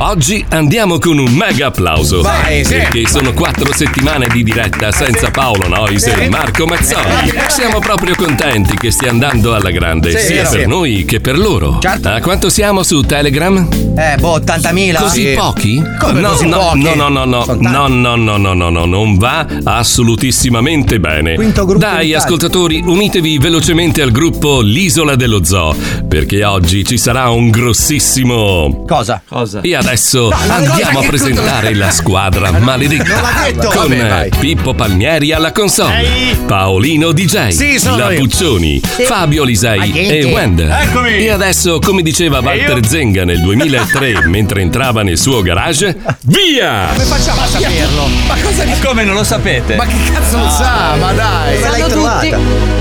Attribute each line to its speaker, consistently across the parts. Speaker 1: Oggi andiamo con un mega applauso.
Speaker 2: Vai, sì.
Speaker 1: perché sono quattro settimane di diretta senza Paolo Nois
Speaker 2: Sì.
Speaker 1: e Marco Mazzoli. Siamo proprio contenti che stia andando alla grande,
Speaker 3: Sì,
Speaker 1: sia
Speaker 3: sì.
Speaker 1: per noi che per loro.
Speaker 2: Certo.
Speaker 1: A quanto siamo su Telegram?
Speaker 3: Eh, boh, 80.000.
Speaker 1: Così
Speaker 3: Sì.
Speaker 1: pochi?
Speaker 3: Come
Speaker 1: no,
Speaker 3: così
Speaker 1: no,
Speaker 3: pochi?
Speaker 1: no, no, no, no, no, no, no, no, no, no, non va assolutissimamente bene.
Speaker 3: Quinto gruppo
Speaker 1: Dai,
Speaker 3: d'Italia.
Speaker 1: ascoltatori, unitevi velocemente al gruppo L'Isola dello Zoo, perché oggi ci sarà un grossissimo.
Speaker 3: Cosa?
Speaker 1: Cosa? E adesso
Speaker 4: No, la cosa
Speaker 1: andiamo
Speaker 4: che
Speaker 1: a presentare
Speaker 4: tutto-
Speaker 1: la squadra maledetta.
Speaker 4: non l'ha detto.
Speaker 1: Con
Speaker 4: Vabbè, vai.
Speaker 1: Pippo Palmieri alla console,
Speaker 4: Ehi.
Speaker 1: Paolino DJ,
Speaker 4: Sì, sono
Speaker 1: la
Speaker 4: io.
Speaker 1: Puccioni,
Speaker 4: Sì.
Speaker 1: Fabio Lisei
Speaker 4: Ma chi-
Speaker 1: e
Speaker 4: chi?
Speaker 1: Wender.
Speaker 4: Eccomi.
Speaker 1: E adesso, come diceva Walter
Speaker 4: io?
Speaker 1: Zenga nel 2003 mentre entrava nel suo garage, via!
Speaker 5: Come facciamo a saperlo? Ma cosa dici?
Speaker 1: Come non lo sapete?
Speaker 5: Ma che cazzo lo
Speaker 6: Ah.
Speaker 5: sa? Ma dai!
Speaker 6: Sanno tutti.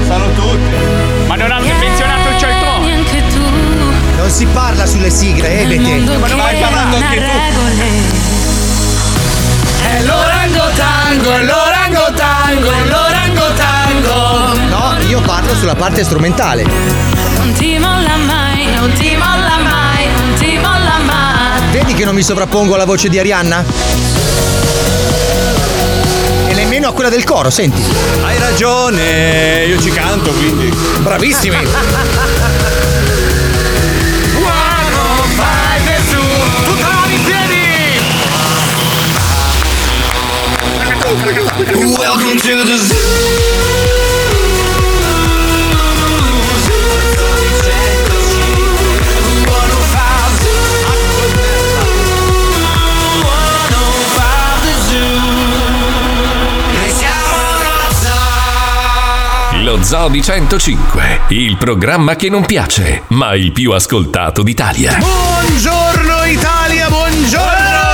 Speaker 5: Sanno tutti!
Speaker 7: Ma non hanno menzionato il certo.
Speaker 6: Eh,
Speaker 7: cialtrone!
Speaker 6: Neanche tu. Non si parla sulle
Speaker 3: eh,
Speaker 6: sigle, ebete.
Speaker 7: Ma non vai parlando anche
Speaker 6: tu.
Speaker 5: È l'orango tango, è l'orango tango, è l'orango tango!
Speaker 3: No, io parlo sulla parte strumentale.
Speaker 6: Non ti molla mai, non ti molla mai, non ti molla mai.
Speaker 3: Vedi che non mi sovrappongo alla voce di Arianna? E nemmeno a quella del coro, senti.
Speaker 8: Hai ragione, io ci canto quindi.
Speaker 3: Bravissimi!
Speaker 6: Eh,
Speaker 5: Uano, vai su! Tu trovi in piedi! Welcome to the zoo!
Speaker 1: Lo Zoo di 105, il programma che non piace, ma il più ascoltato d'Italia.
Speaker 5: Buongiorno Italia, buongiorno!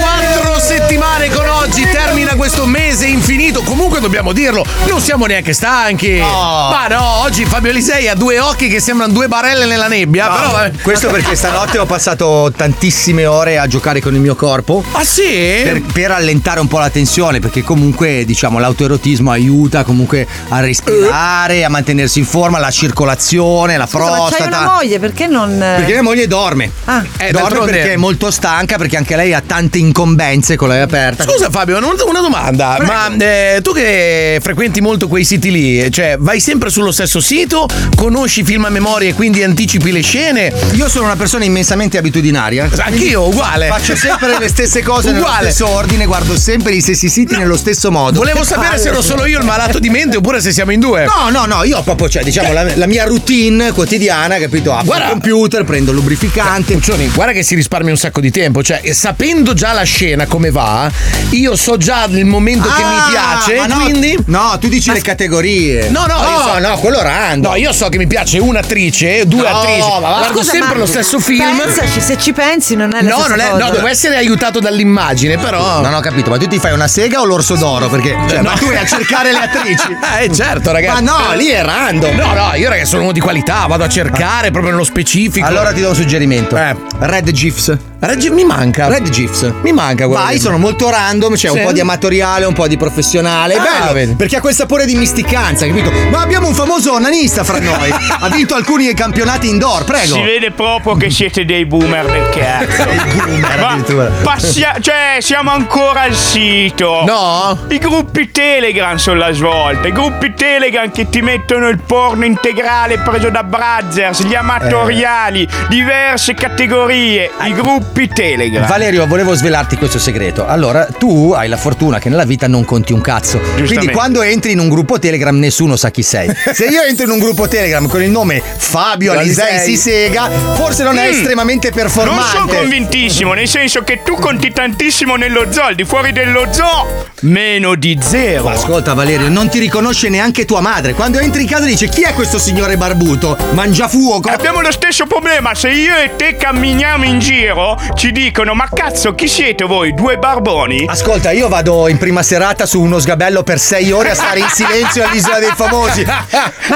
Speaker 5: Quattro settimane con oggi, termina questo mese infinito. Comunque dobbiamo dirlo, non siamo neanche stanchi. Ma no, oggi Fabio Lisei ha due occhi che sembrano due barelle nella nebbia. però vabbè.
Speaker 3: Ah, Questo perché stanotte ho passato tantissime ore a giocare con il mio corpo.
Speaker 5: Ah sì?
Speaker 3: Per, per allentare un po' la tensione, perché comunque diciamo l'autoerotismo aiuta comunque a respirare, a mantenersi in forma, la circolazione, la
Speaker 9: Scusa, ma c'hai
Speaker 3: prostata.
Speaker 9: una moglie, perché non. eh?
Speaker 3: Perché mia moglie dorme.
Speaker 9: Ah.
Speaker 3: dorme
Speaker 5: eh. d'altronde-
Speaker 3: perché è molto stanca, perché anche lei ha tante incombenze con lei aperta.
Speaker 5: Scusa Fabio, una, una domanda, ma eh, tu che frequenti molto quei siti lì, cioè vai sempre sullo stesso sito, conosci film a memoria e quindi anticipi le scene?
Speaker 3: Io sono una persona immensamente abitudinaria.
Speaker 5: Anch'io, uguale.
Speaker 3: Faccio sempre le stesse cose
Speaker 5: Uguale.
Speaker 3: nello stesso ordine, guardo sempre gli stessi siti nello stesso modo.
Speaker 5: Volevo sapere se ero solo io il malato di mente oppure se siamo in due.
Speaker 3: No, no, no, io proprio, cioè, diciamo, la, la mia routine quotidiana, capito? Apro
Speaker 5: Guarda-
Speaker 3: il computer, prendo lubrificante.
Speaker 5: Puccioni, guarda che si risparmia un sacco di tempo, cioè eh, sapendo già la scena come va, io so già il momento che
Speaker 3: Ah,
Speaker 5: mi piace,
Speaker 3: ma no,
Speaker 5: quindi
Speaker 3: No, tu dici le categorie.
Speaker 5: No, no, io so-
Speaker 3: no, no, quello random.
Speaker 5: No, io so che mi piace un'attrice, due
Speaker 3: No,
Speaker 5: attrici.
Speaker 3: ma va-
Speaker 5: Guardo
Speaker 3: scusa,
Speaker 5: sempre
Speaker 3: ma-
Speaker 5: lo stesso film.
Speaker 9: Pensaci, se ci pensi, non è la
Speaker 5: No,
Speaker 9: stessa
Speaker 5: non è,
Speaker 9: cosa.
Speaker 5: no, devo essere aiutato dall'immagine, però.
Speaker 3: Non ho capito, ma tu ti fai una sega o l'orso d'oro? Perché cioè,
Speaker 5: No.
Speaker 3: ma tu vai a cercare le attrici.
Speaker 5: Eh certo ragazzi.
Speaker 3: Ma no, lì è random.
Speaker 5: No, no, io ragazzi sono uno di qualità, vado a cercare proprio nello specifico.
Speaker 3: Allora ti do un suggerimento.
Speaker 5: Eh.
Speaker 3: Red GIFs.
Speaker 5: Reggi- mi manca.
Speaker 3: Red GIFs.
Speaker 5: mi manca guarda.
Speaker 3: Vai, sono molto random, c'è
Speaker 5: Sì.
Speaker 3: un po' di amatoriale, un po' di professionale. È
Speaker 5: Ah,
Speaker 3: bello,
Speaker 5: vedi.
Speaker 3: perché ha quel sapore di misticanza, capito? Ma abbiamo un famoso onanista fra noi. ha vinto alcuni campionati indoor, prego.
Speaker 7: Si vede proprio che siete dei boomer del cazzo. Ma
Speaker 3: addirittura.
Speaker 7: passia- cioè, siamo ancora al sito.
Speaker 5: No?
Speaker 7: I gruppi Telegram sono la svolta. I gruppi Telegram che ti mettono il porno integrale preso da Brazzers, gli amatoriali,
Speaker 3: Eh.
Speaker 7: diverse categorie. I gruppi Telegram.
Speaker 3: Valerio, volevo svelarti questo segreto. Allora, tu hai la fortuna che nella vita non conti un cazzo. Quindi quando entri in un gruppo Telegram nessuno sa chi sei. Se io entro in un gruppo Telegram con il nome Fabio
Speaker 5: Alisei.
Speaker 3: Alisei Sisega, forse non è
Speaker 7: Mm.
Speaker 3: estremamente
Speaker 7: non sono
Speaker 3: performante.
Speaker 7: convintissimo, nel senso che tu conti tantissimo nello zoo, al di fuori dello zoo, meno di zero.
Speaker 3: Ma Ascolta Valerio, non ti riconosce neanche tua madre. Quando entri in casa dice chi è questo signore barbuto? Mangia fuoco?
Speaker 7: Abbiamo lo stesso problema, se io e te camminiamo in giro ci dicono ma cazzo chi siete voi, due barboni?
Speaker 3: Ascolta, io vado in prima serata su uno sgabello per sei ore a stare in silenzio all'isola dei famosi.
Speaker 9: Ma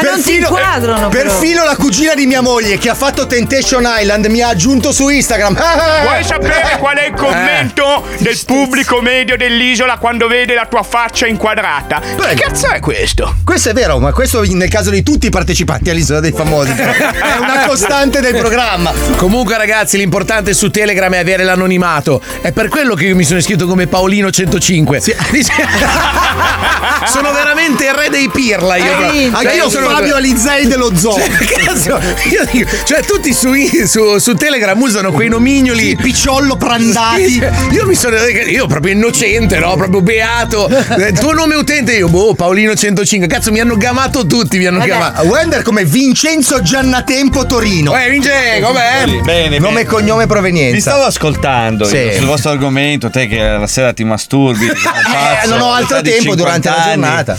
Speaker 9: non ti inquadrano, però.
Speaker 3: Perfino la cugina di mia moglie che ha fatto Temptation Island mi ha aggiunto su Instagram.
Speaker 5: Ah,
Speaker 7: Vuoi
Speaker 5: Eh.
Speaker 7: sapere qual è il commento del pubblico medio dell'isola quando vede la tua faccia inquadrata? Che cazzo è questo?
Speaker 3: Questo è vero, ma questo nel caso di tutti i partecipanti all'isola dei famosi. È una costante del programma.
Speaker 5: Comunque, ragazzi, l'importante su Telegram è avere l'anonimato. È per quello che io mi sono iscritto come Paolino 105. Dice- sono veramente il re dei pirla. Io,
Speaker 3: Anche
Speaker 5: Cioè,
Speaker 3: io sono Fabio Alizei dello zoo.
Speaker 5: Cioè, cazzo, io dico, cioè, tutti su, su- su Telegram usano quei nomignoli.
Speaker 3: Picciollo Prandati.
Speaker 5: Sì, Io mi sono. Io proprio innocente, no? Proprio beato. Eh, Tuo nome utente, io, boh, Paolino 105. Cazzo, mi hanno chiamato tutti, mi hanno chiamato.
Speaker 3: Wender come Vincenzo Giannatempo Torino.
Speaker 5: Eh, vince, com'è?
Speaker 8: Bene,
Speaker 3: Nome
Speaker 8: bene.
Speaker 3: e cognome e
Speaker 8: Vi
Speaker 3: provenienza.
Speaker 8: stavo ascoltando
Speaker 3: Sì.
Speaker 8: io, sul vostro argomento, te che la sera ti masturbi. sei un
Speaker 6: É,
Speaker 8: pazzo,
Speaker 3: non ho
Speaker 8: all'età
Speaker 3: altro
Speaker 8: di
Speaker 3: tempo
Speaker 8: 50
Speaker 3: durante la
Speaker 8: anni.
Speaker 3: giornata.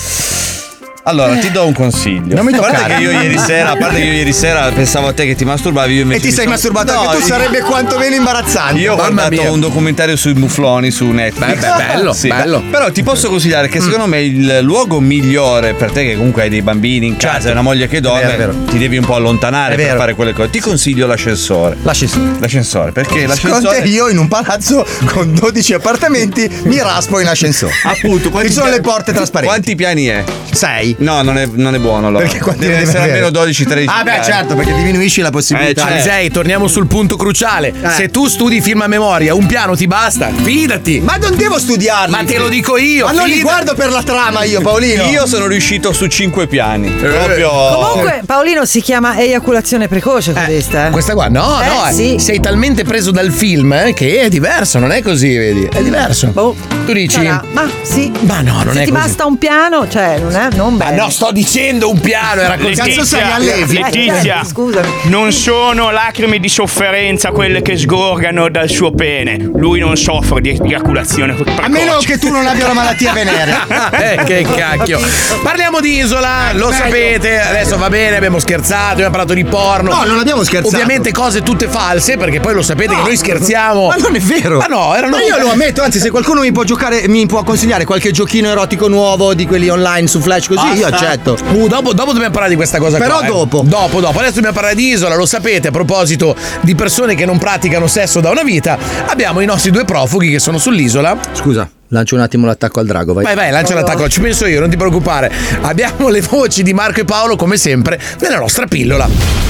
Speaker 8: Allora, ti do un consiglio.
Speaker 3: Non mi
Speaker 8: a parte
Speaker 3: toccare.
Speaker 8: che io ieri sera, a parte che io ieri sera pensavo a te che ti masturbavi, io invece.
Speaker 3: E ti
Speaker 8: mi
Speaker 3: sei
Speaker 8: sono-
Speaker 3: masturbato
Speaker 8: No,
Speaker 3: anche tu,
Speaker 8: io-
Speaker 3: sarebbe quantomeno imbarazzante.
Speaker 8: Io ho
Speaker 5: Mamma
Speaker 8: guardato
Speaker 5: mia.
Speaker 8: un documentario sui mufloni su Netflix.
Speaker 5: Beh, beh, bello, bello.
Speaker 8: Però ti posso consigliare che
Speaker 3: Mm.
Speaker 8: secondo me il luogo migliore per te, che comunque hai dei bambini in casa, e una moglie che dorme,
Speaker 3: vero, Certo. è vero.
Speaker 8: ti devi un po' allontanare
Speaker 3: È
Speaker 8: per
Speaker 3: vero.
Speaker 8: fare quelle cose. Ti consiglio l'ascensore.
Speaker 3: Lasci
Speaker 8: L'ascensore, perché
Speaker 5: Cioè,
Speaker 3: Secondo
Speaker 8: l'ascensore.
Speaker 3: te io in un palazzo con 12 appartamenti mi raspo in ascensore.
Speaker 8: Appunto, quanti
Speaker 3: Ci sono
Speaker 8: piani-
Speaker 3: le porte trasparenti.
Speaker 8: Quanti piani è?
Speaker 3: Sei.
Speaker 8: No, non è, non è buono. Allora.
Speaker 3: Perché quanti
Speaker 8: deve
Speaker 3: ne
Speaker 8: essere
Speaker 3: deve
Speaker 8: almeno
Speaker 3: avere?
Speaker 8: 12-13.
Speaker 3: Ah, beh,
Speaker 8: piani.
Speaker 3: certo, perché diminuisci la possibilità.
Speaker 8: Eh, certo.
Speaker 5: Alisei, Cioè, torniamo sul punto cruciale.
Speaker 3: Eh.
Speaker 5: Se tu studi film a memoria, un piano ti basta, fidati.
Speaker 3: Ma non devo studiarli.
Speaker 5: Ma te lo dico io.
Speaker 3: Ma non li
Speaker 5: fidati.
Speaker 3: guardo per la trama io, Paolino.
Speaker 8: Ah, Io sono riuscito su 5 piani. Proprio.
Speaker 9: Comunque, Paolino si chiama eiaculazione precoce questa. eh.
Speaker 5: Questa qua, no,
Speaker 9: Eh,
Speaker 5: no, eh,
Speaker 9: sì.
Speaker 5: sei talmente preso dal film eh, che è diverso, non è così, vedi? È diverso.
Speaker 9: Boh.
Speaker 5: Tu dici?
Speaker 9: Sarà. Ma sì.
Speaker 5: Ma no, non
Speaker 9: Se
Speaker 5: è
Speaker 9: ti
Speaker 5: così.
Speaker 9: basta un piano, cioè, non è non
Speaker 5: Ah,
Speaker 9: bello.
Speaker 5: no, sto dicendo un piano, era così.
Speaker 3: cazzo sei certo, a
Speaker 7: Letizia,
Speaker 3: Levi?
Speaker 7: Letizia,
Speaker 9: Eh, scusami.
Speaker 7: non sono lacrime di sofferenza quelle che sgorgano dal suo pene. Lui non soffre di eiaculazione precoce.
Speaker 3: A meno che tu non abbia la malattia venerea.
Speaker 5: Eh, che cacchio. Parliamo di isola, lo sapete, adesso va bene, abbiamo scherzato, abbiamo parlato di porno.
Speaker 3: No, non abbiamo scherzato.
Speaker 5: Ovviamente cose tutte false, perché poi lo sapete che
Speaker 3: No.
Speaker 5: Eh, noi scherziamo.
Speaker 3: Ma non è vero.
Speaker 5: Ma no, erano
Speaker 3: Ma io lo ammetto, anzi, se qualcuno mi può giocare, mi può consigliare qualche giochino erotico nuovo di quelli online su Flash così, io accetto.
Speaker 5: Uh, dopo, dopo dobbiamo parlare di questa cosa
Speaker 3: Però
Speaker 5: qua, eh.
Speaker 3: dopo.
Speaker 5: Dopo, dopo. Adesso dobbiamo parlare di isola, lo sapete, a proposito di persone che non praticano sesso da una vita, abbiamo i nostri due profughi che sono sull'isola.
Speaker 3: Scusa, lancio un attimo l'attacco al drago,
Speaker 5: Vai, vai, lancia l'attacco, ci penso io, non ti preoccupare. Abbiamo le voci di Marco e Paolo, come sempre, nella nostra pillola.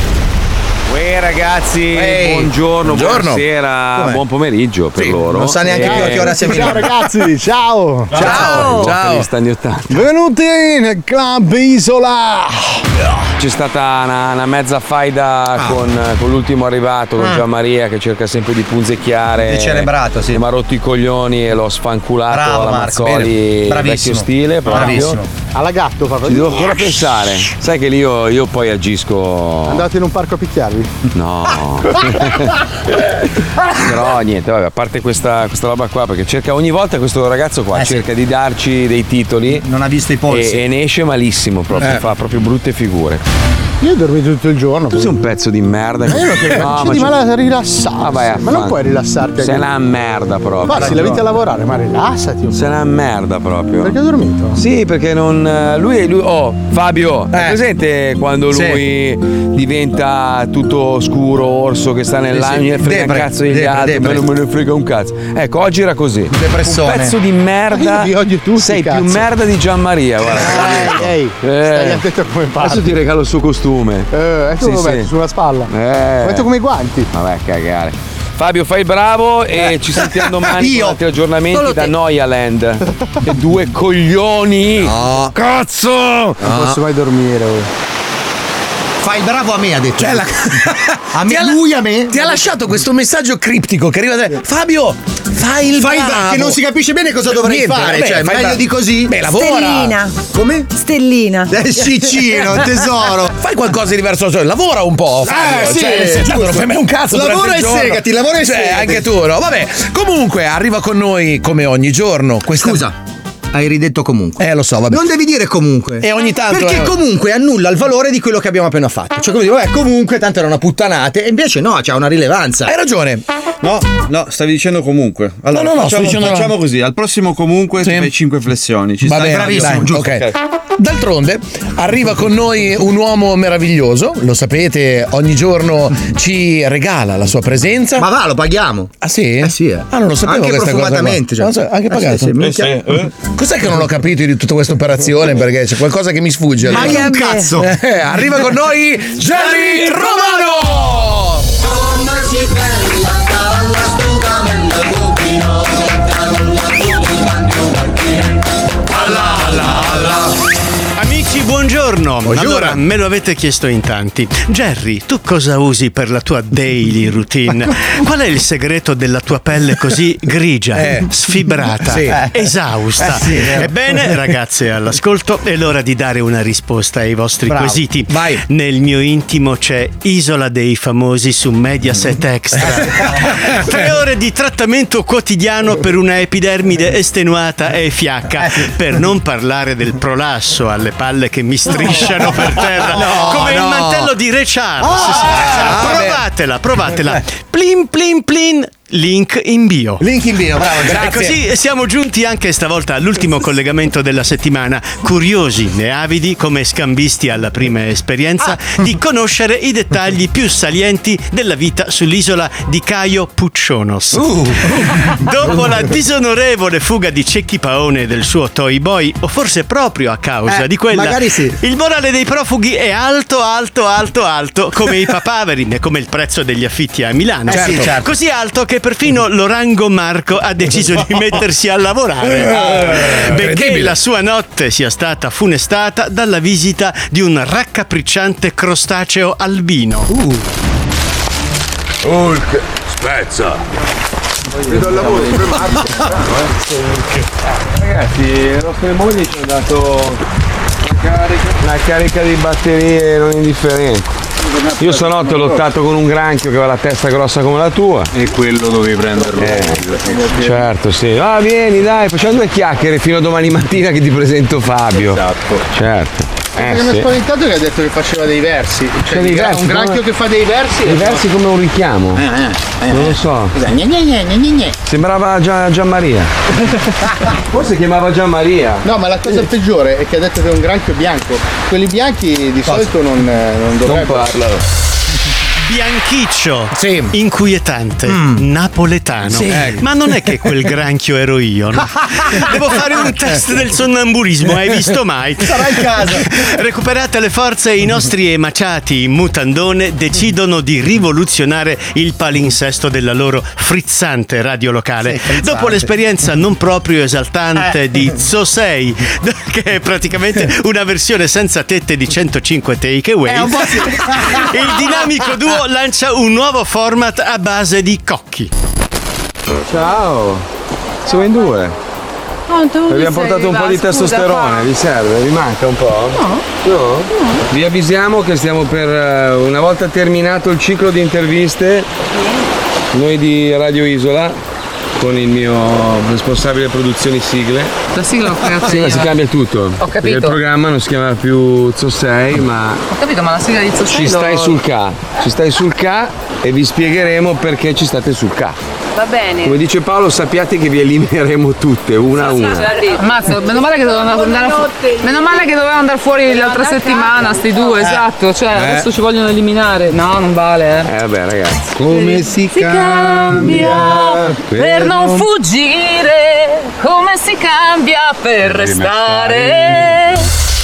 Speaker 10: Uè ragazzi,
Speaker 5: Ehi.
Speaker 10: buongiorno,
Speaker 5: Buongiorno.
Speaker 10: buonasera,
Speaker 5: Com'è?
Speaker 10: buon pomeriggio per
Speaker 5: Sì,
Speaker 10: loro.
Speaker 3: Non sa neanche
Speaker 10: Eh,
Speaker 3: io a che ora siamo
Speaker 11: Ciao ragazzi, ciao!
Speaker 5: Ciao,
Speaker 10: Gli
Speaker 5: ciao.
Speaker 10: anni 80.
Speaker 11: Benvenuti nel club
Speaker 10: Eh,
Speaker 11: Isola!
Speaker 10: C'è stata una, una mezza faida
Speaker 3: Ah.
Speaker 10: con, con l'ultimo arrivato, con Gianmaria che cerca sempre di punzecchiare.
Speaker 3: Decerebrato, sì.
Speaker 10: Che Mi ha rotto i coglioni e l'ho sfanculato
Speaker 3: Bravo,
Speaker 10: alla
Speaker 3: Marco, bene.
Speaker 10: Mazzoli vecchio
Speaker 3: Bravissimo.
Speaker 10: stile. Proprio.
Speaker 3: Bravissimo.
Speaker 11: Alla gatto fa
Speaker 10: Ci devo ancora pensare. Sai che lì io, io poi agisco.
Speaker 11: Andate in un parco a picchiarvi?
Speaker 10: No.
Speaker 3: Ah.
Speaker 10: Però niente, vabbè, a parte questa, questa roba qua, perché cerca ogni volta questo ragazzo qua
Speaker 3: Eh sì.
Speaker 10: cerca di darci dei titoli
Speaker 3: Non ha visto i
Speaker 10: e,
Speaker 3: polsi. Eh.
Speaker 10: e ne esce malissimo proprio, fa proprio brutte figure.
Speaker 11: Io ho dormito tutto il giorno.
Speaker 10: Tu sei un pezzo di merda.
Speaker 11: Ma io non
Speaker 10: No,
Speaker 11: faccio
Speaker 10: ma
Speaker 11: di
Speaker 10: c'è-
Speaker 11: male a
Speaker 10: Ah,
Speaker 11: rilassarsi.
Speaker 10: vai a
Speaker 11: ma non
Speaker 10: fan-
Speaker 11: puoi rilassarti
Speaker 10: Sei
Speaker 11: anche.
Speaker 10: una merda proprio.
Speaker 11: Passi la vita a lavorare, ma rilassati.
Speaker 10: Sei una merda proprio.
Speaker 11: Perché ho dormito?
Speaker 10: Sì, perché non. eh, Lui, lui oh,
Speaker 3: Eh.
Speaker 10: Fabio, è presente quando
Speaker 5: Sì.
Speaker 10: lui diventa tutto scuro, orso che sta nell'agno
Speaker 3: sì.
Speaker 10: e frega
Speaker 3: Depre,
Speaker 10: il cazzo degli
Speaker 3: depre,
Speaker 10: altri,
Speaker 3: depre.
Speaker 10: ma non me ne frega un cazzo. Ecco, oggi era così.
Speaker 3: Depressione.
Speaker 10: Un pezzo di
Speaker 11: Io
Speaker 10: merda.
Speaker 11: vi odio tutti,
Speaker 10: Sei
Speaker 11: cazzo.
Speaker 10: più merda di Gianmaria, guarda. Eh.
Speaker 11: Ehi, Eh. stai attento come
Speaker 10: Adesso ti
Speaker 11: parli.
Speaker 10: regalo il suo costume.
Speaker 11: Eh, e tu
Speaker 10: Sì,
Speaker 11: lo
Speaker 10: sì.
Speaker 11: metti sulla spalla.
Speaker 10: Eh.
Speaker 11: Lo metto come i guanti. Eh.
Speaker 10: Ma vai a cagare. Fabio, fai il bravo e ci sentiamo domani
Speaker 3: Io?
Speaker 10: con altri aggiornamenti
Speaker 9: Solo
Speaker 10: da
Speaker 9: te.
Speaker 10: Noia Land. Che due coglioni! Cazzo!
Speaker 11: Non posso mai dormire. oh.
Speaker 3: Fai il bravo a me, ha detto. a
Speaker 5: Ti
Speaker 3: me,
Speaker 5: ha la-
Speaker 3: lui a me.
Speaker 5: Ti ha lasciato questo messaggio criptico che arriva da Fabio, fai il
Speaker 3: Fai il
Speaker 5: bravo.
Speaker 3: bravo, che non si capisce bene cosa dovrei
Speaker 5: Niente,
Speaker 3: fare,
Speaker 5: vabbè,
Speaker 3: cioè,
Speaker 5: fai il
Speaker 3: meglio
Speaker 5: bravo.
Speaker 3: di così.
Speaker 5: Beh, lavora.
Speaker 9: Stellina.
Speaker 3: Come?
Speaker 9: Stellina.
Speaker 3: Eh, Ciccino, tesoro. Eh,
Speaker 5: Fai qualcosa di diverso, cioè, lavora un po'. Fabio,
Speaker 3: sì,
Speaker 5: cioè, nel senso,
Speaker 3: giusto.
Speaker 5: non fai mai un cazzo.
Speaker 3: Lavora
Speaker 5: durante il
Speaker 3: e
Speaker 5: giorno.
Speaker 3: segati, lavora e
Speaker 5: cioè,
Speaker 3: segati.
Speaker 5: anche tu, no? Vabbè. Comunque, arriva con noi come ogni giorno. Questa...
Speaker 3: Scusa, hai ridetto comunque.
Speaker 5: Eh, lo so, vabbè.
Speaker 3: Non devi dire comunque.
Speaker 5: E ogni tanto, eh.
Speaker 3: Perché comunque annulla il valore di quello che abbiamo appena fatto. Cioè, come dire, vabbè, comunque, tanto era una puttanate. E invece no, c'ha una rilevanza.
Speaker 5: Hai ragione.
Speaker 12: No, no, stavi dicendo comunque. Allora,
Speaker 13: No, no, no, sto
Speaker 12: facciamo,
Speaker 13: dicendo-
Speaker 12: facciamo così: al prossimo comunque ti fai 5 flessioni. Ci
Speaker 5: Va
Speaker 12: sta?
Speaker 5: bene, bravissimo, giusto. D'altronde arriva con noi un uomo meraviglioso, lo sapete, ogni giorno ci regala la sua presenza. Ma va, lo paghiamo. Ah sì? Eh sì. Ah, non lo sapevo
Speaker 13: Anche
Speaker 5: questa cosa. qua.
Speaker 13: profumatamente, cioè.
Speaker 5: Non lo so, anche
Speaker 13: Eh,
Speaker 5: pagato.
Speaker 13: sì, sì, minchia. Eh, sì, eh.
Speaker 5: Cos'è che non ho capito di tutta questa operazione? Perché c'è qualcosa che mi sfugge.
Speaker 13: Ma
Speaker 5: allora.
Speaker 13: io un cazzo.
Speaker 5: Eh, arriva con noi Jerry Romano!
Speaker 14: Amici, buongiorno. Allora, me lo avete chiesto in tanti. Jerry, tu cosa usi per la tua daily routine? Qual è il segreto della tua pelle così grigia, sfibrata,
Speaker 13: Eh. Sì.
Speaker 14: esausta?
Speaker 13: Eh sì, è vero.
Speaker 14: Ebbene, ragazze all'ascolto, è l'ora di dare una risposta ai vostri
Speaker 13: Bravo.
Speaker 14: quesiti. Nel mio intimo c'è Isola dei famosi su Mediaset Extra. Tre ore di trattamento quotidiano per una epidermide estenuata e fiacca. Per non parlare del prolasso alle palle che mi strisciano per terra.
Speaker 13: No,
Speaker 14: come il
Speaker 13: no. Ah,
Speaker 14: mantello di Re Charles. provatela,
Speaker 13: Eh.
Speaker 14: provatela. Plin plin plin. Link in bio.
Speaker 15: Link in bio, bravo.
Speaker 14: E così siamo giunti anche stavolta all'ultimo collegamento della settimana, curiosi e avidi come scambisti alla prima esperienza
Speaker 13: Ah.
Speaker 14: di conoscere i dettagli più salienti della vita sull'isola di Caio Puccionos.
Speaker 13: Uh.
Speaker 5: Uh.
Speaker 14: Dopo la disonorevole fuga di Cecchi Paone e del suo Toy Boy, o forse proprio a causa
Speaker 13: Eh,
Speaker 14: di quella,
Speaker 13: magari sì.
Speaker 14: il morale dei profughi è alto, alto, alto, alto, come i papaveri e come il prezzo degli affitti a Milano.
Speaker 13: Eh sì,
Speaker 14: Certo.
Speaker 13: certo.
Speaker 14: Così alto che perfino Lorango Marco ha deciso di mettersi a
Speaker 13: Eh,
Speaker 14: lavorare. Benché la sua notte sia stata funestata dalla visita di un raccapricciante crostaceo albino.
Speaker 13: Uh.
Speaker 4: Hulk, spezza.
Speaker 10: Vedo il lavoro, pure Ragazzi, nostre mogli ci hanno dato una carica, una carica di batterie non indifferente. Io stanotte ho lottato con un granchio che aveva la testa grossa come la tua. E quello dovevi prenderlo. certo, sì. Ah, vieni, dai, facciamo due chiacchiere fino a domani mattina che ti presento Fabio. Esatto. Certo. Eh,
Speaker 11: Perché mi ha
Speaker 10: sì.
Speaker 11: spaventato che ha detto che faceva dei versi. Cioè,
Speaker 10: C'è dei
Speaker 11: di gra-
Speaker 10: versi,
Speaker 11: un granchio
Speaker 10: come-
Speaker 11: che fa dei versi.
Speaker 10: Dei versi come un richiamo. non lo so. Sembrava Gian, Gianmaria. Forse chiamava Gianmaria.
Speaker 11: No, ma la cosa peggiore è che ha detto che è un granchio bianco. Quelli bianchi di solito non, eh, non dovrebbero.
Speaker 14: Bianchiccio, inquietante, napoletano.
Speaker 13: Mm.
Speaker 14: Eh,
Speaker 13: Sì. Ecco.
Speaker 14: Ma non è che quel granchio ero io, no? Devo fare un test del sonnambulismo, hai visto mai?
Speaker 13: Sarà in casa.
Speaker 14: Recuperate le forze, i nostri emaciati in mutandone decidono di rivoluzionare il palinsesto della loro frizzante radio locale. Dopo l'esperienza non proprio esaltante
Speaker 13: Eh.
Speaker 14: di Zosei, che è praticamente una versione senza tette di 105 takeaway,
Speaker 13: Eh, un po' sì.
Speaker 14: il dinamico duo lancia un nuovo format a base di cocchi.
Speaker 10: Ciao. Siamo in due. Vi abbiamo portato un po' di testosterone, vi serve? Vi manca un po'? Ah, No. Vi avvisiamo che stiamo per, eh, una volta terminato il ciclo di interviste, noi di Radio Isola, con il mio responsabile produzioni sigle.
Speaker 16: La sigla l'ho creata
Speaker 10: Sì, ma
Speaker 16: io.
Speaker 10: si cambia tutto.
Speaker 16: Ho
Speaker 10: Perché
Speaker 16: capito.
Speaker 10: il programma non si chiama più Zossei, ma
Speaker 16: Ho capito, ma la sigla di Zossei
Speaker 10: ci
Speaker 16: lo-
Speaker 10: stai sul K. Ci stai sul K e vi spiegheremo perché ci state sul K.
Speaker 16: Va bene.
Speaker 10: Come dice Paolo, sappiate che vi elimineremo tutte, una a una.
Speaker 16: Ammazza, meno male che dovevano andare, fu- meno male che dovevano andare fuori l'altra settimana, sti due, esatto. Cioè,
Speaker 10: Eh.
Speaker 16: adesso ci vogliono eliminare. No, non vale, eh.
Speaker 10: Eh vabbè ragazzi. Come si,
Speaker 16: cambia Per non fuggire, come si cambia per restare.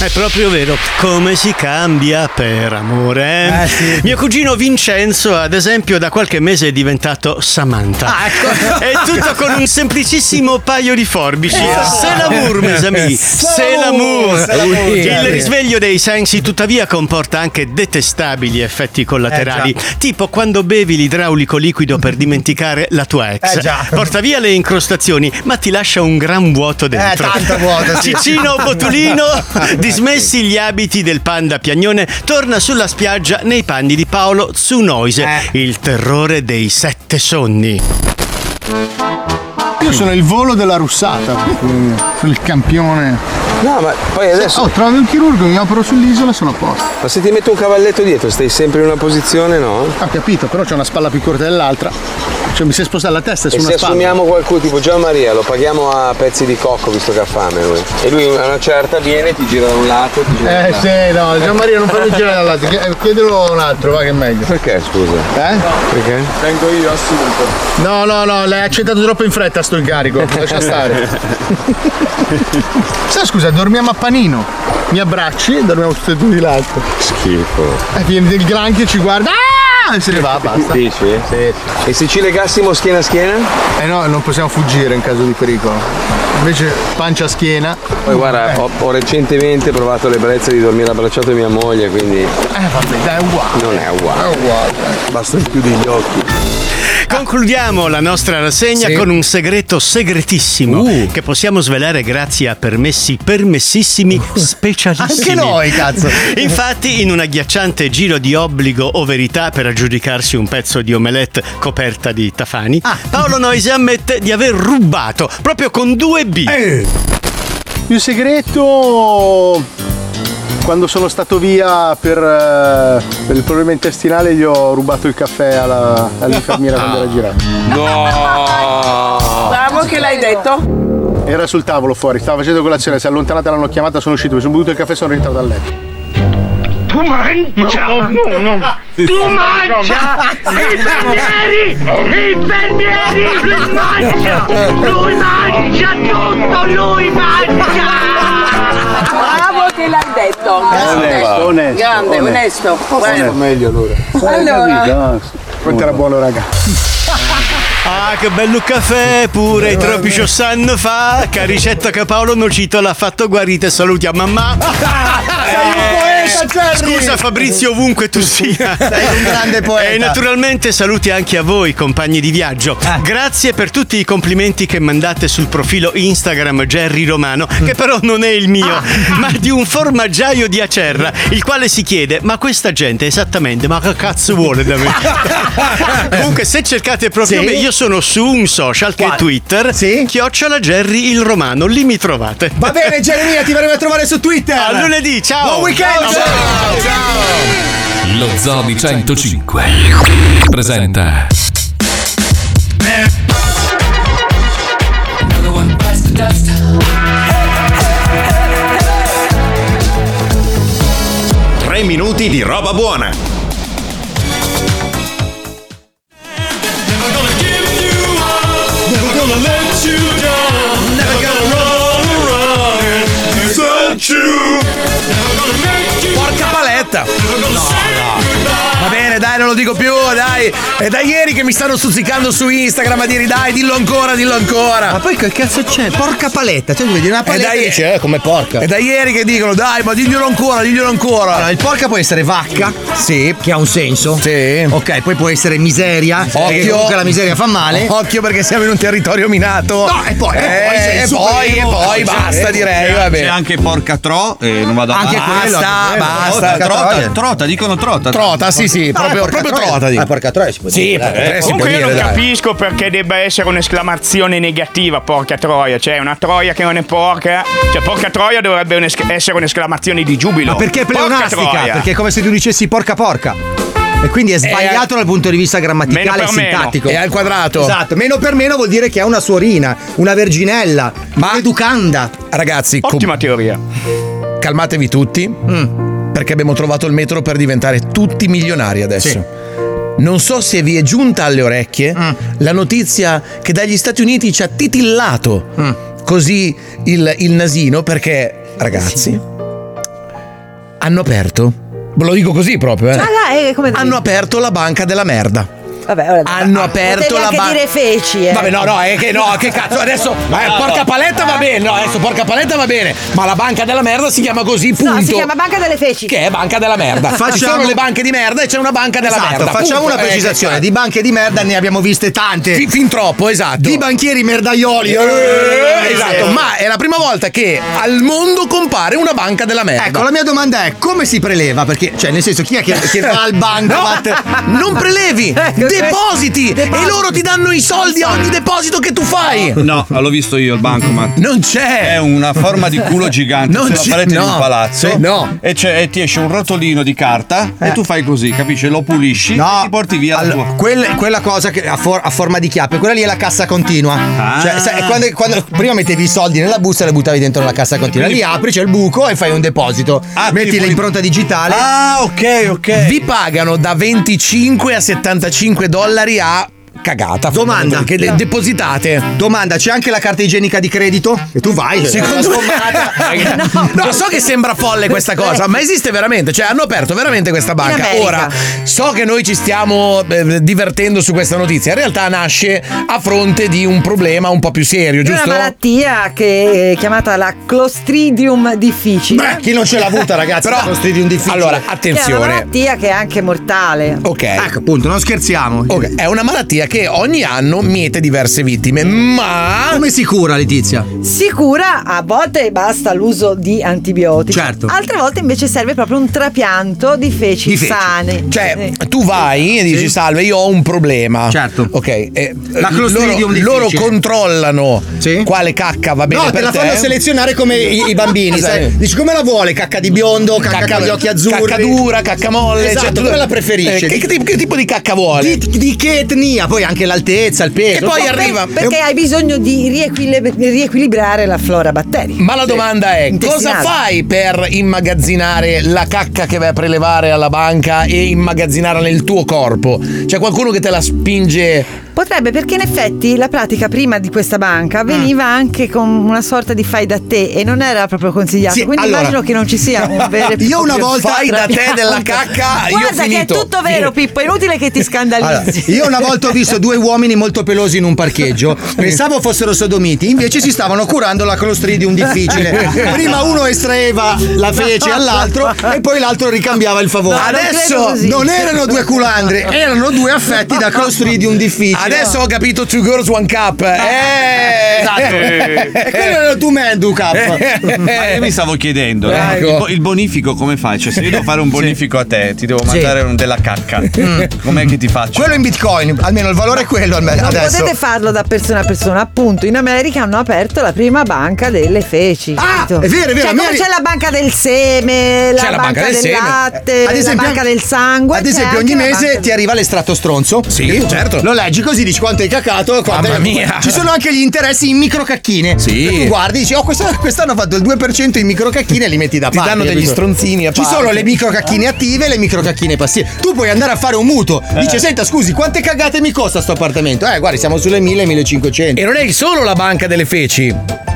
Speaker 14: È proprio vero, come si cambia per
Speaker 13: Eh,
Speaker 14: amore. Mio cugino Vincenzo, ad esempio, da qualche mese è diventato Samantha.
Speaker 13: Ah,
Speaker 14: È tutto con un semplicissimo paio di forbici.
Speaker 13: Eh.
Speaker 14: C'est l'amour, mes amis. C'est l'amour.
Speaker 13: C'est l'amour. Oui.
Speaker 14: Il risveglio dei sensi, tuttavia, comporta anche detestabili effetti collaterali.
Speaker 13: Eh, già.
Speaker 14: tipo quando bevi l'idraulico liquido per dimenticare la tua ex.
Speaker 13: Eh, già.
Speaker 14: Porta via le incrostazioni, ma ti lascia un gran vuoto dentro.
Speaker 13: Eh, tanto vuoto, sì. Ah,
Speaker 14: Cicino Botulino, dismessi gli abiti del panda piagnone, torna sulla spiaggia nei panni di Paolo Zunoise,
Speaker 13: Eh.
Speaker 14: il terrore dei sette sonni.
Speaker 11: Io sono il volo della russata. Sono il campione.
Speaker 10: No, ma poi adesso.
Speaker 11: Oh, trovi un chirurgo, mi opero sull'isola, sono a posto.
Speaker 10: Ma se ti metto un cavalletto dietro, stai sempre in una posizione, no?
Speaker 11: Ho capito, però c'è una spalla più corta dell'altra. Cioè mi si è spostata la testa su
Speaker 10: E
Speaker 11: una
Speaker 10: se
Speaker 11: spalla.
Speaker 10: assumiamo qualcuno tipo Gian Maria, lo paghiamo a pezzi di cocco visto che ha fame lui. E lui a una certa viene, ti gira da un lato, ti gira da
Speaker 11: Eh
Speaker 10: un lato.
Speaker 11: sì, no, Gianmaria non farmi girare dall'altro, Chie- chiedilo a un altro, va che è meglio.
Speaker 10: Perché scusa?
Speaker 11: Eh?
Speaker 10: Perché?
Speaker 11: Vengo io assunto. No, no, no, l'hai accettato troppo in fretta sto incarico, lascia stare. Sai scusa, dormiamo a panino. Mi abbracci e dormiamo tutti e due di lato.
Speaker 10: Schifo.
Speaker 11: E viene il granchio ci guarda. Ah! E se ne va, basta.
Speaker 10: Dici? Sì. E se ci legassimo schiena a schiena?
Speaker 11: Eh no, non possiamo fuggire in caso di pericolo. Invece pancia a schiena.
Speaker 10: Poi guarda, ho, ho recentemente provato l'ebbrezza di dormire abbracciato a mia moglie, quindi.
Speaker 11: Eh vabbè, dai, è uguale.
Speaker 10: Non è uguale.
Speaker 11: È uguale.
Speaker 10: Basta che chiudi gli occhi.
Speaker 14: Concludiamo la nostra rassegna
Speaker 10: Sì. Uh.
Speaker 14: con un segreto segretissimo che possiamo svelare grazie a permessi permessissimi specialissimi.
Speaker 15: Anche noi, cazzo.
Speaker 14: Infatti, in un agghiacciante giro di obbligo o verità per aggiudicarsi un pezzo di omelette coperta di tafani,
Speaker 10: Ah.
Speaker 14: Paolo Noisi ammette di aver rubato proprio con due B.
Speaker 10: Eh.
Speaker 11: Il segreto quando sono stato via per, eh, per il problema intestinale gli ho rubato il caffè alla- all'infermiera quando era girata.
Speaker 6: No!
Speaker 17: Bravo che l'hai detto.
Speaker 11: Era sul tavolo fuori, stava facendo colazione, si è allontanata, l'hanno chiamata, sono uscito, mi sono bevuto il caffè e sono rientrato a letto.
Speaker 6: Tu mangia! No, no, Tu mangia! Infermieri! Infermieri! Lui mangia! Lui mangia tutto! Lui mangia!
Speaker 17: Bravo che l'hai detto.
Speaker 11: Ah, Onesto, onesto,
Speaker 17: Grande, onesto.
Speaker 11: Onesto. meglio allora.
Speaker 17: Allora.
Speaker 11: Quanto era buono raga.
Speaker 14: Ah, che bello caffè pure i tropici sanno fa. Che ricetta che Paolo Nocito l'ha fatto guarita e saluti a mamma.
Speaker 6: poeta, Jerry!
Speaker 14: Scusa Fabrizio ovunque tu sia.
Speaker 15: Sei un grande poeta. Ah.
Speaker 14: E naturalmente saluti anche a voi compagni di viaggio. Grazie per tutti i complimenti che mandate sul profilo Instagram Jerry Romano,
Speaker 15: Mm.
Speaker 14: che però non è il mio,
Speaker 15: Ah.
Speaker 14: ma di un formaggiaio di Acerra, il quale si chiede "Ma questa gente esattamente ma che cazzo vuole da me?" Comunque se cercate proprio
Speaker 5: Sì.
Speaker 14: me, io sono su un social che è Twitter, chiocciola Jerry il Romano, lì mi trovate.
Speaker 5: Va bene, Geremia, ti verremo a trovare su Twitter.
Speaker 14: A lunedì, ciao.
Speaker 5: Buon weekend.
Speaker 1: Lo Zoo di 105 presenta
Speaker 6: Another one bites the dust.
Speaker 8: Tre minuti di roba buona.
Speaker 6: Never gonna let you down. Never gonna run around and desert you. Never gonna make you.
Speaker 5: Porca paletta!
Speaker 6: Never gonna say goodbye.
Speaker 5: Va bene, dai, non lo dico più, dai. È da ieri che mi stanno stuzzicando su Instagram a dire dai, dillo ancora, dillo ancora. Ma poi che cazzo c'è? Porca paletta, cioè vedi una
Speaker 15: paletta e dici,
Speaker 5: eh, come porca. È da ieri che dicono dai, ma diglielo ancora, diglielo ancora.
Speaker 15: Allora, il porca può essere vacca, sì, che ha un senso. Sì. Ok, poi può essere miseria. eh, Che
Speaker 5: Occhio
Speaker 15: comunque la miseria fa male.
Speaker 5: Occhio perché siamo in un territorio minato. No, e poi,
Speaker 15: e poi sei certo.
Speaker 5: e
Speaker 15: super
Speaker 5: poi, e
Speaker 15: eroe.
Speaker 5: poi
Speaker 15: C'è-
Speaker 5: basta, direi,
Speaker 8: C'è-
Speaker 5: va
Speaker 8: C'è
Speaker 15: Cioè,
Speaker 5: bene.
Speaker 8: anche porca tro, eh, non vado
Speaker 5: Anche
Speaker 8: avanti.
Speaker 5: quello, anche quello.
Speaker 8: basta.
Speaker 5: Porca
Speaker 8: Trota,
Speaker 5: troia.
Speaker 8: trota, dicono trota.
Speaker 5: Trota, sì, sì,
Speaker 8: Ah,
Speaker 5: proprio,
Speaker 8: porca
Speaker 5: proprio
Speaker 8: troia.
Speaker 5: trota. dico.
Speaker 8: Ah, porca
Speaker 15: troia si può
Speaker 5: Sì,
Speaker 8: dire,
Speaker 5: porca
Speaker 8: eh.
Speaker 5: troia si può
Speaker 8: Comunque
Speaker 5: dire,
Speaker 8: io
Speaker 7: Io non
Speaker 5: dai.
Speaker 7: capisco perché debba essere un'esclamazione negativa, porca troia. Cioè, una troia che non è porca. Cioè, porca troia dovrebbe unes- essere un'esclamazione di giubilo.
Speaker 15: Ma perché è
Speaker 7: Porca
Speaker 15: pleonastica?
Speaker 7: troia.
Speaker 15: Perché è come se tu dicessi porca porca. E quindi è sbagliato dal punto di vista
Speaker 5: meno
Speaker 15: grammaticale
Speaker 5: per
Speaker 15: e
Speaker 5: meno.
Speaker 15: sintattico.
Speaker 5: È al quadrato.
Speaker 15: Esatto, meno per meno vuol dire che è una suorina, una verginella, ma educanda.
Speaker 5: Ragazzi,
Speaker 7: ottima teoria. Mm.
Speaker 5: Calmatevi tutti, perché abbiamo trovato il metro per diventare tutti milionari adesso. Non so se vi è giunta alle orecchie
Speaker 7: Mm.
Speaker 5: la notizia che dagli Stati Uniti ci ha titillato
Speaker 7: Mm.
Speaker 5: così il, il nasino, perché ragazzi hanno aperto, ve lo dico così proprio, eh,
Speaker 9: Ah, là, eh, come
Speaker 5: hanno aperto la banca della merda. hanno aperto
Speaker 9: Potevi
Speaker 5: la
Speaker 9: anche
Speaker 5: banca.
Speaker 9: dire feci, eh.
Speaker 5: Vabbè, no, no, è che no, che cazzo, adesso eh,
Speaker 9: No,
Speaker 5: porca
Speaker 9: no.
Speaker 5: paletta va bene, no, adesso porca paletta va bene, ma la banca della merda si chiama così, punto.
Speaker 9: No, Ah, si chiama Banca delle Feci.
Speaker 5: Che è Banca della Merda.
Speaker 15: Facciamo-
Speaker 5: Ci sono le banche di merda e c'è una banca della
Speaker 15: Esatto,
Speaker 5: merda.
Speaker 15: facciamo
Speaker 5: punto.
Speaker 15: una
Speaker 5: Eh,
Speaker 15: precisazione,
Speaker 5: che-
Speaker 15: di banche di merda ne abbiamo viste tante.
Speaker 5: Fin, troppo, esatto.
Speaker 15: Di banchieri merdaioli.
Speaker 5: Eh, Esatto, ma è la prima volta che al mondo compare una banca della merda.
Speaker 15: Ecco, la mia domanda è come si preleva? Perché, cioè, nel senso, chi è che, che va al banco? Ecco.
Speaker 5: No, non prelevi, devi Depositi! E loro ti danno i soldi a ogni
Speaker 15: Esatto.
Speaker 5: deposito che tu fai!
Speaker 8: No, l'ho visto io il bancomat.
Speaker 5: Non c'è!
Speaker 8: È una forma di culo gigante
Speaker 5: Non
Speaker 8: sulla
Speaker 5: c'è-
Speaker 8: parete di
Speaker 5: no.
Speaker 8: un palazzo.
Speaker 5: Sì, no.
Speaker 8: E, c'è- e ti esce un rotolino di carta e tu fai così, capisci? Lo pulisci e ti porti via la tua.
Speaker 3: Quella, quella cosa che a, for- a forma di chiappe, quella lì è la cassa continua. Cioè, sai, quando, quando- prima mettevi i soldi nella busta e la buttavi dentro la cassa continua. Lì apri, c'è il buco e fai un deposito. Metti l'impronta digitale.
Speaker 5: Ah, ok, ok. Vi pagano da 25 a 75 dollari a cagata.
Speaker 3: Domanda.
Speaker 5: Che le- depositate.
Speaker 3: Domanda, c'è anche la carta igienica di credito? E tu vai.
Speaker 5: Secondo me, no, no, so che sembra folle questa cosa, ma esiste veramente. Cioè, hanno aperto veramente questa banca.
Speaker 18: America.
Speaker 5: Ora, so che noi ci stiamo eh, divertendo su questa notizia. In realtà nasce a fronte di un problema un po' più serio,
Speaker 9: È una
Speaker 5: giusto?
Speaker 9: malattia che è chiamata la Clostridium difficile.
Speaker 5: chi non ce l'ha avuta, ragazzi? Però- la Clostridium difficile? allora,
Speaker 9: È una
Speaker 5: attenzione.
Speaker 9: malattia che è anche mortale.
Speaker 5: Ok. Ecco, appunto, non scherziamo. È una malattia che ogni anno miete diverse vittime, ma. Come si cura, Letizia?
Speaker 9: Sicura a volte basta l'uso di antibiotici.
Speaker 5: Certo.
Speaker 9: Altre volte invece serve proprio un trapianto di feci, sane.
Speaker 5: Cioè, tu vai e dici salve io ho un problema certo ok eh,
Speaker 3: La Clostridium
Speaker 5: loro,
Speaker 3: difficile.
Speaker 5: loro controllano quale cacca va bene
Speaker 3: No, te
Speaker 5: per Esatto. Eh,
Speaker 3: la fanno selezionare come i, i bambini. sai? Dici come la vuole? Cacca di biondo, cacca,
Speaker 5: Cacca-
Speaker 3: con gli occhi azzurri.
Speaker 5: cacca dura, cacca molle,
Speaker 3: Esatto,
Speaker 5: cioè, tu-
Speaker 3: come la preferisci?
Speaker 5: Eh, che- che tipo- che tipo di cacca vuole?
Speaker 3: Di, di che etnia? Poi anche l'altezza, il peso.
Speaker 9: Che poi arriva- perché hai bisogno di riequilib- riequilibrare la flora batterica.
Speaker 5: ma la domanda è Eh, cosa
Speaker 9: Intestinale.
Speaker 5: fai per immagazzinare la cacca che vai a prelevare alla banca e immagazzinarla nel tuo corpo c'è qualcuno che te la spinge
Speaker 9: Potrebbe, perché in effetti la pratica prima di questa banca veniva
Speaker 3: Ah.
Speaker 9: anche con una sorta di fai da te e non era proprio consigliato.
Speaker 3: Sì,
Speaker 9: Quindi
Speaker 3: allora-
Speaker 9: immagino che non ci sia un vero e
Speaker 3: Io una
Speaker 9: proprio
Speaker 3: volta-
Speaker 9: fai da te della
Speaker 3: cacca, io ho
Speaker 9: Guarda che è
Speaker 3: finito.
Speaker 9: tutto vero, Pippo, è inutile che ti
Speaker 3: Allora,
Speaker 9: scandalizzi.
Speaker 3: io una volta ho visto due uomini molto pelosi in un parcheggio, pensavo fossero sodomiti, invece si stavano curando la clostridium difficile. Prima uno estraeva la fece all'altro e poi l'altro ricambiava il favore.
Speaker 5: No, non credo
Speaker 3: Adesso
Speaker 5: così.
Speaker 3: non erano due culandre, erano due affetti da clostridium difficile.
Speaker 5: adesso ho capito two girls one cup eh!
Speaker 3: Esatto. E quello era tu Mendu
Speaker 8: Eh.
Speaker 3: Cup.
Speaker 8: Ma
Speaker 5: Eh.
Speaker 8: io mi stavo chiedendo, no?
Speaker 3: Ecco.
Speaker 8: il, bo- il bonifico come fai? Cioè, se io devo fare un bonifico a te, ti devo
Speaker 3: Sì.
Speaker 8: mandare un- della cacca. Com'è che ti faccio?
Speaker 3: Quello in bitcoin, almeno il valore è quello alme-
Speaker 9: Non
Speaker 3: adesso.
Speaker 9: potete farlo da persona a persona, appunto. In America hanno aperto la prima banca delle feci. Ah,
Speaker 3: è vero, è vero,
Speaker 9: Cioè, come
Speaker 3: Mary-
Speaker 9: c'è la banca del seme, la,
Speaker 3: C'è
Speaker 9: banca, del,
Speaker 3: seme.
Speaker 9: latte,
Speaker 3: Ad esempio-
Speaker 9: la banca del sangue.
Speaker 3: Ad
Speaker 9: c'è
Speaker 3: esempio, ogni
Speaker 9: anche la
Speaker 3: mese ti arriva l'estratto stronzo. Sì,
Speaker 5: certo.
Speaker 3: Lo leggi così, dici quanto hai cacato. e Quanto
Speaker 5: Mamma
Speaker 3: hai-
Speaker 5: mia.
Speaker 3: Ci sono anche gli interessi in microcacchine.
Speaker 5: Sì.
Speaker 3: E Tu guardi, dici, oh, questa- quest'anno ho fatto il 2% in microcacchine e li metti da
Speaker 5: Ti
Speaker 3: parte.
Speaker 5: danno degli
Speaker 3: capito?
Speaker 5: stronzini a
Speaker 3: Ci
Speaker 5: parte.
Speaker 3: sono le microcacchine attive e le microcacchine passive. Tu puoi andare a fare un mutuo. Dici,
Speaker 5: Eh.
Speaker 3: senta, scusi, quante cagate mi costa sto appartamento? Eh, guardi, siamo sulle 1000-1500.
Speaker 5: e non è solo la banca delle feci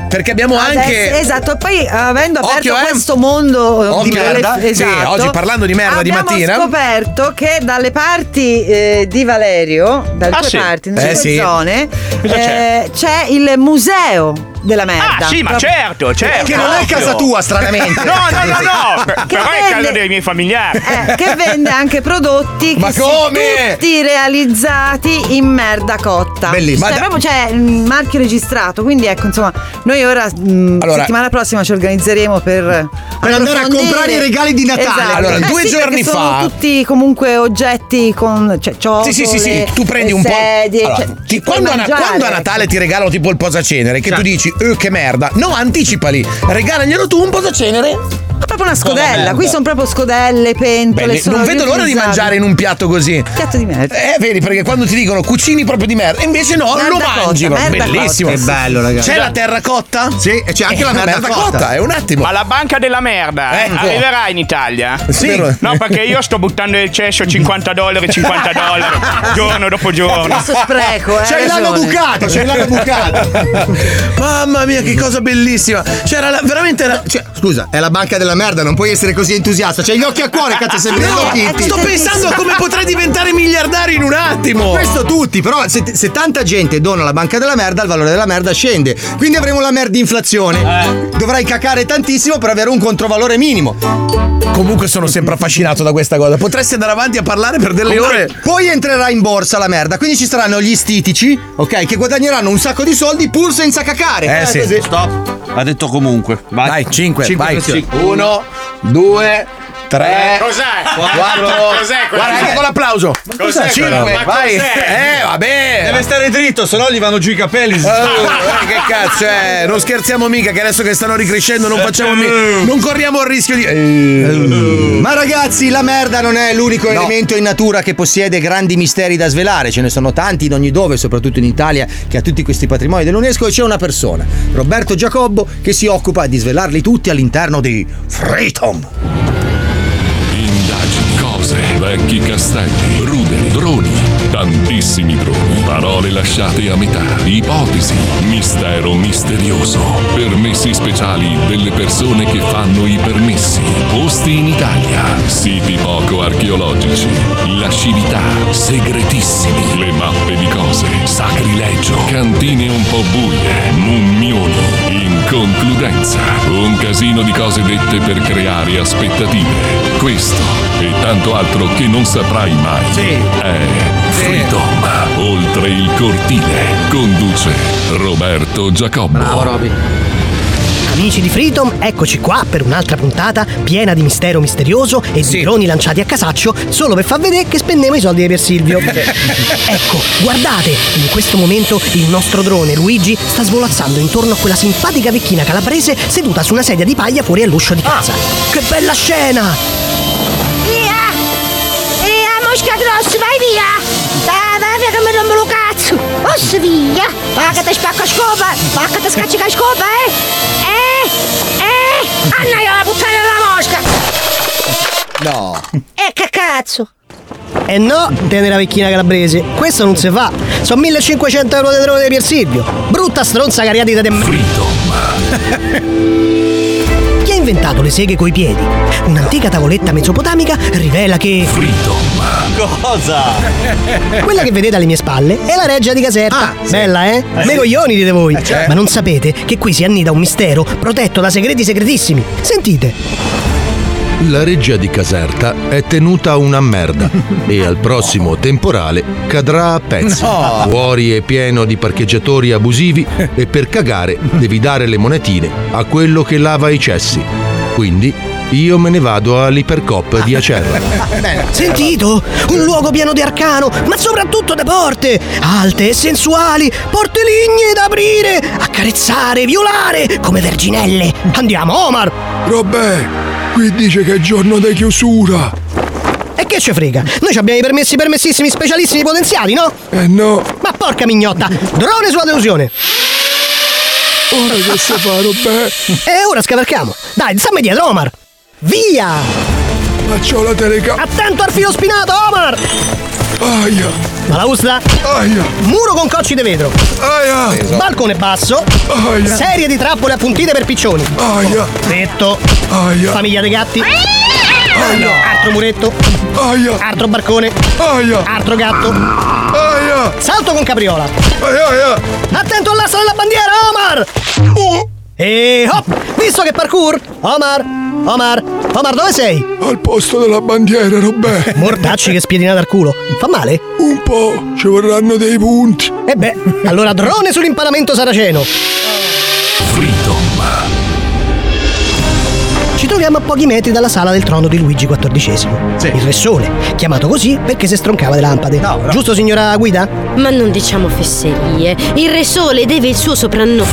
Speaker 5: perché abbiamo
Speaker 9: Adesso-
Speaker 5: anche
Speaker 9: esatto, e poi avendo aperto
Speaker 5: Occhio, eh.
Speaker 9: questo mondo
Speaker 5: Occhio,
Speaker 9: eh, di
Speaker 5: eh.
Speaker 9: merda,
Speaker 5: Sì,
Speaker 9: esatto,
Speaker 5: oggi parlando di merda di mattina.
Speaker 9: abbiamo scoperto che dalle parti eh, di Valerio, dalle
Speaker 5: Ah,
Speaker 9: due
Speaker 5: sì.
Speaker 9: parti,
Speaker 5: Eh,
Speaker 9: nelle due
Speaker 5: sì.
Speaker 9: zone,
Speaker 5: Cosa c'è?
Speaker 9: eh, c'è il museo della merda.
Speaker 7: Ah, sì, ma
Speaker 9: Proprio-
Speaker 7: certo, certo.
Speaker 9: Che non è
Speaker 7: ovvio.
Speaker 9: casa tua, stranamente.
Speaker 7: No, no, no, no. Però
Speaker 9: Che
Speaker 7: è casa
Speaker 9: vende-
Speaker 7: dei miei familiari.
Speaker 5: Certo.
Speaker 9: Eh, che vende anche prodotti
Speaker 7: Ma
Speaker 9: che si-
Speaker 7: come?
Speaker 9: tutti realizzati in merda cotta.
Speaker 5: Bellissimo.
Speaker 9: Cioè,
Speaker 5: Ma da-
Speaker 9: proprio c'è mm, marchio registrato. Quindi ecco, insomma, noi ora mm,
Speaker 5: Allora-
Speaker 9: settimana prossima ci organizzeremo per eh,
Speaker 3: Per andare a
Speaker 9: approfondire.
Speaker 3: comprare i regali di Natale.
Speaker 9: Esatto.
Speaker 5: Allora,
Speaker 9: Eh
Speaker 5: due
Speaker 9: sì,
Speaker 5: giorni
Speaker 9: perché
Speaker 5: fa-
Speaker 9: sono tutti comunque oggetti con cioè ciotole,
Speaker 5: Sì, sì, sì, sì, tu prendi
Speaker 9: le
Speaker 5: un po'.
Speaker 9: sedie,
Speaker 5: Allora,
Speaker 9: cioè,
Speaker 5: ti-
Speaker 9: ci puoi
Speaker 5: quando, a,
Speaker 9: mangiare, ecco.
Speaker 5: quando a Natale ti regalano tipo il posacenere, che tu dici, eh, che merda. No, anticipali, regalaglielo tu un posacenere.
Speaker 9: ecco. È proprio una
Speaker 5: Oh,
Speaker 9: scodella,
Speaker 5: merda.
Speaker 9: qui sono proprio scodelle, pentole,
Speaker 5: Belle-
Speaker 9: Cioè, sono
Speaker 5: non vedo l'ora di
Speaker 9: riutilizzabili.
Speaker 5: mangiare in un piatto così.
Speaker 9: Piatto di merda.
Speaker 5: Eh, vedi, perché quando ti dicono cucini proprio di merda, invece no,
Speaker 9: Merda
Speaker 5: lo
Speaker 9: cotta,
Speaker 5: mangi. proprio.
Speaker 9: merda
Speaker 5: Bellissimo.
Speaker 3: cotta. Che bello, ragazzi.
Speaker 5: C'è la terracotta?
Speaker 3: Sì, e c'è anche la merda cotta.
Speaker 5: Eh, È un attimo.
Speaker 7: Ma la banca della merda eh?
Speaker 5: Ecco.
Speaker 7: arriverà in Italia?
Speaker 5: Sì. Spero-
Speaker 7: No, perché io sto buttando nel cesso 50 dollari, 50 dollari, giorno dopo giorno.
Speaker 9: Adesso spreco, eh.
Speaker 5: C'è il lago
Speaker 9: ragione.
Speaker 5: bucato, c'è il lago bucato. Mamma mia, che cosa bellissima! C'era la- veramente. la-
Speaker 3: Cioè, scusa, è la banca della merda, non puoi essere così entusiasta. C'hai gli occhi a cuore, cazzo, sei
Speaker 5: No, sto pensando a come potrei diventare miliardario in un attimo.
Speaker 3: Questo tutti, però se, se tanta gente dona la banca della merda, il valore della merda scende. Quindi avremo la merda inflazione.
Speaker 5: Eh.
Speaker 3: Dovrai cacare tantissimo per avere un controvalore minimo.
Speaker 5: Comunque sono sempre affascinato da questa cosa. Potresti andare avanti a parlare per delle
Speaker 3: Comunque,
Speaker 5: ore.
Speaker 3: Poi entrerà in borsa la merda, quindi ci saranno gli stitici, ok, che guadagneranno un sacco di soldi pur senza cacare.
Speaker 8: Eh, sì.
Speaker 3: così.
Speaker 8: Stop. Ha detto comunque. Vai,
Speaker 5: Dai, 5,
Speaker 8: Cinque
Speaker 5: vai.
Speaker 8: persone.
Speaker 5: 1, 2, Eh,
Speaker 15: Tre.
Speaker 6: Cos'è?
Speaker 15: Quattro.
Speaker 6: Cos'è quella?
Speaker 5: Guarda, anche con l'applauso.
Speaker 6: Ma cos'è
Speaker 5: Cinque,
Speaker 6: quella? Ma
Speaker 5: vai.
Speaker 6: cos'è?
Speaker 5: Eh, vabbè.
Speaker 8: Deve stare dritto, sennò gli vanno giù i capelli.
Speaker 5: Oh, eh, che cazzo è? Non scherziamo mica che adesso che stanno ricrescendo non facciamo mica. Non corriamo il rischio di. Eh.
Speaker 15: Ma ragazzi, la merda non è l'unico elemento in natura che possiede grandi misteri da svelare, ce ne sono tanti in ogni dove, soprattutto in Italia, che ha tutti questi patrimoni dell'UNESCO e c'è una persona, Roberto Giacobbo, che si occupa di svelarli tutti all'interno di Freedom.
Speaker 4: Indagini, cose, vecchi castelli, ruderi, droni, tantissimi droni, parole lasciate a metà, ipotesi, mistero misterioso, permessi speciali delle persone che fanno i permessi, posti in Italia, siti poco archeologici, lascività, segretissimi, le mappe di cose, sacrilegio, cantine un po' buie, mummioni, in concludenza, un casino di cose dette per creare aspettative. Questo e tanto altro che non saprai mai. È Freedom. Oltre il cortile. Conduce Roberto Giacobbo.
Speaker 19: Amici di Freedom, eccoci qua per un'altra puntata piena di mistero misterioso e di droni lanciati a casaccio solo per far vedere che spendeva i soldi di Per Silvio. ecco, guardate, in questo momento il nostro drone Luigi sta svolazzando intorno a quella simpatica vecchina calabrese seduta su una sedia di paglia fuori all'uscio di casa. Che bella scena!
Speaker 20: Via! Via, mosca grossa, vai via! Ah, vai via che mi rompo lo cazzo! Ossa via! Ah, che ti spacca scopa! Ah, che ti scacci la scopa, eh! Eh! Eh! Annaia la puttana della mosca!
Speaker 19: No.
Speaker 20: E che cazzo?
Speaker 19: Eh no, tenera vecchina calabrese, questo non si fa. Sono 1500 euro di drone di Pier Silvio. Brutta stronza cariatita di Chi ha inventato le seghe coi piedi? Un'antica tavoletta mesopotamica rivela che.
Speaker 6: Cosa?
Speaker 19: Quella che vedete alle mie spalle è la reggia di Caserta. Bella, eh?
Speaker 6: Eh,
Speaker 19: Me
Speaker 6: sì.
Speaker 19: coglioni dite voi.
Speaker 6: Eh, certo.
Speaker 19: Ma non sapete che qui si annida un mistero protetto da segreti segretissimi. Sentite.
Speaker 21: La reggia di Caserta è tenuta una merda e al prossimo temporale cadrà a pezzi.
Speaker 6: No.
Speaker 21: Fuori è pieno di parcheggiatori abusivi e per cagare devi dare le monetine a quello che lava i cessi. Quindi io me ne vado all'Ipercop di Acerra.
Speaker 19: Sentito? Un luogo pieno di arcano, ma soprattutto di porte! Alte e sensuali, porte ligne da aprire, accarezzare, violare, come verginelle! Andiamo, Omar!
Speaker 22: Robè, qui dice che è giorno di chiusura.
Speaker 19: E che ce frega? Noi ci abbiamo i permessi permessissimi specialissimi potenziali, no?
Speaker 22: Eh no.
Speaker 19: Ma porca mignotta! Drone sulla delusione!
Speaker 22: Ora che si fa, Robè?
Speaker 19: E Eh, ora scavalchiamo! Dai, stammi dietro, Omar! Via!
Speaker 22: Ma c'ho la telecamera!
Speaker 19: Attento al filo spinato, Omar!
Speaker 22: Aia!
Speaker 19: Balaustra!
Speaker 22: Aia!
Speaker 19: Muro con cocci di vetro!
Speaker 22: Aia!
Speaker 19: Balcone basso!
Speaker 22: Aia.
Speaker 19: Serie di trappole appuntite per piccioni!
Speaker 22: Aia!
Speaker 19: Tetto!
Speaker 22: Aia.
Speaker 19: Famiglia dei gatti! Aia. Altro muretto!
Speaker 22: Aia.
Speaker 19: Altro barcone!
Speaker 22: Aia.
Speaker 19: Altro gatto!
Speaker 22: Aia.
Speaker 19: Salto con capriola! Attento all'asta della bandiera, Omar!
Speaker 22: Oh.
Speaker 19: E hop! Visto che parkour! Omar! Omar! Omar, dove sei?
Speaker 22: Al posto della bandiera, Robè!
Speaker 19: Mortacci che spiedinata al culo! Fa male?
Speaker 22: Un po', ci vorranno dei punti!
Speaker 19: E beh, allora drone sull'impalamento saraceno! Ci troviamo a pochi metri dalla sala del trono di Luigi XIV, il Re Sole, chiamato così perché si stroncava le lampade. Giusto, signora Guida?
Speaker 23: Ma non diciamo fesserie. Il Re Sole deve il suo soprannome.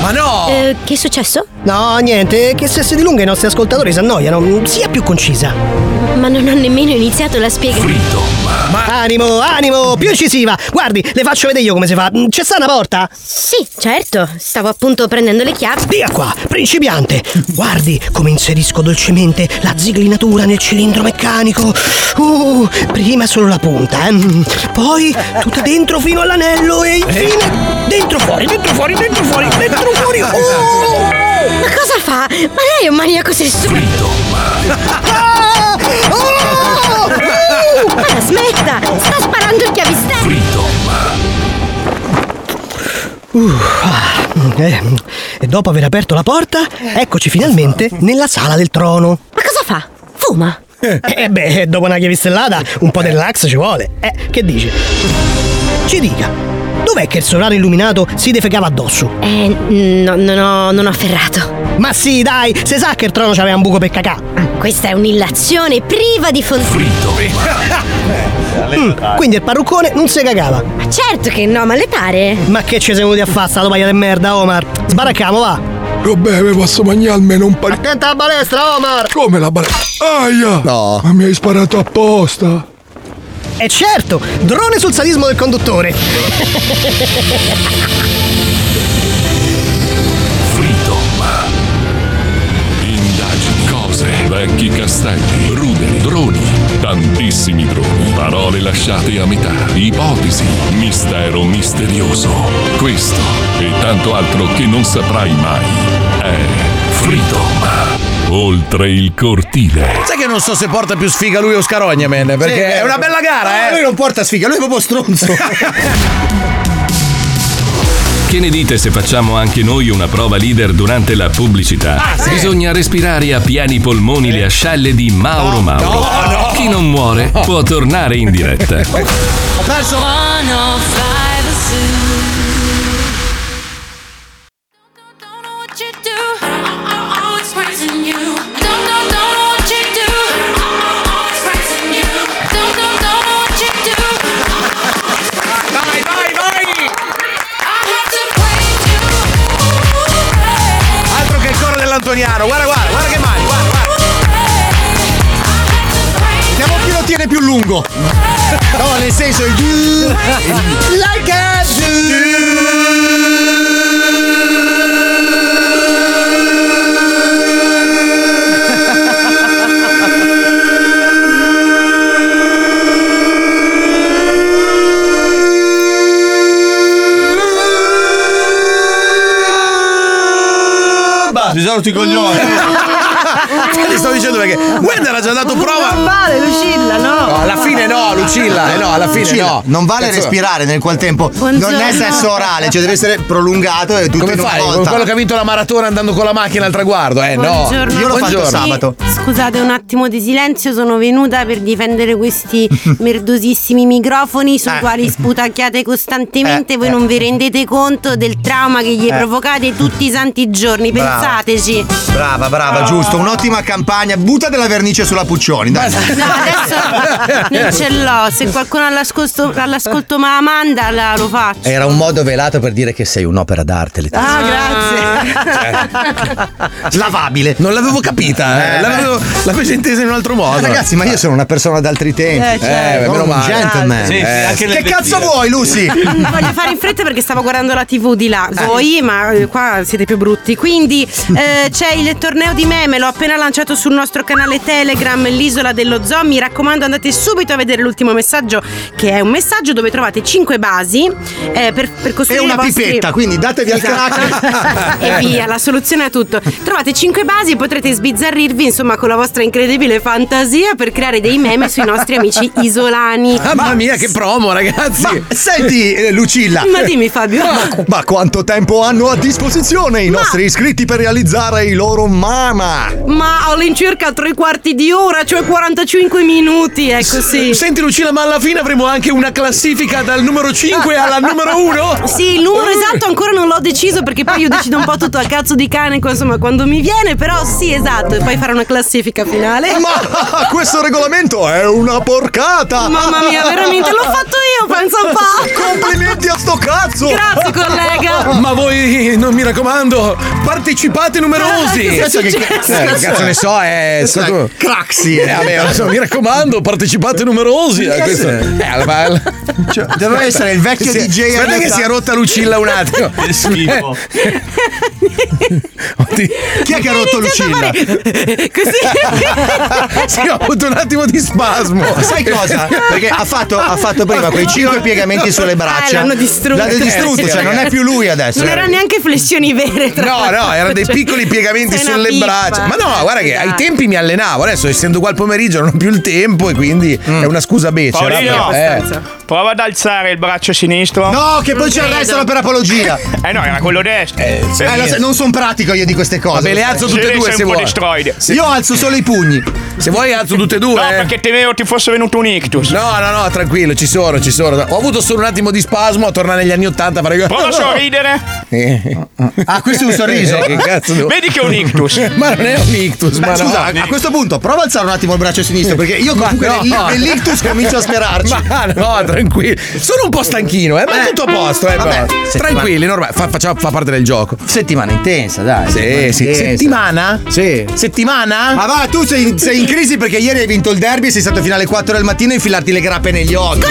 Speaker 5: Ma no!
Speaker 23: Eh, che è successo?
Speaker 19: No, niente, che se si dilunga i nostri ascoltatori si annoiano. Sia più concisa.
Speaker 23: Ma non ho nemmeno iniziato la spiegazione.
Speaker 19: Animo, animo, più incisiva. Guardi, le faccio vedere io come si fa. Mm, C'è sta una porta?
Speaker 23: Sì, certo. Stavo appunto prendendo le chiavi.
Speaker 19: Via qua, principiante. Guardi come inserisco dolcemente la ziglinatura nel cilindro meccanico. Uh, prima solo la punta, eh. Poi tutta dentro fino all'anello e infine dentro fuori, dentro fuori, dentro fuori, dentro fuori. Uh.
Speaker 23: Ma cosa fa? Ma lei è un maniaco sessuale.
Speaker 19: Ah!
Speaker 23: Oh! Uh! Ma la smetta! Sta sparando il chiavistello!
Speaker 19: Uh, ah, eh, e dopo aver aperto la porta, eccoci finalmente nella sala del trono.
Speaker 23: Eh. Esatto. Ma cosa fa? Fuma?
Speaker 19: Eh beh, dopo una chiavistellata, un po' di relax ci vuole. Eh, che dici? Ci dica, Dov'è che il solare illuminato si defecava addosso?
Speaker 23: Eh, no, no, no, non ho afferrato.
Speaker 19: Ma sì, dai, se sa che il trono c'aveva un buco per cacà.
Speaker 23: Ah, Questa è un'illazione priva di fondamento.
Speaker 19: Mm, quindi il parruccone non si cagava.
Speaker 23: Ma certo che no, ma le pare?
Speaker 19: Ma che ci siamo venuti a fare, sta paia di merda, Omar? Sbaracchiamo, va.
Speaker 22: Vabbè, mi posso mangiare almeno un paio.
Speaker 19: Attenta alla balestra, Omar!
Speaker 22: Come la balestra? Aia! No! Ma mi hai sparato apposta!
Speaker 19: E certo, drone sul sadismo del conduttore.
Speaker 4: Indagini, cose, vecchi castelli, ruderi, droni, tantissimi droni, parole lasciate a metà, ipotesi, mistero misterioso. Questo e tanto altro che non saprai mai è Freedom. Oltre il cortile.
Speaker 5: Sai che non so se porta più sfiga lui o Scarognaman, perché è una bella gara, eh!
Speaker 15: Lui non porta sfiga, lui è proprio stronzo.
Speaker 1: Che ne dite se facciamo anche noi una prova leader durante la pubblicità? Bisogna respirare a pieni polmoni le ascelle di Mauro Mauro. Chi non muore può tornare in diretta.
Speaker 6: Ho perso
Speaker 5: Vai, vai, vai! Altro che il coro dell'Antoniano, guarda, guarda, guarda che mani, guarda, guarda!
Speaker 15: Vediamo chi lo tiene più lungo. No, nel senso il like a
Speaker 8: Basta, mi sono tutti i
Speaker 5: Eh,
Speaker 8: coglioni.
Speaker 5: Ti stavo dicendo perché Wender ha già dato prova.
Speaker 9: Non vale, Lucilla, no.
Speaker 5: No, alla fine no, Lucilla, eh no, alla fine
Speaker 15: Lucilla,
Speaker 5: no.
Speaker 15: Non vale
Speaker 5: Cazzo.
Speaker 15: respirare nel quel tempo. Non è
Speaker 5: Buongiorno.
Speaker 15: sesso orale, cioè deve essere prolungato e tutto
Speaker 5: Come
Speaker 15: in una
Speaker 5: fai?
Speaker 15: volta.
Speaker 5: Con quello che ha vinto la maratona andando con la macchina al traguardo, eh? No.
Speaker 24: Buongiorno.
Speaker 15: Io l'ho fatto
Speaker 5: Buongiorno.
Speaker 15: sabato.
Speaker 24: Scusate un attimo di silenzio, sono venuta per difendere questi merdosissimi microfoni sui
Speaker 25: Eh.
Speaker 24: quali sputacchiate costantemente,
Speaker 25: Eh,
Speaker 24: voi
Speaker 25: eh.
Speaker 24: non vi rendete conto del trauma che gli
Speaker 15: Eh.
Speaker 24: provocate tutti i santi giorni,
Speaker 15: Brava.
Speaker 24: pensateci.
Speaker 15: Brava, brava, giusto, un'ottima campagna. Butta della vernice sulla Puccioni, dai.
Speaker 24: No, Ah, adesso non ce l'ho, se qualcuno all'ascolto, all'ascolto ma la manda la- lo faccio.
Speaker 3: Era un modo velato per dire che sei un'opera d'arte, letteralmente.
Speaker 24: Ah,
Speaker 25: Eh.
Speaker 24: grazie.
Speaker 15: Ah. Slavabile.
Speaker 5: Non l'avevo capita, eh. L'avevo, l'avevo intesa in un altro
Speaker 15: Eh,
Speaker 5: modo.
Speaker 3: Ragazzi, ma io sono una persona d'altri tempi.
Speaker 24: Eh, certo.
Speaker 3: sono
Speaker 5: meno
Speaker 3: un
Speaker 5: male.
Speaker 3: gentleman.
Speaker 5: Sì, sì,
Speaker 3: Eh,
Speaker 5: anche nel
Speaker 3: che cazzo
Speaker 5: vestire.
Speaker 3: vuoi, Lucy?
Speaker 24: Voglio fare in fretta perché stavo guardando la TV di là. Voi, ma eh, qua siete più brutti. Quindi eh, c'è il torneo di meme, l'ho appena lanciato sul nostro canale Telegram, l'isola dello zoo. Mi raccomando, andate subito a vedere l'ultimo messaggio, che è un messaggio dove trovate 5 basi eh, per, per costruire
Speaker 15: E una
Speaker 24: i vostri-
Speaker 15: pipetta, quindi datevi al
Speaker 24: Esatto.
Speaker 15: crack.
Speaker 24: e via, la soluzione a tutto. Trovate 5 basi e potrete sbizzarrirvi, insomma, con la vostra incredibile fantasia per creare dei meme sui nostri amici isolani.
Speaker 5: Mamma mia, che promo, ragazzi!
Speaker 15: Senti, eh, Lucilla.
Speaker 24: Ma dimmi, Fabio.
Speaker 15: Ma, ma quanto tempo hanno a disposizione i nostri iscritti per realizzare i loro mama?
Speaker 24: Ma all'incirca tre quarti di ora, cioè 45 minuti, ecco sì.
Speaker 5: Senti Lucilla, ma alla fine avremo anche una classifica dal numero 5 alla numero Eh. 1?
Speaker 24: Sì, il numero esatto ancora non l'ho deciso perché poi io decido un po' tutto a cazzo di cane, qua, insomma, quando mi viene, però sì, esatto, e poi farò una classifica finale.
Speaker 15: Ma Ah, questo regolamento è una porcata!
Speaker 24: Mamma mia, veramente l'ho fatto io, pensa un po'.
Speaker 15: Complimenti a sto cazzo!
Speaker 24: Grazie, collega.
Speaker 5: Ma voi, non mi raccomando, partecipate numerosi!
Speaker 24: Ah, cosa è successo?
Speaker 5: Eh, che cazzo ne so, è
Speaker 15: Cos'è?
Speaker 5: stato...
Speaker 15: Craxi, eh.
Speaker 5: Eh, vabbè, adesso mi raccomando, partecipate numerosi! a questo. Eh, alla palla.
Speaker 15: Cioè, doveva essere il vecchio
Speaker 5: Sì,
Speaker 15: DJ
Speaker 5: Aspetta che
Speaker 15: adattato.
Speaker 5: si è rotta Lucilla un attimo! Che schifo!
Speaker 15: Chi è che ha rotto Lucilla?
Speaker 5: Così. sì, ho avuto un attimo di spasmo.
Speaker 15: Sai cosa? Perché ha fatto, ha fatto prima quei cinque piegamenti sulle braccia.
Speaker 24: Eh, l'hanno distrutto.
Speaker 15: L'hanno distrutto,
Speaker 24: Eh, sì,
Speaker 15: cioè non è
Speaker 24: ragazzi.
Speaker 15: più lui adesso. eh.
Speaker 24: Non erano neanche flessioni vere. tra
Speaker 5: No,
Speaker 24: l'altro,
Speaker 5: no, erano dei
Speaker 24: cioè,
Speaker 5: piccoli piegamenti
Speaker 24: sei una
Speaker 5: sulle
Speaker 24: pippa. Esatto.
Speaker 5: braccia. Ma no, guarda che ai tempi mi allenavo, adesso essendo qua al pomeriggio non ho più il tempo e quindi
Speaker 15: Mm.
Speaker 5: è una scusa becera.
Speaker 7: Paolino,
Speaker 5: Eh.
Speaker 7: prova ad alzare il braccio sinistro.
Speaker 15: No, che poi ci arrestano per apologia.
Speaker 7: Eh no, era quello destro.
Speaker 15: Eh, lo sai, non sono pratico io di queste cose.
Speaker 7: Vabbè, le alzo tutte e due, se vuoi. Sì.
Speaker 15: Io alzo solo i pugni.
Speaker 5: Se vuoi alzo tutte e due. eh.
Speaker 7: No, perché temevo ti fosse venuto un ictus.
Speaker 5: No, no, no, tranquillo, ci sono, ci sono. Ho avuto solo un attimo di spasmo a tornare agli anni Ottanta.
Speaker 7: Prova a sorridere.
Speaker 15: Ah, questo è un sorriso.
Speaker 5: Eh, che cazzo devo-
Speaker 7: Vedi che è un ictus.
Speaker 5: ma non è un ictus,
Speaker 15: Beh,
Speaker 5: ma no. Ah,
Speaker 15: scusa, a questo punto prova ad alzare un attimo il braccio sinistro perché io
Speaker 5: Ma
Speaker 15: comunque
Speaker 5: no.
Speaker 15: nel- nell'ictus comincio a sperarci.
Speaker 5: Ma no, tranquillo. Sono un po' stanchino, eh, ma è tutto a posto, eh.
Speaker 15: Vabbè,
Speaker 5: però. Tranquilli, normale. Fa, faccia- fa parte del gioco.
Speaker 3: Settimana intensa, dai.
Speaker 5: Sì, sì. Settimana.
Speaker 3: Sì.
Speaker 5: Settimana?
Speaker 15: Ma va, tu sei, sei in crisi perché ieri hai vinto il derby e sei stato fino alle 4 del mattino a infilarti le grappe negli occhi.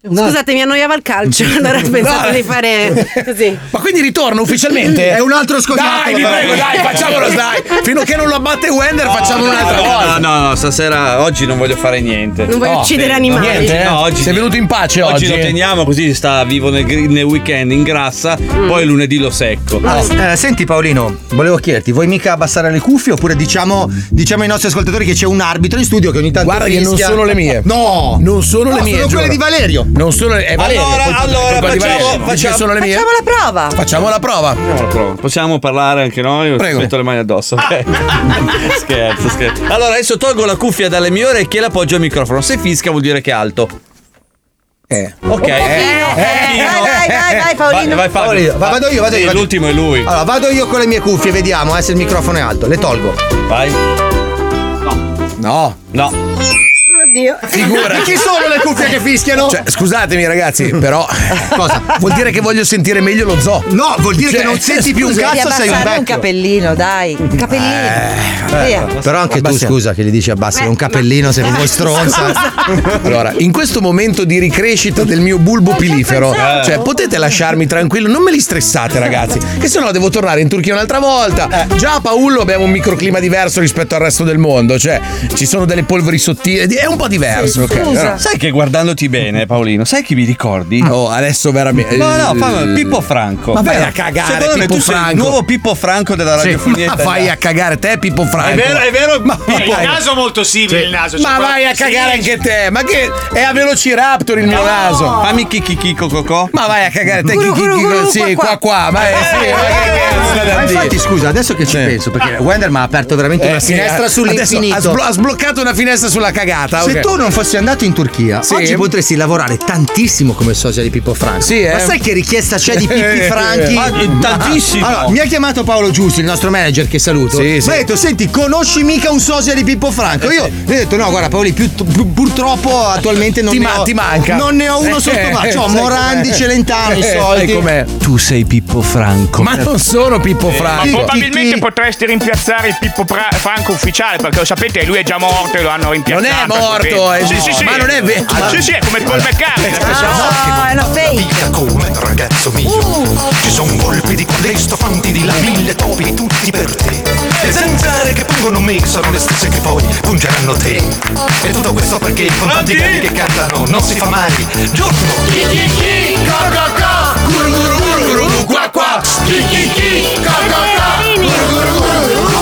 Speaker 24: Scusate, mi annoiava il calcio, allora ho pensato
Speaker 15: No.
Speaker 24: di fare così.
Speaker 5: Ma quindi ritorno ufficialmente?
Speaker 15: È un altro scoccato.
Speaker 5: Dai, vi prego, dai, facciamolo, dai. Fino che non lo abbatte Wender, facciamo un'altra cosa.
Speaker 8: No, no, no, stasera oggi non voglio fare niente.
Speaker 24: Non voglio uccidere animali.
Speaker 5: Niente, eh?
Speaker 8: No, oggi
Speaker 5: Sei venuto in pace
Speaker 8: Oggi,
Speaker 5: oggi.
Speaker 8: lo teniamo così sta vivo nel, gri- nel weekend, ingrassa, poi lunedì lo secco.
Speaker 3: Ah, eh, senti Paolino, volevo chiederti, vuoi mica abbassare le cuffie oppure diciamo,
Speaker 15: diciamo ai nostri ascoltatori che c'è un arbitro in studio che ogni tanto
Speaker 3: Guarda che non
Speaker 15: fischia.
Speaker 3: sono le mie.
Speaker 15: No!
Speaker 5: Non sono
Speaker 15: No,
Speaker 5: le mie.
Speaker 15: sono quelle
Speaker 5: giuro.
Speaker 15: di Valerio.
Speaker 5: Non sono le. È Valerio.
Speaker 8: Allora,
Speaker 5: colpa-
Speaker 8: allora,
Speaker 5: colpa
Speaker 8: facciamo-
Speaker 5: di Valerio. Dici che
Speaker 8: facciamo-
Speaker 5: sono le mie.
Speaker 9: Facciamo la prova.
Speaker 5: Facciamo la prova.
Speaker 8: Possiamo parlare anche noi?
Speaker 5: Ah, Prego.
Speaker 8: Prego. Metto le mani addosso, ok? scherzo, scherzo. Allora, adesso tolgo la cuffia dalle mie orecchie e l'appoggio al microfono. Se fischia vuol dire che è alto.
Speaker 5: Eh.
Speaker 8: Ok.
Speaker 9: Vai,
Speaker 3: eh,
Speaker 9: vai, vai, vai,
Speaker 8: Vai,
Speaker 9: Paolino.
Speaker 8: vai, Fabio.
Speaker 15: Paolino, va- vado io, vado
Speaker 8: Sì,
Speaker 15: io. vado-
Speaker 8: L'ultimo è lui.
Speaker 15: Allora, vado io con le mie
Speaker 3: Ah.
Speaker 15: cuffie, vediamo eh, se il microfono è alto. Le tolgo.
Speaker 8: Vai.
Speaker 5: No.
Speaker 8: No.
Speaker 9: Oddio.
Speaker 5: Figura.
Speaker 15: Chi sono le cuffie che fischiano?
Speaker 5: Cioè, scusatemi ragazzi, però cosa? Vuol dire che voglio sentire meglio lo zoo. Cioè,
Speaker 15: No, vuol dire
Speaker 9: Cioè,
Speaker 15: che non senti più un
Speaker 9: Devi
Speaker 15: cazzo, sei un
Speaker 9: abbassare
Speaker 15: vecchio.
Speaker 9: un Eh, capellino, dai. Un
Speaker 15: Eh,
Speaker 9: Capellino. Via. Eh,
Speaker 3: Però anche tu scusa che gli dici abbassare un cappellino se non vuoi stronza.
Speaker 5: Allora, in questo momento di ricrescita del mio bulbo pilifero,
Speaker 3: pensavo.
Speaker 5: cioè potete lasciarmi tranquillo, non me li stressate ragazzi, che sennò devo tornare in Turchia un'altra volta. Già a Paullo abbiamo un microclima diverso rispetto al resto del mondo, cioè ci sono delle polveri sottili, è un po' diverso, ok? però-
Speaker 8: Sai che guardandoti bene, Paolino, sai chi mi ricordi?
Speaker 5: Oh, adesso veramente. eh,
Speaker 8: No, no, fammi- Pippo Franco.
Speaker 5: Ma vai a cagare,
Speaker 8: Secondo me
Speaker 5: Pippo
Speaker 8: tu sei
Speaker 5: Franco.
Speaker 8: il nuovo Pippo Franco della
Speaker 5: Sì,
Speaker 8: radiofonia.
Speaker 5: ma
Speaker 8: italiana.
Speaker 5: vai a cagare te, Pippo Franco.
Speaker 8: È vero, è vero.
Speaker 5: Ma
Speaker 8: Eh, il
Speaker 5: vai.
Speaker 8: naso
Speaker 7: è molto simile, il naso,
Speaker 5: Ma
Speaker 7: c'è
Speaker 5: vai
Speaker 7: quello-
Speaker 5: a cagare
Speaker 7: Sì.
Speaker 5: anche te. Ma che è a Velociraptor il mio naso.
Speaker 8: Fammi chi cococò.
Speaker 5: Ma vai a cagare te, chi-
Speaker 3: Guru,
Speaker 5: chi-
Speaker 3: guru,
Speaker 5: chi-
Speaker 3: guru,
Speaker 5: sì,
Speaker 3: qua,
Speaker 5: qua qua, ma eh, sì, ma che cazzo da
Speaker 3: Ma
Speaker 5: dire?
Speaker 3: infatti scusa, adesso che ci
Speaker 15: Eh.
Speaker 3: penso, perché Wender mi ha aperto veramente
Speaker 5: Eh,
Speaker 3: una
Speaker 5: sì,
Speaker 3: finestra
Speaker 5: adesso
Speaker 3: sull'infinito.
Speaker 5: Ha, sblo- ha sbloccato una finestra sulla cagata.
Speaker 3: Se
Speaker 5: ok.
Speaker 3: tu non fossi andato in Turchia,
Speaker 5: Sì.
Speaker 3: oggi potresti lavorare tantissimo come sosia di Pippo Franco.
Speaker 5: Sì, eh.
Speaker 3: Ma sai che richiesta c'è di Pippi Franchi? Ah,
Speaker 8: Ma, eh, tantissimo.
Speaker 3: Allora, mi ha chiamato Paolo Giusti, il nostro manager che saluto. Sì, mi sì. ha detto: Senti, conosci mica un sosia di Pippo
Speaker 5: Eh,
Speaker 3: Franco? Io gli ho detto: No, guarda, Paoli, più- pu- purtroppo attualmente non
Speaker 5: Ti
Speaker 3: ne
Speaker 5: ma-
Speaker 3: ho.
Speaker 5: ti manca."
Speaker 3: Non ne ho uno
Speaker 5: Eh,
Speaker 3: sotto
Speaker 5: eh,
Speaker 3: braccio. Ho
Speaker 5: sai
Speaker 3: Morandi,
Speaker 5: com'è.
Speaker 3: Celentano, i
Speaker 5: Eh, sai
Speaker 3: soldi.
Speaker 5: com'è.
Speaker 8: Tu sei Pippo Franco.
Speaker 5: Ma non sono Pippo
Speaker 7: Eh, Ma
Speaker 5: Franco.
Speaker 7: probabilmente potresti rimpiazzare il Pippo Fra- Franco ufficiale perché lo sapete lui è già morto e lo hanno
Speaker 5: Non
Speaker 7: rimpiazzato.
Speaker 5: è morto,
Speaker 7: capito?
Speaker 5: eh,
Speaker 7: Esatto, sì,
Speaker 5: no,
Speaker 7: sì, sì. Ah,
Speaker 5: ma non è vero. Eh,
Speaker 7: Sì, sì, è come il Paul
Speaker 25: Ah,
Speaker 9: No, Ah, è una fake. Uh.
Speaker 25: Via come ragazzo mio Ci son volpi di quelle stofanti di là Mille topi tutti per te Le zanzare che pungono me Sono le stesse che poi pungeranno te E tutto questo perché con tanti cani che cantano Non si fa mai giorno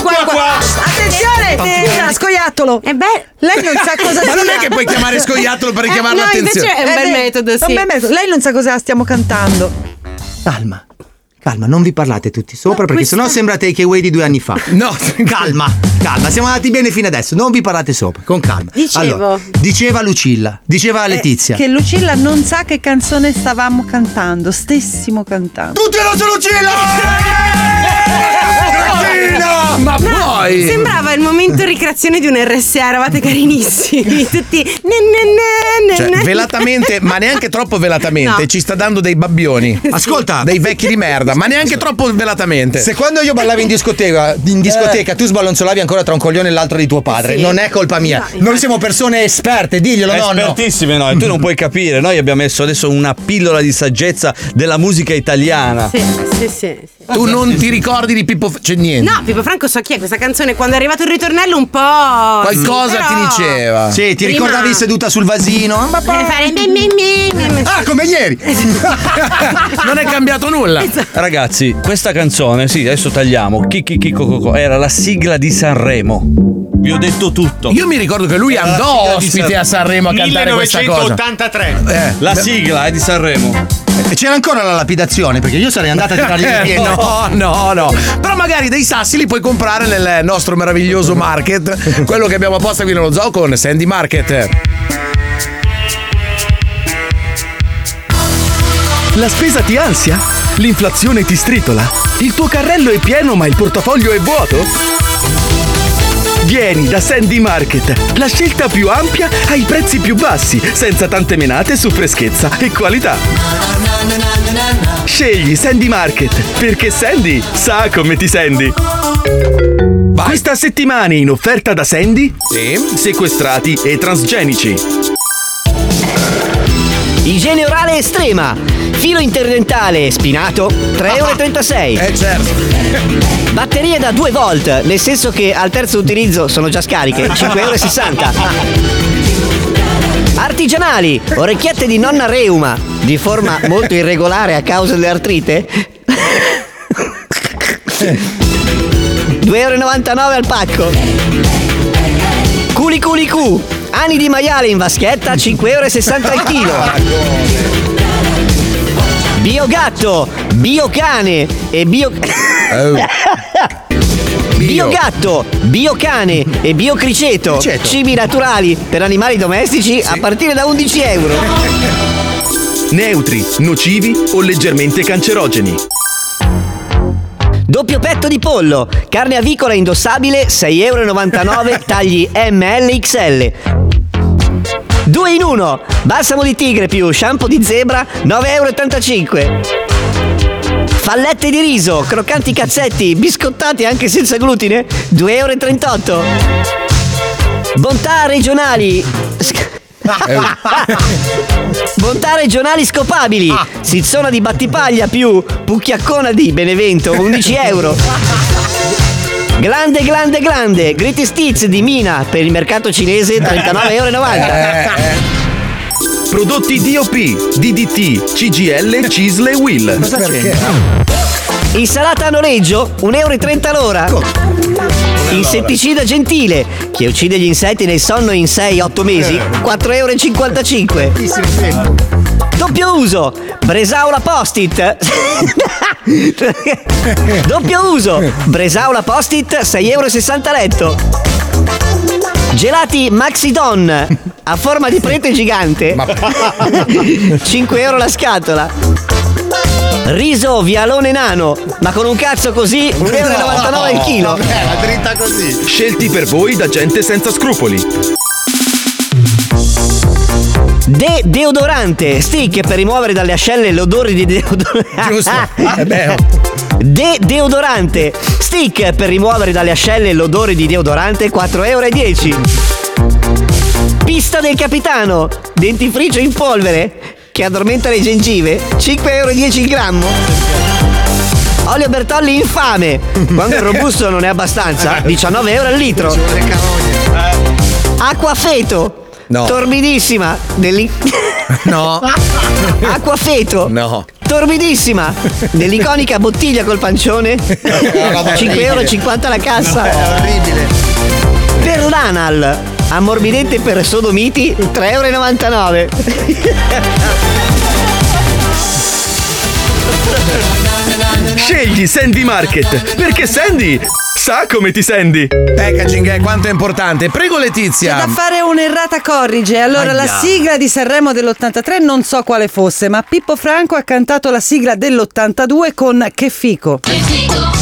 Speaker 9: Qua, qua. Attenzione, Teresa, scoiattolo. E Eh beh, lei non sa cosa
Speaker 5: Ma non
Speaker 9: sia.
Speaker 5: è che puoi chiamare scoiattolo per
Speaker 9: Eh,
Speaker 5: richiamare
Speaker 9: no,
Speaker 5: l'attenzione.
Speaker 9: invece è un
Speaker 24: Eh,
Speaker 9: bel
Speaker 24: beh,
Speaker 9: metodo,
Speaker 24: è un
Speaker 9: sì.
Speaker 24: bel metodo.
Speaker 9: Lei non sa cosa stiamo cantando.
Speaker 3: Calma, calma, non vi parlate tutti sopra perché sennò sembra takeaway di due anni fa.
Speaker 5: No,
Speaker 3: calma, calma, siamo andati bene fino adesso, non vi parlate sopra, con calma.
Speaker 9: Dicevo. Eh,
Speaker 3: Allora, diceva Lucilla,
Speaker 9: Ah,
Speaker 3: diceva Letizia.
Speaker 9: Che Lucilla non sa che canzone stavamo cantando, stessimo cantando.
Speaker 3: Tutte lo sono
Speaker 5: Cretino! Ma poi.
Speaker 24: Sembrava il momento ricreazione di un RSA, eravate carinissimi. Tutti. Ne, ne, ne, ne,
Speaker 5: Cioè,
Speaker 24: ne.
Speaker 5: velatamente, ma neanche troppo velatamente,
Speaker 24: No.
Speaker 5: ci sta dando dei babbioni. Ascolta, dei vecchi di merda, ma neanche troppo velatamente.
Speaker 15: Se quando io ballavo in discoteca, in discoteca tu sballonzolavi ancora tra un coglione e l'altro di tuo padre,
Speaker 3: Sì.
Speaker 15: non è colpa mia. Noi siamo persone esperte, diglielo, nonno.
Speaker 8: Espertissime noi, tu non puoi capire. Noi abbiamo messo adesso una pillola di saggezza della musica italiana.
Speaker 24: Sì, sì, sì. sì.
Speaker 5: Tu non ti ricordi di Pippo F- C'è niente.
Speaker 24: No, Pippo Franco manco so chi è questa canzone. Quando è arrivato il ritornello, un po'.
Speaker 15: Qualcosa
Speaker 24: però-
Speaker 15: ti diceva. Sì, ti
Speaker 24: Prima-
Speaker 15: ricordavi seduta sul vasino?
Speaker 24: Deve fare mi, mi, mi, mi.
Speaker 15: Ah, come ieri!
Speaker 8: Non è cambiato nulla.
Speaker 15: Esatto.
Speaker 8: Ragazzi, questa canzone, sì, adesso tagliamo. Chicchi Chicco Cocò era la sigla di Sanremo. Vi ho detto tutto.
Speaker 5: Io mi ricordo che lui
Speaker 8: Era la
Speaker 5: andò
Speaker 8: sigla di
Speaker 5: ospite a Sanremo a cantare questa cosa.
Speaker 8: 1983.
Speaker 5: Eh.
Speaker 8: La sigla è di Sanremo.
Speaker 15: C'era ancora la lapidazione, perché io sarei andata a tirare le piedi.
Speaker 5: Eh, No, no, no. Però magari dei sassi li puoi comprare nel nostro meraviglioso market, quello che abbiamo apposta qui nello zoo con Sandy Market.
Speaker 12: La spesa ti ansia? L'inflazione ti stritola? Il tuo carrello è pieno ma il portafoglio è vuoto? Vieni da Sandy Market, la scelta più ampia ai prezzi più bassi, senza tante menate su freschezza e qualità. Scegli Sandy Market, perché Sandy sa come ti senti. Questa settimana in offerta da Sandy? Sì. Sequestrati e transgenici.
Speaker 13: Igiene orale estrema. Filo interdentale spinato 3,36€. Ah, Eh certo. Batterie da 2 volt, nel senso che al terzo utilizzo sono già scariche, 5,60€. Artigianali, orecchiette di nonna Reuma, di forma molto irregolare a causa dell'artrite. 2,99€ al pacco. Culi culi cu, ani di maiale in vaschetta, 5,60€ al chilo. Biogatto, biocane e bio... Biogatto, biocane e biocriceto, cibi naturali per animali domestici a partire da 11 euro.
Speaker 12: Neutri, nocivi o leggermente cancerogeni.
Speaker 13: Doppio petto di pollo, carne avicola indossabile, 6,99 euro, tagli MLXL. 2 in 1, balsamo di tigre più shampoo di zebra, 9,85 euro. Fallette di riso, croccanti cazzetti, biscottati anche senza glutine, 2,38 euro. Bontà regionali... Bontà regionali scopabili, sizzona di battipaglia più pucchiaccona di Benevento, 11 euro. Grande, grande, grande, Greatest Hits di Mina per il mercato cinese, 39,90 euro.
Speaker 12: Eh. Prodotti DOP, DDT, CGL, Cisle e Will.
Speaker 13: Insalata a noleggio, 1,30 euro l'ora. Insetticida gentile, che uccide gli insetti nel sonno in 6-8 mesi, 4,55 euro.
Speaker 5: Eh.
Speaker 13: Doppio uso, Bresaola Post-it. Doppio uso, Bresaola Post-it, 6,60 euro letto. Gelati Maxidon a forma di prete gigante, 5 euro la scatola. Riso vialone nano, ma con un cazzo così, 1,99 euro al chilo.
Speaker 12: Eh, dritta così. Scelti per voi da gente senza scrupoli.
Speaker 13: De deodorante, stick per rimuovere dalle ascelle l'odore di deodorante.
Speaker 5: Giusto, è vero.
Speaker 13: De deodorante, stick per rimuovere dalle ascelle l'odore di deodorante, 4,10 Pista del capitano, dentifricio in polvere che addormenta le gengive, 5,10 il grammo. Olio Bertolli infame, quando il robusto non è abbastanza, 19 euro al litro. Acqua feto,
Speaker 6: No.
Speaker 13: torbidissima, deli- No. Acqua feto.
Speaker 5: No.
Speaker 13: Torbidissima, dell'iconica bottiglia col pancione, 5,50 euro la cassa. Per l'anal, ammorbidente per sodomiti, 3,99
Speaker 12: Scegli Sandy Market, perché Sandy sa come ti senti.
Speaker 5: Packaging è quanto è importante. Prego Letizia.
Speaker 9: da fare un'errata corrige. Allora,
Speaker 5: Aia.
Speaker 9: la sigla di Sanremo dell'83 non so quale fosse, ma Pippo Franco ha cantato la sigla dell'82 con Che fico.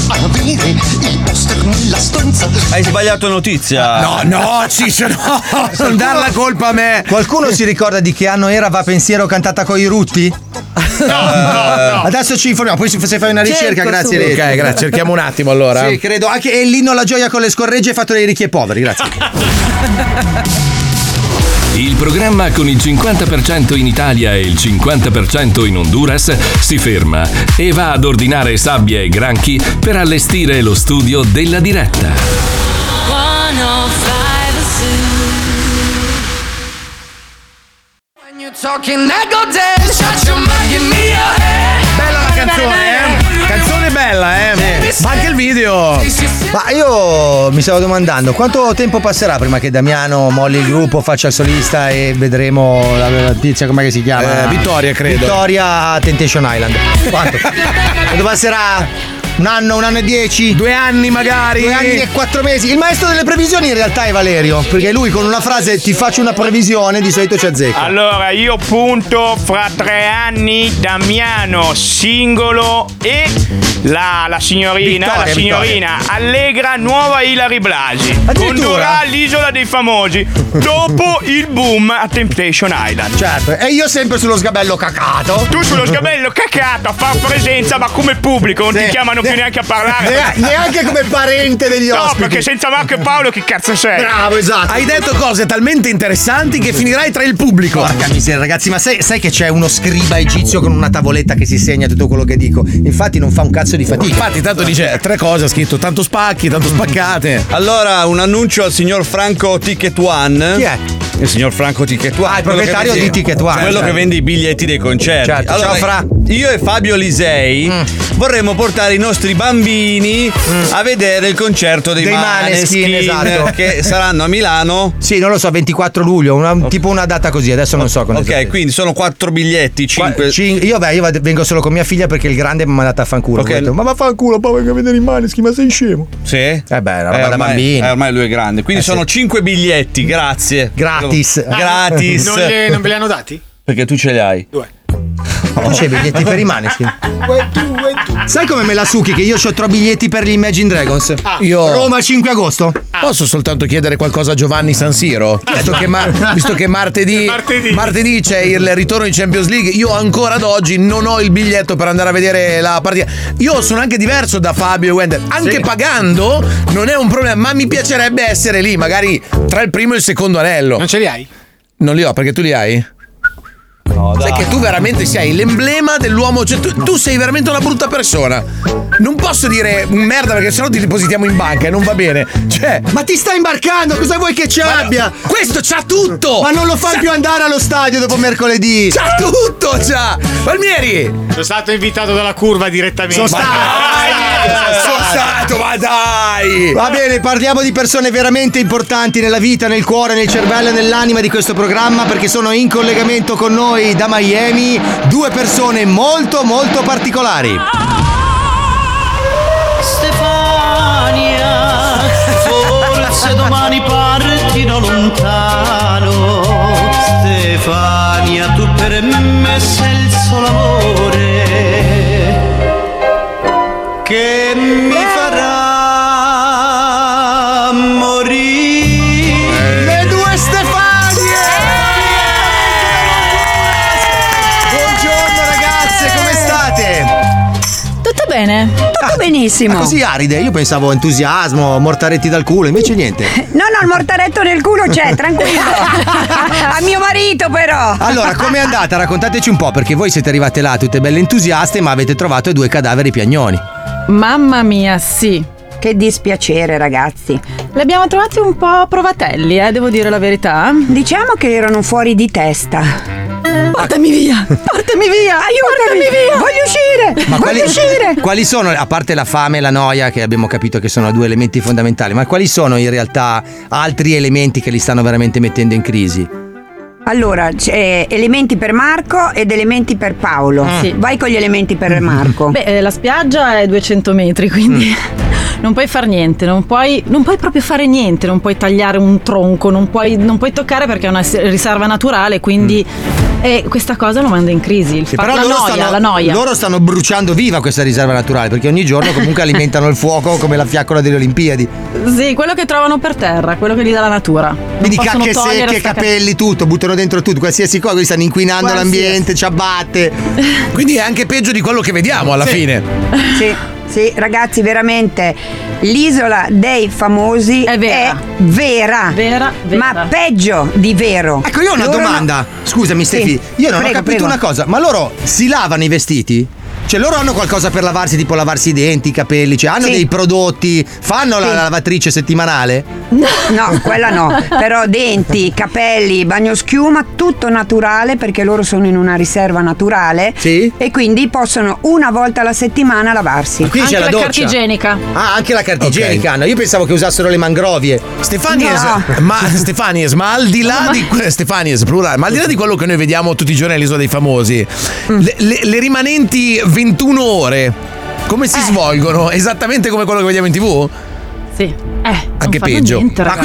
Speaker 25: Avere il poster nella stanza.
Speaker 8: Hai sbagliato notizia.
Speaker 15: No, no, Ciccio, no, non dar la colpa a me. Qualcuno si ricorda di che anno era Va Pensiero cantata con i rutti? No, Adesso ci informiamo, poi se fai una ricerca,
Speaker 5: Cerco
Speaker 15: grazie.
Speaker 5: subito.
Speaker 15: Rete.
Speaker 5: Ok, grazie, cerchiamo un attimo, allora.
Speaker 15: Sì, credo. Anche e l'inno alla gioia con le scorregge fatto dai ricchi e poveri, grazie.
Speaker 1: Il programma con il 50% in Italia e il 50% in Honduras si ferma e va ad ordinare sabbia e granchi per allestire lo studio della diretta.
Speaker 10: 105 When you're talking that go down, shut your mouth, give me your head.
Speaker 5: Bella la canzone, eh? Canzone bella, eh? Ma anche il video.
Speaker 3: Ma io mi stavo domandando quanto tempo passerà prima che Damiano molli il gruppo, faccia il solista e vedremo la, la tizia com'è che si chiama?
Speaker 5: Eh, Vittoria, credo.
Speaker 3: Vittoria a Temptation Island. Quanto? quanto passerà? Un anno, un anno e dieci? Due
Speaker 5: anni magari?
Speaker 3: Due anni e quattro mesi. Il maestro delle previsioni in realtà è Valerio, perché lui con una frase ti faccio una previsione di solito ci azzecca.
Speaker 7: Allora, io punto fra tre anni Damiano singolo e la, la signorina,
Speaker 3: Vittoria,
Speaker 7: la signorina Allegra Nuova Ilari Blasi.
Speaker 3: Addirittura?
Speaker 7: Condurrà l'isola dei famosi dopo il boom a Temptation Island.
Speaker 3: Certo, e io sempre sullo sgabello cacato.
Speaker 7: Tu sullo sgabello cacato a far presenza, ma come pubblico, non ti chiamano più neanche a parlare.
Speaker 3: Ne- neanche come parente degli
Speaker 7: no,
Speaker 3: ospiti.
Speaker 7: perché senza Marco e Paolo che cazzo sei?
Speaker 3: Esatto.
Speaker 5: Hai detto cose talmente interessanti che finirai tra il pubblico.
Speaker 3: Porca miseria, ragazzi, ma sai, sai che c'è uno scriba egizio con una tavoletta che si segna tutto quello che dico? Infatti non fa un cazzo di fatica.
Speaker 5: Infatti, tanto dice tre cose, ha scritto tanto spacchi, tanto spaccate.
Speaker 8: Allora, un annuncio al signor Franco Ticket One.
Speaker 3: Chi è?
Speaker 8: Il signor Franco Ticket One.
Speaker 3: Ah, il
Speaker 8: quello che
Speaker 3: proprietario
Speaker 8: vende-
Speaker 3: di Ticket One,
Speaker 8: Quello
Speaker 3: certo.
Speaker 8: che vende i biglietti dei concerti.
Speaker 3: Certo,
Speaker 8: Allora,
Speaker 3: ciao, Fra. Mm.
Speaker 8: Io e Fabio Lisei vorremmo portare i nostri bambini a vedere il concerto dei,
Speaker 3: Dei Maneskin,
Speaker 5: eh,
Speaker 3: esatto.
Speaker 8: Che saranno a Milano.
Speaker 3: Sì, non lo so, 24 luglio, una- tipo una data così, adesso non so con
Speaker 8: Ok, eh, quindi sono quattro biglietti, cinque.
Speaker 3: Io, beh, io vado- vengo solo con mia figlia perché il grande mi ha mandato a fanculo.
Speaker 8: Ok.
Speaker 3: Ho detto, ma vaffanculo, poi vengo a vedere i maneschi, ma sei scemo.
Speaker 8: Sì? Eh beh,
Speaker 3: roba da bambini. Eh
Speaker 8: ormai lui è grande. Quindi sono cinque biglietti, grazie.
Speaker 3: Gratis.
Speaker 8: Gratis.
Speaker 16: Non, le- non ve li hanno dati?
Speaker 8: Perché tu ce li hai.
Speaker 3: Ma tu c'hai i biglietti per i maneschi?
Speaker 16: Uè, tu, uè, tu.
Speaker 3: Sai come me la succhi che io ho tre biglietti per gli Imagine Dragons?
Speaker 5: Io-
Speaker 3: Ah. Roma 5 agosto.
Speaker 5: Posso soltanto chiedere qualcosa a Giovanni San Siro? Visto che, ma- visto che martedì, martedì c'è il ritorno in Champions League, io ancora ad oggi non ho il biglietto per andare a vedere la partita. Io sono anche diverso da Fabio e Wender, anche pagando non è un problema, ma mi piacerebbe essere lì, magari tra il primo e il secondo anello. Non
Speaker 16: ce li hai?
Speaker 5: Non li ho perché tu li hai? No, Sai che tu veramente sei l'emblema dell'uomo, cioè tu, tu sei veramente una brutta persona. Non posso dire un merda perché sennò ti depositiamo in banca e non va bene. Cioè,
Speaker 3: ma ti sta imbarcando, cosa vuoi che ci abbia?
Speaker 5: questo c'ha tutto!
Speaker 3: Ma non lo fai
Speaker 5: Sa-
Speaker 3: più andare allo stadio dopo mercoledì.
Speaker 5: C'ha tutto, c'ha! Palmieri!
Speaker 16: Sono stato invitato dalla curva direttamente.
Speaker 3: Sono
Speaker 16: Ma
Speaker 5: dai, sono stato, ma dai!
Speaker 3: Va bene, parliamo di persone veramente importanti nella vita, nel cuore, nel cervello e nell'anima di questo programma perché sono in collegamento con noi da Miami due persone molto molto particolari.
Speaker 6: Stefania, forse domani partirò lontano. Stefania, tu per me sei il solo amore che mi farà morire.
Speaker 3: Le due Stefanie! Buongiorno ragazze, come state?
Speaker 17: Tutto bene, tutto benissimo.
Speaker 3: Ah, così aride, io pensavo entusiasmo, mortaretti dal culo, invece niente.
Speaker 17: No, no, il mortaretto nel culo c'è, tranquillo. A mio marito però.
Speaker 3: Allora, com'è andata? Raccontateci un po', perché voi siete arrivate là tutte belle entusiaste, ma avete trovato due cadaveri piagnoni.
Speaker 17: Mamma mia, sì. Che dispiacere, ragazzi. Li abbiamo trovati un po' provatelli, eh, devo dire la verità. Diciamo che erano fuori di testa. Portami via! Portami via! Aiutami! via! Voglio uscire!
Speaker 3: Ma
Speaker 17: voglio
Speaker 3: quali,
Speaker 17: uscire!
Speaker 3: quali sono, a parte la fame e la noia, che abbiamo capito che sono due elementi fondamentali, ma quali sono in realtà altri elementi che li stanno veramente mettendo in crisi?
Speaker 17: Allora, c'è elementi per Marco ed elementi per Paolo.
Speaker 26: Sì.
Speaker 17: Vai con gli elementi per
Speaker 10: Mm.
Speaker 17: Marco.
Speaker 26: Beh, eh, la spiaggia è 200 metri, quindi
Speaker 10: Mm.
Speaker 26: non puoi fare niente, non puoi, non puoi proprio fare niente, non puoi tagliare un tronco, non puoi, non puoi toccare perché è una s- riserva naturale, quindi
Speaker 10: Mm.
Speaker 26: eh, questa cosa lo manda in crisi. Il
Speaker 3: Sì,
Speaker 26: fa- la, noia,
Speaker 3: stanno,
Speaker 26: la noia,
Speaker 3: loro stanno bruciando viva questa riserva naturale perché ogni giorno comunque alimentano il fuoco come la fiaccola delle Olimpiadi.
Speaker 26: Sì, quello che trovano per terra, quello che gli dà la natura. Non
Speaker 3: Quindi
Speaker 26: possono
Speaker 3: cacche
Speaker 26: togliere
Speaker 3: secche,
Speaker 26: sta ca-
Speaker 3: capelli, tutto, buttano dentro tutto, qualsiasi cosa, quindi stanno inquinando
Speaker 26: Qualsiasi.
Speaker 3: l'ambiente, ciabatte.
Speaker 5: Quindi è anche peggio di quello che vediamo alla fine.
Speaker 17: Sì. Sì, ragazzi, veramente l'isola dei famosi è vera.
Speaker 26: Vera,
Speaker 17: vera. Ma peggio di vero.
Speaker 3: Ecco, io ho una
Speaker 17: Loro no-
Speaker 3: domanda. Scusami,
Speaker 17: Sì.
Speaker 3: Stefi, io non ho
Speaker 17: Prego,
Speaker 3: capito
Speaker 17: prego.
Speaker 3: una cosa, ma loro si lavano i vestiti? Cioè, loro hanno qualcosa per lavarsi, tipo lavarsi i denti, i capelli, cioè hanno dei prodotti, fanno la lavatrice settimanale?
Speaker 17: No, quella no. Però denti, capelli, bagno schiuma, tutto naturale perché loro sono in una riserva naturale. E quindi possono una volta alla settimana lavarsi.
Speaker 3: Ma quindi c'è Anche la la doccia? carta
Speaker 26: igienica.
Speaker 3: Ah, anche la carta igienica hanno. Io pensavo che usassero le mangrovie.
Speaker 5: Stefanies, ma, Stefanies, ma al di là di que- Stefanies, plurale, ma al di là di quello che noi vediamo tutti i giorni all'isola dei famosi, le, le- le rimanenti 21 ore come si svolgono? Esattamente come quello che vediamo in tv?
Speaker 26: Sì. Eh,
Speaker 5: Anche peggio.
Speaker 26: ragazzi, peggio.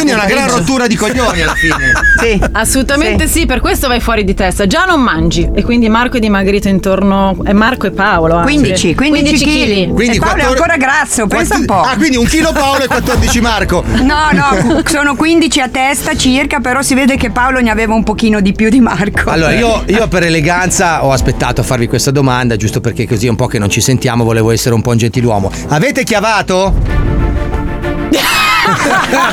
Speaker 26: sì, assolutamente sì. per questo vai fuori di testa. Già non mangi e quindi Marco è dimagrito intorno è Marco e Paolo. anzi.
Speaker 17: 15, 15 chili.
Speaker 3: Quindi
Speaker 17: e Paolo è
Speaker 3: 14
Speaker 17: ancora grasso, pensa un po'.
Speaker 3: Ah, quindi un chilo Paolo e 14 Marco.
Speaker 17: No, no, sono 15 a testa circa, però si vede che Paolo ne aveva un pochino di più di Marco.
Speaker 3: Allora, io, io per eleganza ho aspettato a farvi questa domanda, giusto perché così è un po' che non ci sentiamo, volevo essere un po' un gentiluomo. Avete chiavato?
Speaker 26: non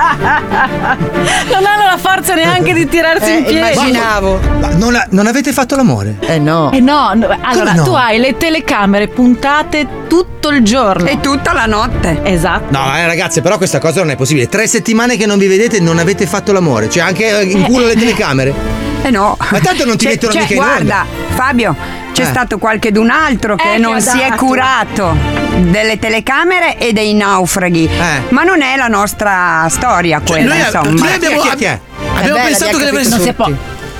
Speaker 26: hanno la forza neanche di tirarsi
Speaker 17: Eh,
Speaker 26: in piedi.
Speaker 17: immaginavo.
Speaker 3: Ma non, ha- non avete fatto l'amore?
Speaker 26: Eh no. Eh no, no, allora
Speaker 3: no?
Speaker 26: tu hai le telecamere puntate tutto il giorno. E
Speaker 17: tutta la notte.
Speaker 26: Esatto.
Speaker 3: No, eh, ragazze, però questa cosa non è possibile. Tre settimane che non vi vedete e non avete fatto l'amore. Cioè, anche eh, in culo le telecamere.
Speaker 17: Eh no.
Speaker 3: Ma tanto non ti
Speaker 17: C'è-
Speaker 3: mettono
Speaker 17: c'è-
Speaker 3: mica in
Speaker 17: Guarda,
Speaker 3: onda.
Speaker 17: Fabio, c'è
Speaker 3: Eh.
Speaker 17: stato qualche d'un altro che
Speaker 26: Eh,
Speaker 17: non
Speaker 26: che
Speaker 3: esatto.
Speaker 17: si è
Speaker 26: dato.
Speaker 17: curato delle telecamere e dei naufraghi. Ma non è la nostra storia quella, noi- insomma.
Speaker 3: Eh. Cioè, noi abbiamo- Chi è, chi è? Abbiamo pensato che le avessi-
Speaker 17: Non si può.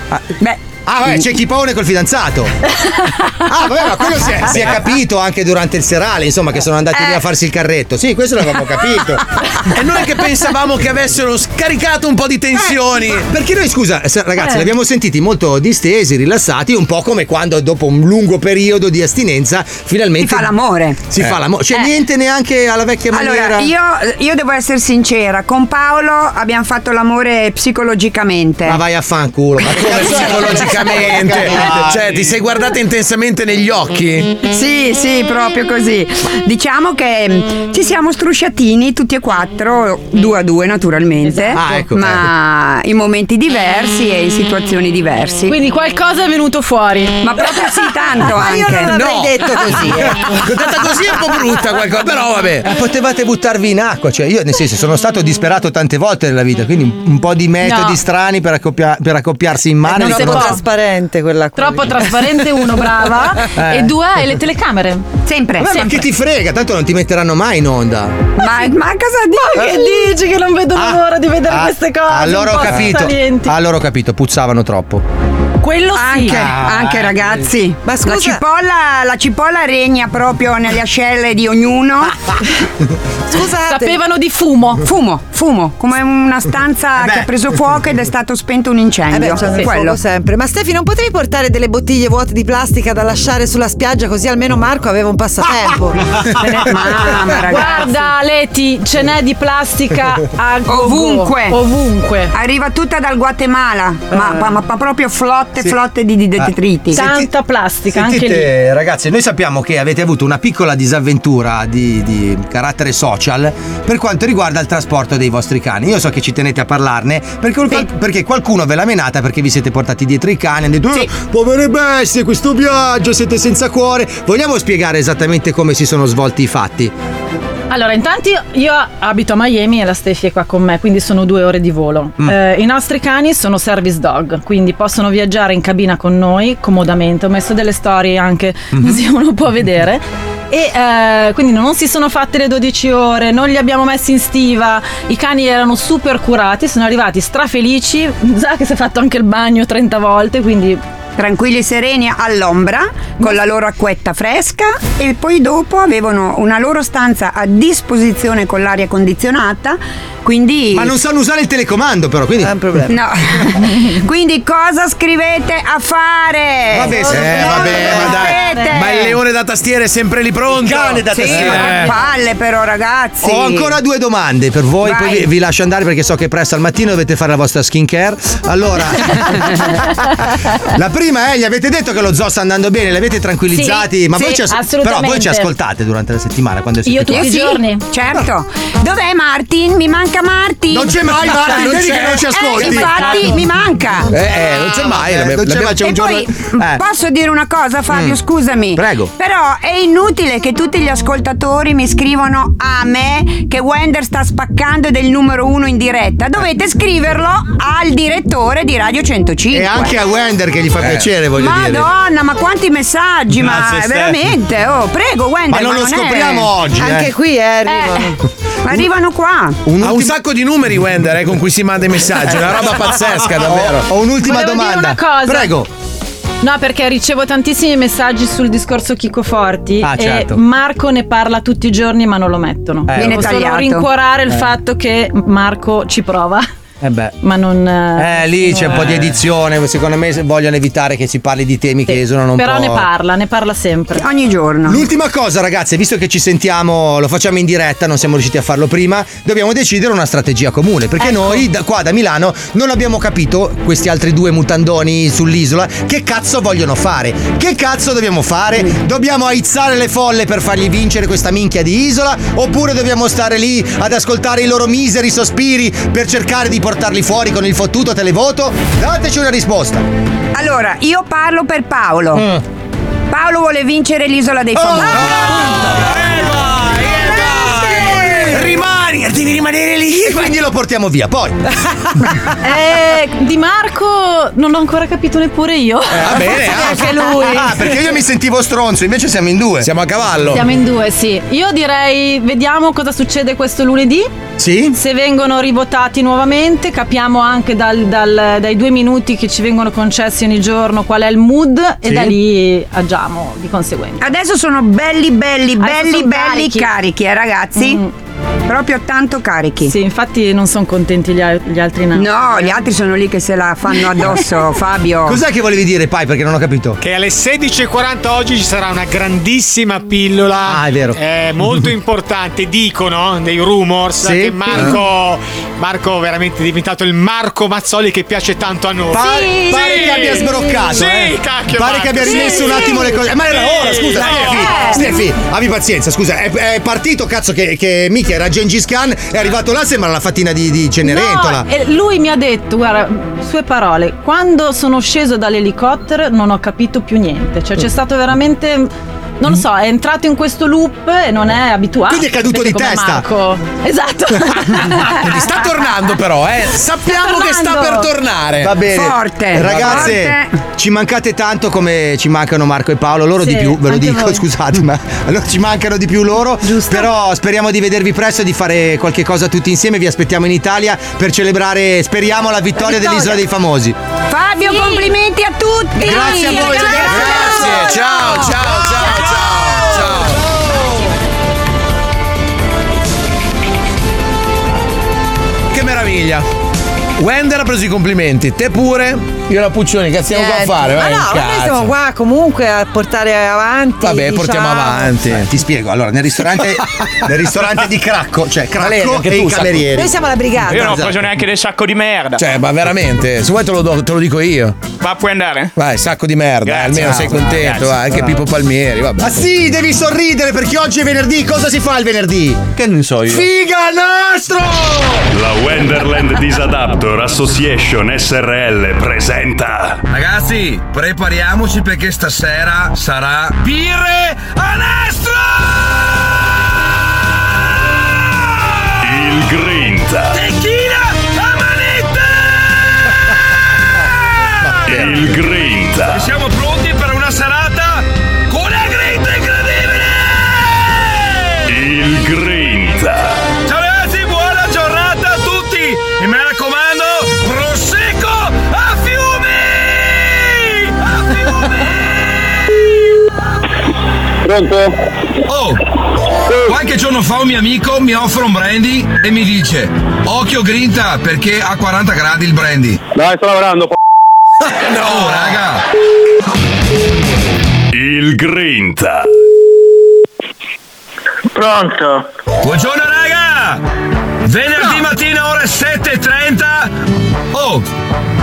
Speaker 3: Ah,
Speaker 17: Beh.
Speaker 3: Ah, vabbè, c'è chi paone col fidanzato. Ah, vabbè, ma quello si è, si è capito anche durante il serale, insomma, che sono andati lì a farsi il carretto. Sì, questo l'avevamo capito.
Speaker 5: E noi che pensavamo che avessero scaricato un po' di tensioni.
Speaker 3: Perché noi, scusa, se- ragazzi,
Speaker 5: Eh.
Speaker 3: li abbiamo sentiti molto distesi, rilassati, un po' come quando dopo un lungo periodo di astinenza finalmente si fa
Speaker 17: l'amore.
Speaker 3: Si fa l'amore. Cioè,
Speaker 17: Eh.
Speaker 3: niente neanche alla vecchia maniera.
Speaker 17: Allora, io, io devo essere sincera, con Paolo abbiamo fatto l'amore psicologicamente.
Speaker 3: Ma vai a fanculo,
Speaker 17: Eh.
Speaker 3: ma
Speaker 5: Come psicologicamente? cioè, ti sei guardata intensamente negli occhi?
Speaker 17: Sì, sì, proprio così. Diciamo che mh, ci siamo strusciatini tutti e quattro, due a due naturalmente,
Speaker 9: Esatto.
Speaker 26: Ah, ecco,
Speaker 17: ma in momenti diversi e in situazioni diverse.
Speaker 26: Quindi qualcosa è venuto fuori.
Speaker 17: Ma proprio sì, tanto Ma io anche. non l'avrei No. detto così, eh.
Speaker 5: Eh, Detta così è un po' brutta qualcosa, però vabbè.
Speaker 3: Ma Eh, potevate buttarvi in acqua, cioè io nel senso sono stato disperato tante volte nella vita, quindi un- un po' di metodi
Speaker 9: No.
Speaker 3: strani per, accoppia- per accoppiarsi in
Speaker 26: Ah,
Speaker 3: mare.
Speaker 9: non
Speaker 3: li
Speaker 9: è
Speaker 3: conosco.
Speaker 9: trasparente quella cosa.
Speaker 26: Troppo trasparente uno, brava.
Speaker 3: Eh.
Speaker 26: E due hai le telecamere.
Speaker 9: Eh,
Speaker 17: Sempre.
Speaker 3: Vabbè, ma che ti frega, tanto non ti metteranno mai in onda.
Speaker 17: Ma, ma cosa dici?
Speaker 26: Ma che dici che non vedo l'ora di vedere
Speaker 3: Ah,
Speaker 26: queste cose?
Speaker 3: allora
Speaker 26: un
Speaker 3: ho
Speaker 26: po'
Speaker 3: capito.
Speaker 26: salienti.
Speaker 3: Allora ho capito, puzzavano troppo.
Speaker 26: Quello
Speaker 17: anche,
Speaker 26: sì.
Speaker 9: Ah, eh.
Speaker 17: anche ragazzi.
Speaker 26: Ma
Speaker 17: la,
Speaker 26: scusa-
Speaker 17: cipolla, la cipolla regna proprio nelle ascelle di ognuno.
Speaker 26: Scusate. Sapevano di fumo.
Speaker 17: Fumo, fumo, come una stanza che ha preso fuoco ed è stato spento un incendio.
Speaker 9: Eh beh, c'è il
Speaker 17: Quello.
Speaker 9: fuoco sempre. Ma Stefi, non potevi portare delle bottiglie vuote di plastica da lasciare sulla spiaggia così almeno Marco aveva un passatempo? Ah,
Speaker 17: Mamma, ragazzi.
Speaker 26: Guarda, Leti, ce n'è di plastica a go-go.
Speaker 17: Ovunque.
Speaker 26: Ovunque. Eh.
Speaker 17: Arriva tutta dal Guatemala, ma, ma- ma proprio flotte,
Speaker 3: Sì.
Speaker 17: flotte di, di
Speaker 3: Ah.
Speaker 17: detriti.
Speaker 26: Tanta plastica,
Speaker 3: Sentite, ragazzi, noi sappiamo che avete avuto una piccola disavventura di, di carattere social per quanto riguarda il trasporto dei vostri cani. Io so che ci tenete a parlarne perché, perché qualcuno ve l'ha menata perché vi siete portati dietro i cani. Hanno detto, "Eh, povere bestie, questo viaggio, siete senza cuore. Vogliamo spiegare esattamente come si sono svolti i fatti?
Speaker 26: Allora, intanto io- io abito a Miami e la Steffi è qua con me, quindi sono due ore di volo. Eh, I nostri cani sono service dog, quindi possono viaggiare in cabina con noi comodamente. Ho messo delle storie anche così uno può vedere. E eh, quindi non si sono fatte le 12 ore, non li abbiamo messi in stiva, i cani erano super curati, sono arrivati strafelici, Zac si è fatto anche il bagno 30 volte, quindi...
Speaker 17: Tranquilli e sereni all'ombra con la loro acquetta fresca e poi dopo avevano una loro stanza a disposizione con l'aria condizionata. Quindi.
Speaker 3: Ma non sanno usare il telecomando, però, quindi. È un
Speaker 17: No. quindi cosa scrivete a fare?
Speaker 3: Vabbè, sì, eh, vabbè, ma dai.
Speaker 17: Scrivete.
Speaker 3: Ma il leone
Speaker 5: Simone da tastiere è sempre lì pronto. cane
Speaker 3: da
Speaker 17: Sì, ma che palle però ragazzi.
Speaker 3: Ho ancora due domande per voi,
Speaker 17: Vai.
Speaker 3: poi vi, vi lascio andare perché so che presto al mattino dovete fare la vostra skincare. Allora, la prima è, gli avete detto che lo zoo sta andando bene, li avete tranquillizzati,
Speaker 17: Sì,
Speaker 3: ma
Speaker 17: sì,
Speaker 3: voi ci as- però
Speaker 17: assolutamente.
Speaker 3: voi ci ascoltate durante la settimana quando siete
Speaker 17: Io tutti
Speaker 3: qua.
Speaker 17: i giorni. Certo. Dov'è Martin? Mi manca Martin.
Speaker 3: Non c'è mai Martin, vedi che non ci
Speaker 17: Eh,
Speaker 3: ascolti.
Speaker 17: infatti, mi manca.
Speaker 3: Eh, eh, non c'è mai, l'abbiamo-
Speaker 17: Non
Speaker 3: l'abbiamo-
Speaker 17: c'è mai, c'è un
Speaker 3: E
Speaker 17: giorno-
Speaker 3: poi,
Speaker 17: Eh. Posso dire una cosa, Fabio?
Speaker 3: Mm.
Speaker 17: Scusami.
Speaker 3: Prego.
Speaker 17: Però è inutile che tutti gli ascoltatori mi scrivono a me che Wender sta spaccando ed è il numero uno in diretta. Dovete scriverlo al direttore di Radio 105.
Speaker 3: E anche a Wender che gli fa Eh. piacere, voglio dire.
Speaker 17: Madonna, ma quanti messaggi,
Speaker 3: Grazie,
Speaker 17: ma
Speaker 3: Stefano.
Speaker 17: veramente, oh, prego Wender.
Speaker 3: Ma non lo
Speaker 17: è-
Speaker 3: scopriamo oggi, Anche eh.
Speaker 17: qui eh, arrivano. arrivano qua.
Speaker 5: Ha un sacco di numeri Wender eh, con cui si manda i messaggi, una roba pazzesca davvero.
Speaker 3: Ho, ho un'ultima
Speaker 26: Volevo dire
Speaker 3: domanda.
Speaker 26: una cosa.
Speaker 3: Prego.
Speaker 26: No, perché ricevo tantissimi messaggi sul discorso Chico Forti
Speaker 3: Ah, certo.
Speaker 26: e Marco ne parla tutti i giorni ma non lo mettono.
Speaker 3: Eh,
Speaker 26: Devo
Speaker 3: Viene
Speaker 26: solo
Speaker 3: tagliato.
Speaker 26: rincuorare il
Speaker 3: Eh.
Speaker 26: fatto che Marco ci prova,
Speaker 3: Eh beh.
Speaker 26: ma non...
Speaker 3: Eh, lì c'è un po' di edizione, secondo me se- vogliono evitare che si parli di temi che esonano un
Speaker 26: Però
Speaker 3: po'.
Speaker 26: ne parla, ne parla sempre.
Speaker 17: Ogni giorno.
Speaker 3: L'ultima cosa, ragazzi, visto che ci sentiamo, lo facciamo in diretta, non siamo riusciti a farlo prima, dobbiamo decidere una strategia comune. Perché
Speaker 17: Ecco.
Speaker 3: noi, da qua da Milano, non abbiamo capito, questi altri due mutandoni sull'isola, che cazzo vogliono fare. Che cazzo dobbiamo fare? Dobbiamo aizzare le folle per fargli vincere questa minchia di isola? Oppure dobbiamo stare lì ad ascoltare i loro miseri sospiri per cercare di portarli fuori con il fottuto televoto? Dateci una risposta. Mm.
Speaker 17: Allora, io parlo per Paolo. Paolo vuole vincere l'isola dei famosi.
Speaker 26: Oh.
Speaker 5: Rimani, devi rimanere lì.
Speaker 3: Quindi lo portiamo via, poi.
Speaker 26: Eh, di Marco non ho ancora capito neppure io.
Speaker 3: va bene, ah.
Speaker 26: Anche lui.
Speaker 3: Ah, perché io mi sentivo stronzo, invece siamo in due. Siamo a cavallo.
Speaker 26: Siamo in due, sì. Io direi vediamo cosa succede questo lunedì.
Speaker 3: Sì.
Speaker 26: Se vengono rivotati nuovamente, capiamo anche dal- dal- dai due minuti che ci vengono concessi ogni giorno qual è il mood e
Speaker 17: Sì.
Speaker 26: da lì agiamo di conseguenza.
Speaker 17: Adesso sono belli, belli, belli,
Speaker 26: sono
Speaker 17: belli
Speaker 26: carichi.
Speaker 17: carichi, eh, ragazzi.
Speaker 26: Mm.
Speaker 17: Proprio tanto carichi.
Speaker 26: Sì, infatti non sono contenti gli, al- gli altri nati.
Speaker 17: No, gli altri sono lì che se la fanno addosso, Fabio.
Speaker 3: Cos'è che volevi dire, Pai? Perché non ho capito.
Speaker 14: Che alle 16.40 oggi ci sarà una grandissima pillola.
Speaker 3: Ah, è vero.
Speaker 14: eh, molto importante, dicono dei rumors
Speaker 3: Sì.
Speaker 14: che Marco. Marco veramente è diventato il Marco Mazzoli che piace tanto a noi.
Speaker 3: Pare,
Speaker 14: Sì.
Speaker 3: pare che abbia sbroccato.
Speaker 14: Sì,
Speaker 3: eh. Pare
Speaker 14: cacchio. Marco.
Speaker 3: che abbia rimesso
Speaker 14: Sì,
Speaker 3: un
Speaker 14: sì.
Speaker 3: attimo le cose. Ma era
Speaker 14: Sì.
Speaker 3: ora, scusa.
Speaker 14: No.
Speaker 26: Eh.
Speaker 3: Stefi, Stefi, abbi pazienza, scusa. È, è partito, cazzo, che, che mica era Gengis Khan. È arrivato là, sembra la fattina di, di Cenerentola.
Speaker 26: No, e lui mi ha detto, guarda, sue parole, quando sono sceso dall'elicottero non ho capito più niente,
Speaker 5: Mm.
Speaker 26: cioè c'è stato veramente... Non lo so, è entrato in questo loop e non è abituato.
Speaker 5: Quindi è caduto
Speaker 26: Perché
Speaker 5: di
Speaker 26: come
Speaker 5: testa.
Speaker 26: Marco. Esatto.
Speaker 5: Quindi sta tornando però, eh. Sappiamo
Speaker 26: Sta
Speaker 5: che sta per
Speaker 26: tornando.
Speaker 5: tornare.
Speaker 3: Va bene. Ragazze, ci mancate tanto come ci mancano Marco e Paolo, loro
Speaker 5: Sì,
Speaker 3: di più, ve lo
Speaker 5: anche
Speaker 3: dico,
Speaker 5: voi.
Speaker 3: scusate, ma allora ci mancano di più loro. Però speriamo di vedervi presto e di fare qualche cosa tutti insieme. Vi aspettiamo in Italia per celebrare, speriamo, la vittoria. dell'Isola dei Famosi.
Speaker 17: Fabio, complimenti a tutti.
Speaker 27: Grazie a voi,
Speaker 5: Grazie, ciao, ciao, ciao, ciao, Che meraviglia. Wender ha preso i complimenti, te pure. Io la Puccioni, che stiamo qua a fare?
Speaker 9: Eh, Ma
Speaker 5: Vai,
Speaker 9: no, ma noi
Speaker 5: cazzo.
Speaker 9: siamo qua comunque a portare avanti.
Speaker 3: Vabbè,
Speaker 9: diciamo-
Speaker 3: portiamo avanti. ti spiego, allora, nel ristorante, nel ristorante di Cracco, cioè Cracco e i camerieri. Esatto.
Speaker 7: Io non ho preso neanche del sacco di merda.
Speaker 5: Cioè, ma veramente, se vuoi te lo, do- te lo dico io.
Speaker 7: Ma puoi andare?
Speaker 5: Vai, sacco di merda,
Speaker 7: Grazie,
Speaker 5: almeno
Speaker 7: bravo,
Speaker 5: sei contento,
Speaker 7: grazie.
Speaker 5: vai, anche
Speaker 7: Bravo.
Speaker 5: Pippo Palmieri, vabbè.
Speaker 3: Ma sì, devi sorridere perché oggi è venerdì. Cosa si fa il venerdì?
Speaker 28: Che ne so io?
Speaker 3: Figa nostro!
Speaker 23: La Wenderland Disadaptor Association SRL presenta
Speaker 20: Ragazzi, prepariamoci perché stasera sarà
Speaker 23: Birre il Grinta. Il Grinta.
Speaker 20: Siamo pronti per una serata con la grinta incredibile!
Speaker 23: Il Grinta.
Speaker 20: Ciao ragazzi, buona giornata a tutti! E mi raccomando, prosecco a fiumi! A fiumi! Pronto? Oh! Qualche giorno fa un mio amico mi offre un brandy e mi dice Occhio grinta perché a 40 gradi il brandy Dai sto lavorando No raga
Speaker 23: Il Il Grinta.
Speaker 20: Pronto? Buongiorno raga! Venerdì mattina ore 7.30 Oh!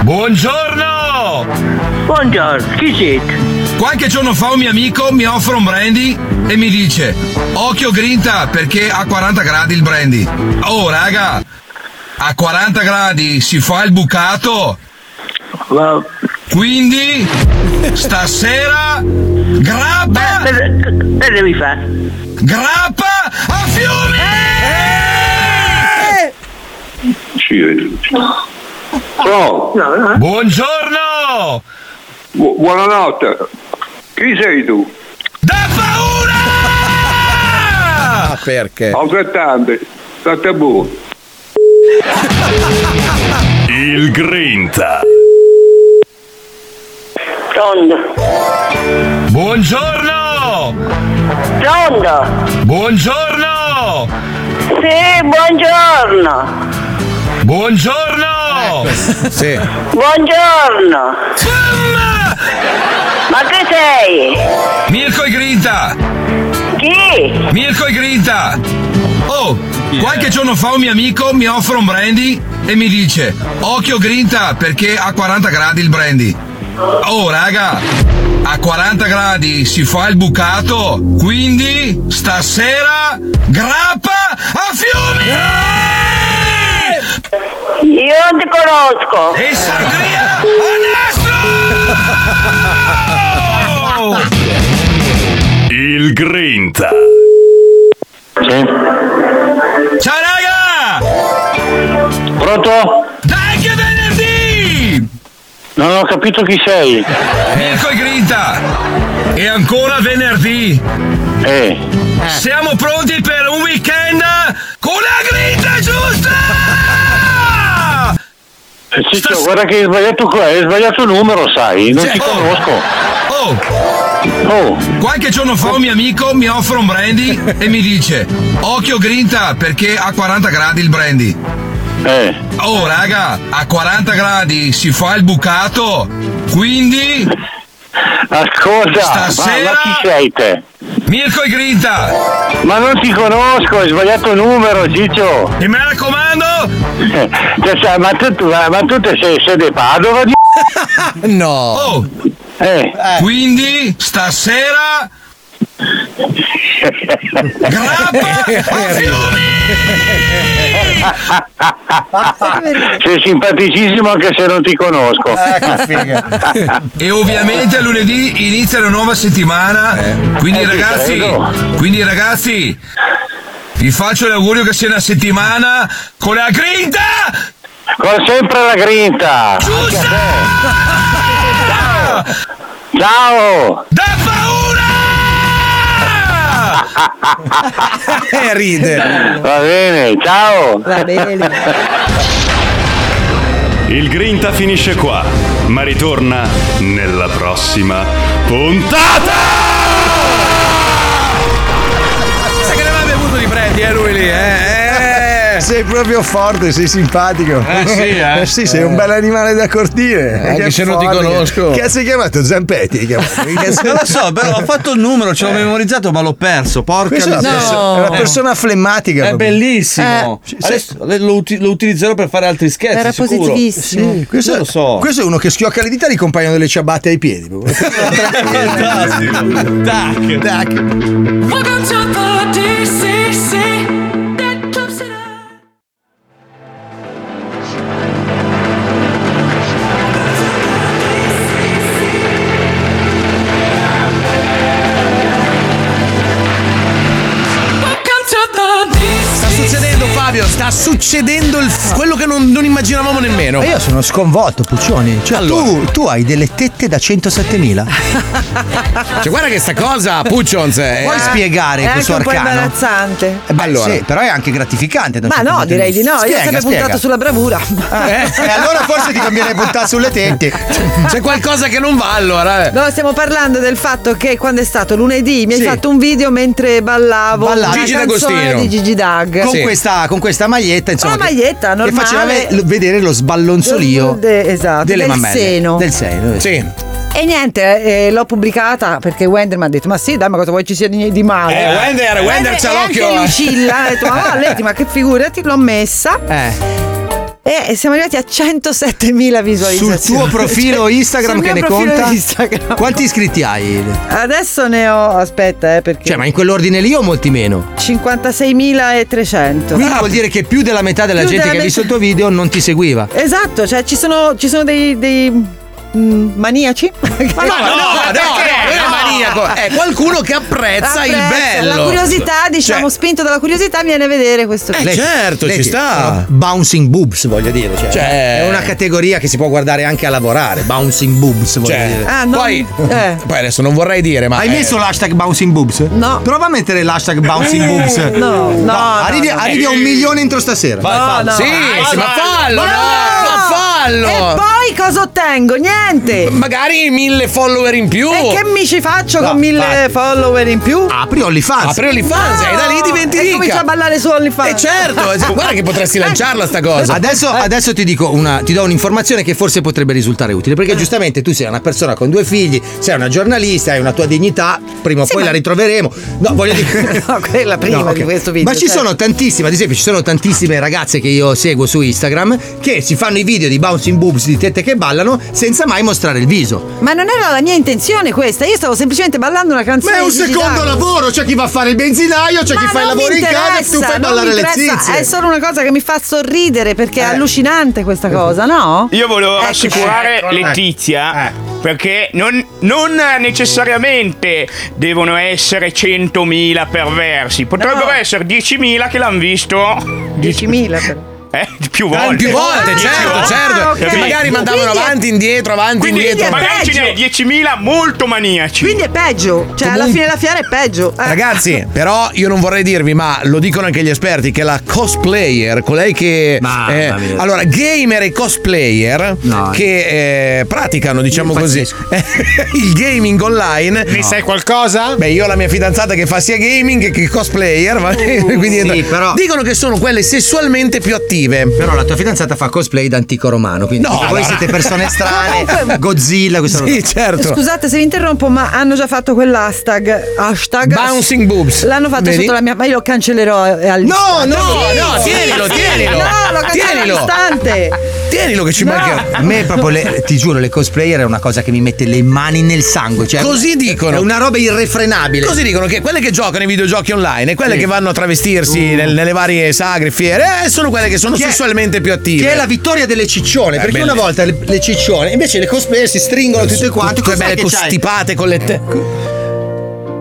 Speaker 20: Buongiorno! Buongiorno, chi siete? Qualche giorno fa un mio amico mi offre un brandy e mi dice Occhio grinta perché a 40 gradi il brandy Oh raga! A 40 gradi si fa il bucato Quindi stasera grappa Che devi fare? Grappa a fiume!
Speaker 12: Eh!
Speaker 29: eh.
Speaker 20: Buongiorno!
Speaker 29: buonanotte. Chi sei tu?
Speaker 20: Ah, perché?
Speaker 29: Altrettanto. State buono.
Speaker 23: Il Grinta.
Speaker 20: Buongiorno! Buongiorno!
Speaker 6: Sì, buongiorno.
Speaker 20: Buongiorno! Sì.
Speaker 6: Buongiorno. Ma che sei?
Speaker 20: Mirko e Grinta! Chi? Mirko e Grinta! Oh! Qualche giorno fa un mio amico mi offre un brandy e mi dice Occhio Grinta perché a 40 gradi il brandy Oh raga! A 40 gradi si fa il bucato Quindi stasera grappa a fiume!
Speaker 6: Io non ti conosco.
Speaker 20: E sangria a nastro!
Speaker 23: Il Grinta.
Speaker 20: Ciao raga!
Speaker 29: Pronto?
Speaker 20: Dai che è venerdì! Eh.
Speaker 29: Non ho capito chi sei.
Speaker 20: Mirko e Grinta! E ancora venerdì!
Speaker 29: Eh.
Speaker 20: Siamo pronti per un weekend con la grinta giusta!
Speaker 29: Eh, Ciccio, guarda che hai sbagliato, qua, hai sbagliato il numero, sai, non
Speaker 20: Sì.
Speaker 29: ti
Speaker 20: Oh.
Speaker 29: conosco.
Speaker 20: Oh!
Speaker 29: Oh.
Speaker 20: Qualche giorno fa un mio amico mi offre un brandy e mi dice Occhio grinta perché a 40 gradi il brandy Oh raga, a 40 gradi si fa il bucato Quindi
Speaker 29: Ascolta,
Speaker 20: Stasera-
Speaker 29: ma, ma chi sei te?
Speaker 20: Mirko e Grinta!
Speaker 29: Ma non ti conosco, hai sbagliato il numero, Ciccio.
Speaker 20: E mi raccomando!
Speaker 29: Cioè, sai, ma, tu, tu- ma tu te sei, sei di Padova? Di...
Speaker 20: No! Oh!
Speaker 29: Eh.
Speaker 20: Quindi stasera grappa a
Speaker 29: sei simpaticissimo anche se non ti conosco.
Speaker 20: E ovviamente a lunedì inizia la nuova settimana. Quindi
Speaker 29: Eh, ti
Speaker 20: ragazzi,
Speaker 29: prego.
Speaker 20: quindi ragazzi, vi faccio l'augurio che sia una settimana con la grinta!
Speaker 29: Con sempre la grinta! Ciao!
Speaker 20: Da paura!
Speaker 29: E Eh, ride. Va bene, ciao.
Speaker 23: Va bene. Il Grinta finisce qua, ma ritorna nella prossima puntata.
Speaker 5: Sai che ne aveva bevuto di prendi, eh, lui lì, eh? eh.
Speaker 3: Sei proprio forte, sei simpatico.
Speaker 5: Eh, sì, eh.
Speaker 3: sì, sei un bel animale da cortile.
Speaker 5: Anche
Speaker 3: Che
Speaker 5: se non ti
Speaker 3: folle.
Speaker 5: conosco.
Speaker 3: Che cazzo hai chiamato? Zampetti? hai chiamato? Che cazzo-
Speaker 8: Eh, non lo so, però ho fatto il numero, ce l'ho memorizzato, ma l'ho perso. Porca
Speaker 3: Eh. Questa è una, perso-
Speaker 8: miseria.
Speaker 3: è una persona flemmatica.
Speaker 8: È
Speaker 3: proprio. Eh.
Speaker 8: bellissimo. Adesso lo, uti- lo utilizzerò per fare altri scherzi.
Speaker 3: Era
Speaker 8: sicuro.
Speaker 3: positivissimo.
Speaker 8: Sì,
Speaker 3: questo,
Speaker 8: questo lo so.
Speaker 3: Eh, questo è uno che schiocca le dita e gli compaiono delle ciabatte ai piedi.
Speaker 8: Tac.
Speaker 5: Sta succedendo Fabio, sta succedendo il f- quello che non, non immaginavamo nemmeno.
Speaker 3: E io sono sconvolto, Puccioni. Cioè, tu, tu hai delle tette da 107.000.
Speaker 5: Cioè, guarda che sta cosa, Puccions. eh.
Speaker 3: Puoi spiegare
Speaker 9: è
Speaker 3: questo
Speaker 9: anche un po'
Speaker 3: arcano?
Speaker 9: imbarazzante.
Speaker 3: Eh beh,
Speaker 5: Allora.
Speaker 3: sì, però è anche gratificante. da un
Speaker 9: Ma
Speaker 3: certo
Speaker 9: no,
Speaker 3: punto di
Speaker 9: direi di
Speaker 3: vista.
Speaker 9: no. Io ho
Speaker 3: Spiega,
Speaker 9: sempre
Speaker 3: spiega.
Speaker 9: puntato sulla bravura.
Speaker 3: Eh, e allora forse ti conviene puntare sulle tette.
Speaker 5: C'è qualcosa che non va allora. eh.
Speaker 9: No, stiamo parlando del fatto che quando è stato lunedì mi hai
Speaker 3: Sì.
Speaker 9: fatto un video mentre ballavo
Speaker 3: Ballavo.
Speaker 9: una
Speaker 3: Gigi
Speaker 9: canzone
Speaker 3: D'Agostino.
Speaker 9: di Gigi Dag.
Speaker 3: Con, questa, con questa maglietta, insomma.
Speaker 9: Una
Speaker 3: che-
Speaker 9: maglietta
Speaker 3: Che
Speaker 9: normale.
Speaker 3: faceva ve- vedere lo sballonzolio
Speaker 9: De- esatto,
Speaker 3: delle
Speaker 9: del
Speaker 3: mammelle.
Speaker 9: seno.
Speaker 3: Del seno. eh
Speaker 5: Sì.
Speaker 9: E E niente, eh, l'ho pubblicata perché Wender mi ha detto: Ma sì, dai, ma cosa vuoi ci sia di, di male?
Speaker 5: Eh, Wender- Wender c'ha
Speaker 9: e
Speaker 5: l'occhio,
Speaker 9: Anche
Speaker 5: eh.
Speaker 9: Lucilla ha detto: Ma va, Leti, ma che figurati, l'ho messa.
Speaker 3: Eh.
Speaker 9: E siamo arrivati a 107.000 visualizzazioni.
Speaker 3: Sul tuo profilo
Speaker 9: Cioè,
Speaker 3: Instagram
Speaker 9: sul
Speaker 3: che
Speaker 9: mio
Speaker 3: ne
Speaker 9: profilo
Speaker 3: conta?
Speaker 9: Instagram.
Speaker 3: Quanti iscritti hai?
Speaker 9: Adesso ne ho, aspetta, eh, perché
Speaker 3: Cioè, ma in quell'ordine lì o molti meno?
Speaker 9: 56.300.
Speaker 3: Quindi vuol dire che Ah. più della metà della
Speaker 9: Più
Speaker 3: gente
Speaker 9: della
Speaker 3: che
Speaker 9: met-
Speaker 3: ha visto il tuo video non ti seguiva.
Speaker 9: Esatto, cioè ci sono, ci sono dei, dei, mm, maniaci.
Speaker 5: Ma no, no, no, no, non è maniaco, è qualcuno che apprezza il bello. Cioè, Eh,
Speaker 9: La curiosità, diciamo, spinto dalla curiosità, viene a vedere questo
Speaker 3: Lei-
Speaker 9: video.
Speaker 5: certo,
Speaker 3: lei ti- sono Bouncing boobs, voglio dire. certo, Cioè,
Speaker 5: Cioè-
Speaker 3: È una categoria che si può guardare anche a lavorare. Bouncing boobs, voglio
Speaker 5: Cioè,
Speaker 3: dire.
Speaker 9: Ah, non-
Speaker 5: poi,
Speaker 9: eh.
Speaker 5: poi adesso non vorrei dire, ma.
Speaker 3: Hai
Speaker 5: eh,
Speaker 3: messo l'hashtag bouncing boobs?
Speaker 9: No.
Speaker 3: Prova a mettere l'hashtag bouncing
Speaker 5: Eh,
Speaker 3: boobs.
Speaker 5: no, no,
Speaker 3: arrivi
Speaker 5: no, no.
Speaker 3: arrivi a un milione entro stasera.
Speaker 5: Vai, No, fallo. no. Sì, sì, ma fallo, no, ma fallo.
Speaker 9: E poi cosa ottengo? Niente!
Speaker 5: Magari mille follower in più.
Speaker 9: E che mi ci faccio con mille follower in più?
Speaker 3: Apri OnlyFans.
Speaker 5: Apri OnlyFans e da lì diventi
Speaker 9: E
Speaker 5: ricca.
Speaker 9: comincio a ballare su OnlyFans.
Speaker 5: Eh, certo, eh, guarda che potresti lanciarla sta cosa.
Speaker 3: cioè, Esatto. Adesso, adesso ti dico una, ti do un'informazione che forse potrebbe risultare utile, perché giustamente tu sei una persona con due figli, sei una giornalista, hai una tua dignità, prima o
Speaker 9: Sì,
Speaker 3: poi
Speaker 9: ma-
Speaker 3: la ritroveremo. No, voglio dire.
Speaker 9: no, quella prima
Speaker 3: No, ok.
Speaker 9: di questo video.
Speaker 3: Ma ci
Speaker 9: cioè.
Speaker 5: certo.
Speaker 3: sono tantissime, ad esempio, ci sono tantissime ragazze che io seguo su Instagram che si fanno i video di bouncing boobs di tette che ballano senza mai mostrare il viso.
Speaker 9: Ma non era la mia intenzione questa, io stavo semplicemente ballando una canzone.
Speaker 3: Ma è un
Speaker 9: di Gigi
Speaker 3: secondo
Speaker 9: D'Agostino.
Speaker 3: lavoro, c'è chi va a fare il benzinaio, c'è chi
Speaker 9: Ma
Speaker 3: fa il
Speaker 9: non
Speaker 3: lavoro
Speaker 9: mi
Speaker 3: in casa e tu
Speaker 9: interessa,
Speaker 3: fai
Speaker 9: non
Speaker 3: ballare
Speaker 9: mi
Speaker 3: le
Speaker 9: interessa,
Speaker 3: zizie. Eh.
Speaker 9: È solo una cosa che mi fa sorridere perché è allucinante questa cosa, no? Ecco.
Speaker 7: Io volevo
Speaker 5: Eh,
Speaker 9: Eccoci.
Speaker 7: rassicurare
Speaker 3: Eh,
Speaker 7: Letizia perché non, non necessariamente devono essere 100.000 perversi, potrebbero essere 10.000 che l'hanno visto.
Speaker 9: 10.000 però.
Speaker 7: Eh, più
Speaker 5: Ah,
Speaker 7: volte.
Speaker 5: più volte,
Speaker 7: Dieci
Speaker 5: certo,
Speaker 7: volte.
Speaker 5: certo.
Speaker 9: Ah,
Speaker 5: Che
Speaker 7: Capito?
Speaker 5: magari mandavano Quindi è- avanti, indietro, avanti,
Speaker 7: Quindi
Speaker 5: indietro.
Speaker 7: Magari ce ne 10.000 molto maniaci.
Speaker 9: Quindi è peggio, cioè alla fine la fiera è peggio. Eh.
Speaker 5: Ragazzi, però io non vorrei dirvi, ma lo dicono anche gli esperti, che la cosplayer, colei che... eh,
Speaker 3: mia.
Speaker 5: allora, gamer e cosplayer che eh, praticano, diciamo così, il gaming online...
Speaker 16: Ne sai
Speaker 5: qualcosa? Beh, io ho la mia fidanzata che fa sia gaming che cosplayer, va bene? Quindi
Speaker 3: Uh, sì,
Speaker 5: entra-
Speaker 3: però-
Speaker 5: Dicono che sono quelle sessualmente più attive.
Speaker 3: Però la tua fidanzata fa cosplay da antico romano, quindi
Speaker 5: No,
Speaker 3: voi
Speaker 5: no.
Speaker 3: siete persone strane,
Speaker 9: Comunque-
Speaker 3: Godzilla, questa roba.
Speaker 5: Sì, certo.
Speaker 9: Scusate se vi interrompo, ma hanno già fatto quell'hashtag. Hashtag
Speaker 5: Bouncing boobs.
Speaker 9: L'hanno fatto
Speaker 5: Vedi?
Speaker 9: sotto la mia. Ma io lo cancellerò. eh, Al
Speaker 5: No, no, no, tienilo, tienilo.
Speaker 9: No, lo cancello
Speaker 5: Tienilo.
Speaker 9: all'istante.
Speaker 5: Tienilo che ci manca.
Speaker 3: A me proprio le- ti giuro, le cosplayer è una cosa che mi mette le mani nel sangue. Cioè,
Speaker 5: Così dicono.
Speaker 3: È una roba irrefrenabile.
Speaker 5: Così dicono che quelle che giocano ai videogiochi online e quelle che vanno a travestirsi nel- nelle varie sagre, fiere, eh, sono quelle che sono
Speaker 3: Che Uh. è-
Speaker 5: sessualmente più attive.
Speaker 3: Che è la vittoria delle ciccione.
Speaker 5: Eh,
Speaker 3: perché
Speaker 5: belle.
Speaker 3: una volta le, le ciccione, invece le cosplayer si stringono tutte quante.
Speaker 5: Tutte
Speaker 3: cos'è
Speaker 5: belle
Speaker 3: che c'hai?
Speaker 5: costipate con le te.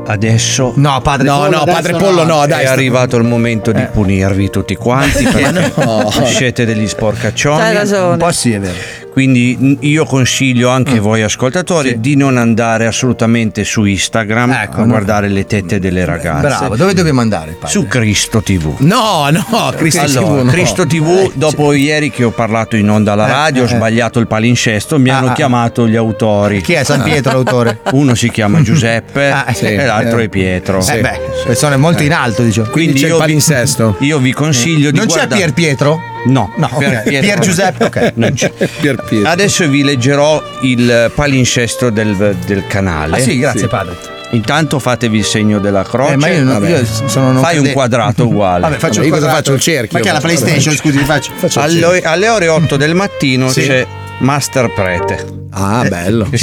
Speaker 8: Adesso.
Speaker 3: No, padre
Speaker 5: No,
Speaker 3: Pollo,
Speaker 5: no,
Speaker 3: adesso
Speaker 5: padre Pollo, no, dai.
Speaker 8: È arrivato il momento di punirvi tutti quanti
Speaker 5: Perché
Speaker 8: perché
Speaker 5: no?
Speaker 8: siete degli sporcaccioni.
Speaker 9: C'hai ragione. Un po'
Speaker 3: sì, è vero. Mm.
Speaker 8: Quindi n- io consiglio anche a voi ascoltatori di non andare assolutamente su Instagram a guardare le tette delle ragazze.
Speaker 3: Ecco, Bravo, Ah, dove dobbiamo andare? padre?
Speaker 8: Su Cristo TV.
Speaker 5: No, no, Cristo
Speaker 8: Allora,
Speaker 5: TV, no.
Speaker 8: Cristo TV, dopo ieri che ho parlato in onda alla
Speaker 3: Eh,
Speaker 8: radio, ho
Speaker 3: eh, eh.
Speaker 8: sbagliato il palincesto, mi hanno
Speaker 3: ah.
Speaker 8: chiamato gli autori.
Speaker 3: Chi è San Pietro l'autore?
Speaker 8: Uno si chiama Giuseppe
Speaker 3: Ah, sì.
Speaker 8: e l'altro è Pietro.
Speaker 3: Eh,
Speaker 8: Sì.
Speaker 3: beh, persone molto in alto, diciamo.
Speaker 8: Quindi io vi, io vi consiglio di
Speaker 3: Eh, Non c'è
Speaker 8: guardare-
Speaker 3: Pier Pietro?
Speaker 8: No,
Speaker 3: No, ok. Pier Giuseppe, ok.
Speaker 8: Non c'è. Adesso vi leggerò il palincesto del, del canale.
Speaker 3: Ah, sì, grazie, padre.
Speaker 8: Intanto fatevi il segno della croce.
Speaker 3: Eh, ma io non-
Speaker 8: Vabbè.
Speaker 3: io sono non
Speaker 8: Fai un
Speaker 3: crede-
Speaker 8: quadrato uguale.
Speaker 3: Vabbè, faccio il quadrato. Ma che è la PlayStation? Scusi, faccio. faccio il
Speaker 8: Alle, alle ore 8 del mattino
Speaker 3: Sì.
Speaker 8: c'è Master Prete. Ah, bello.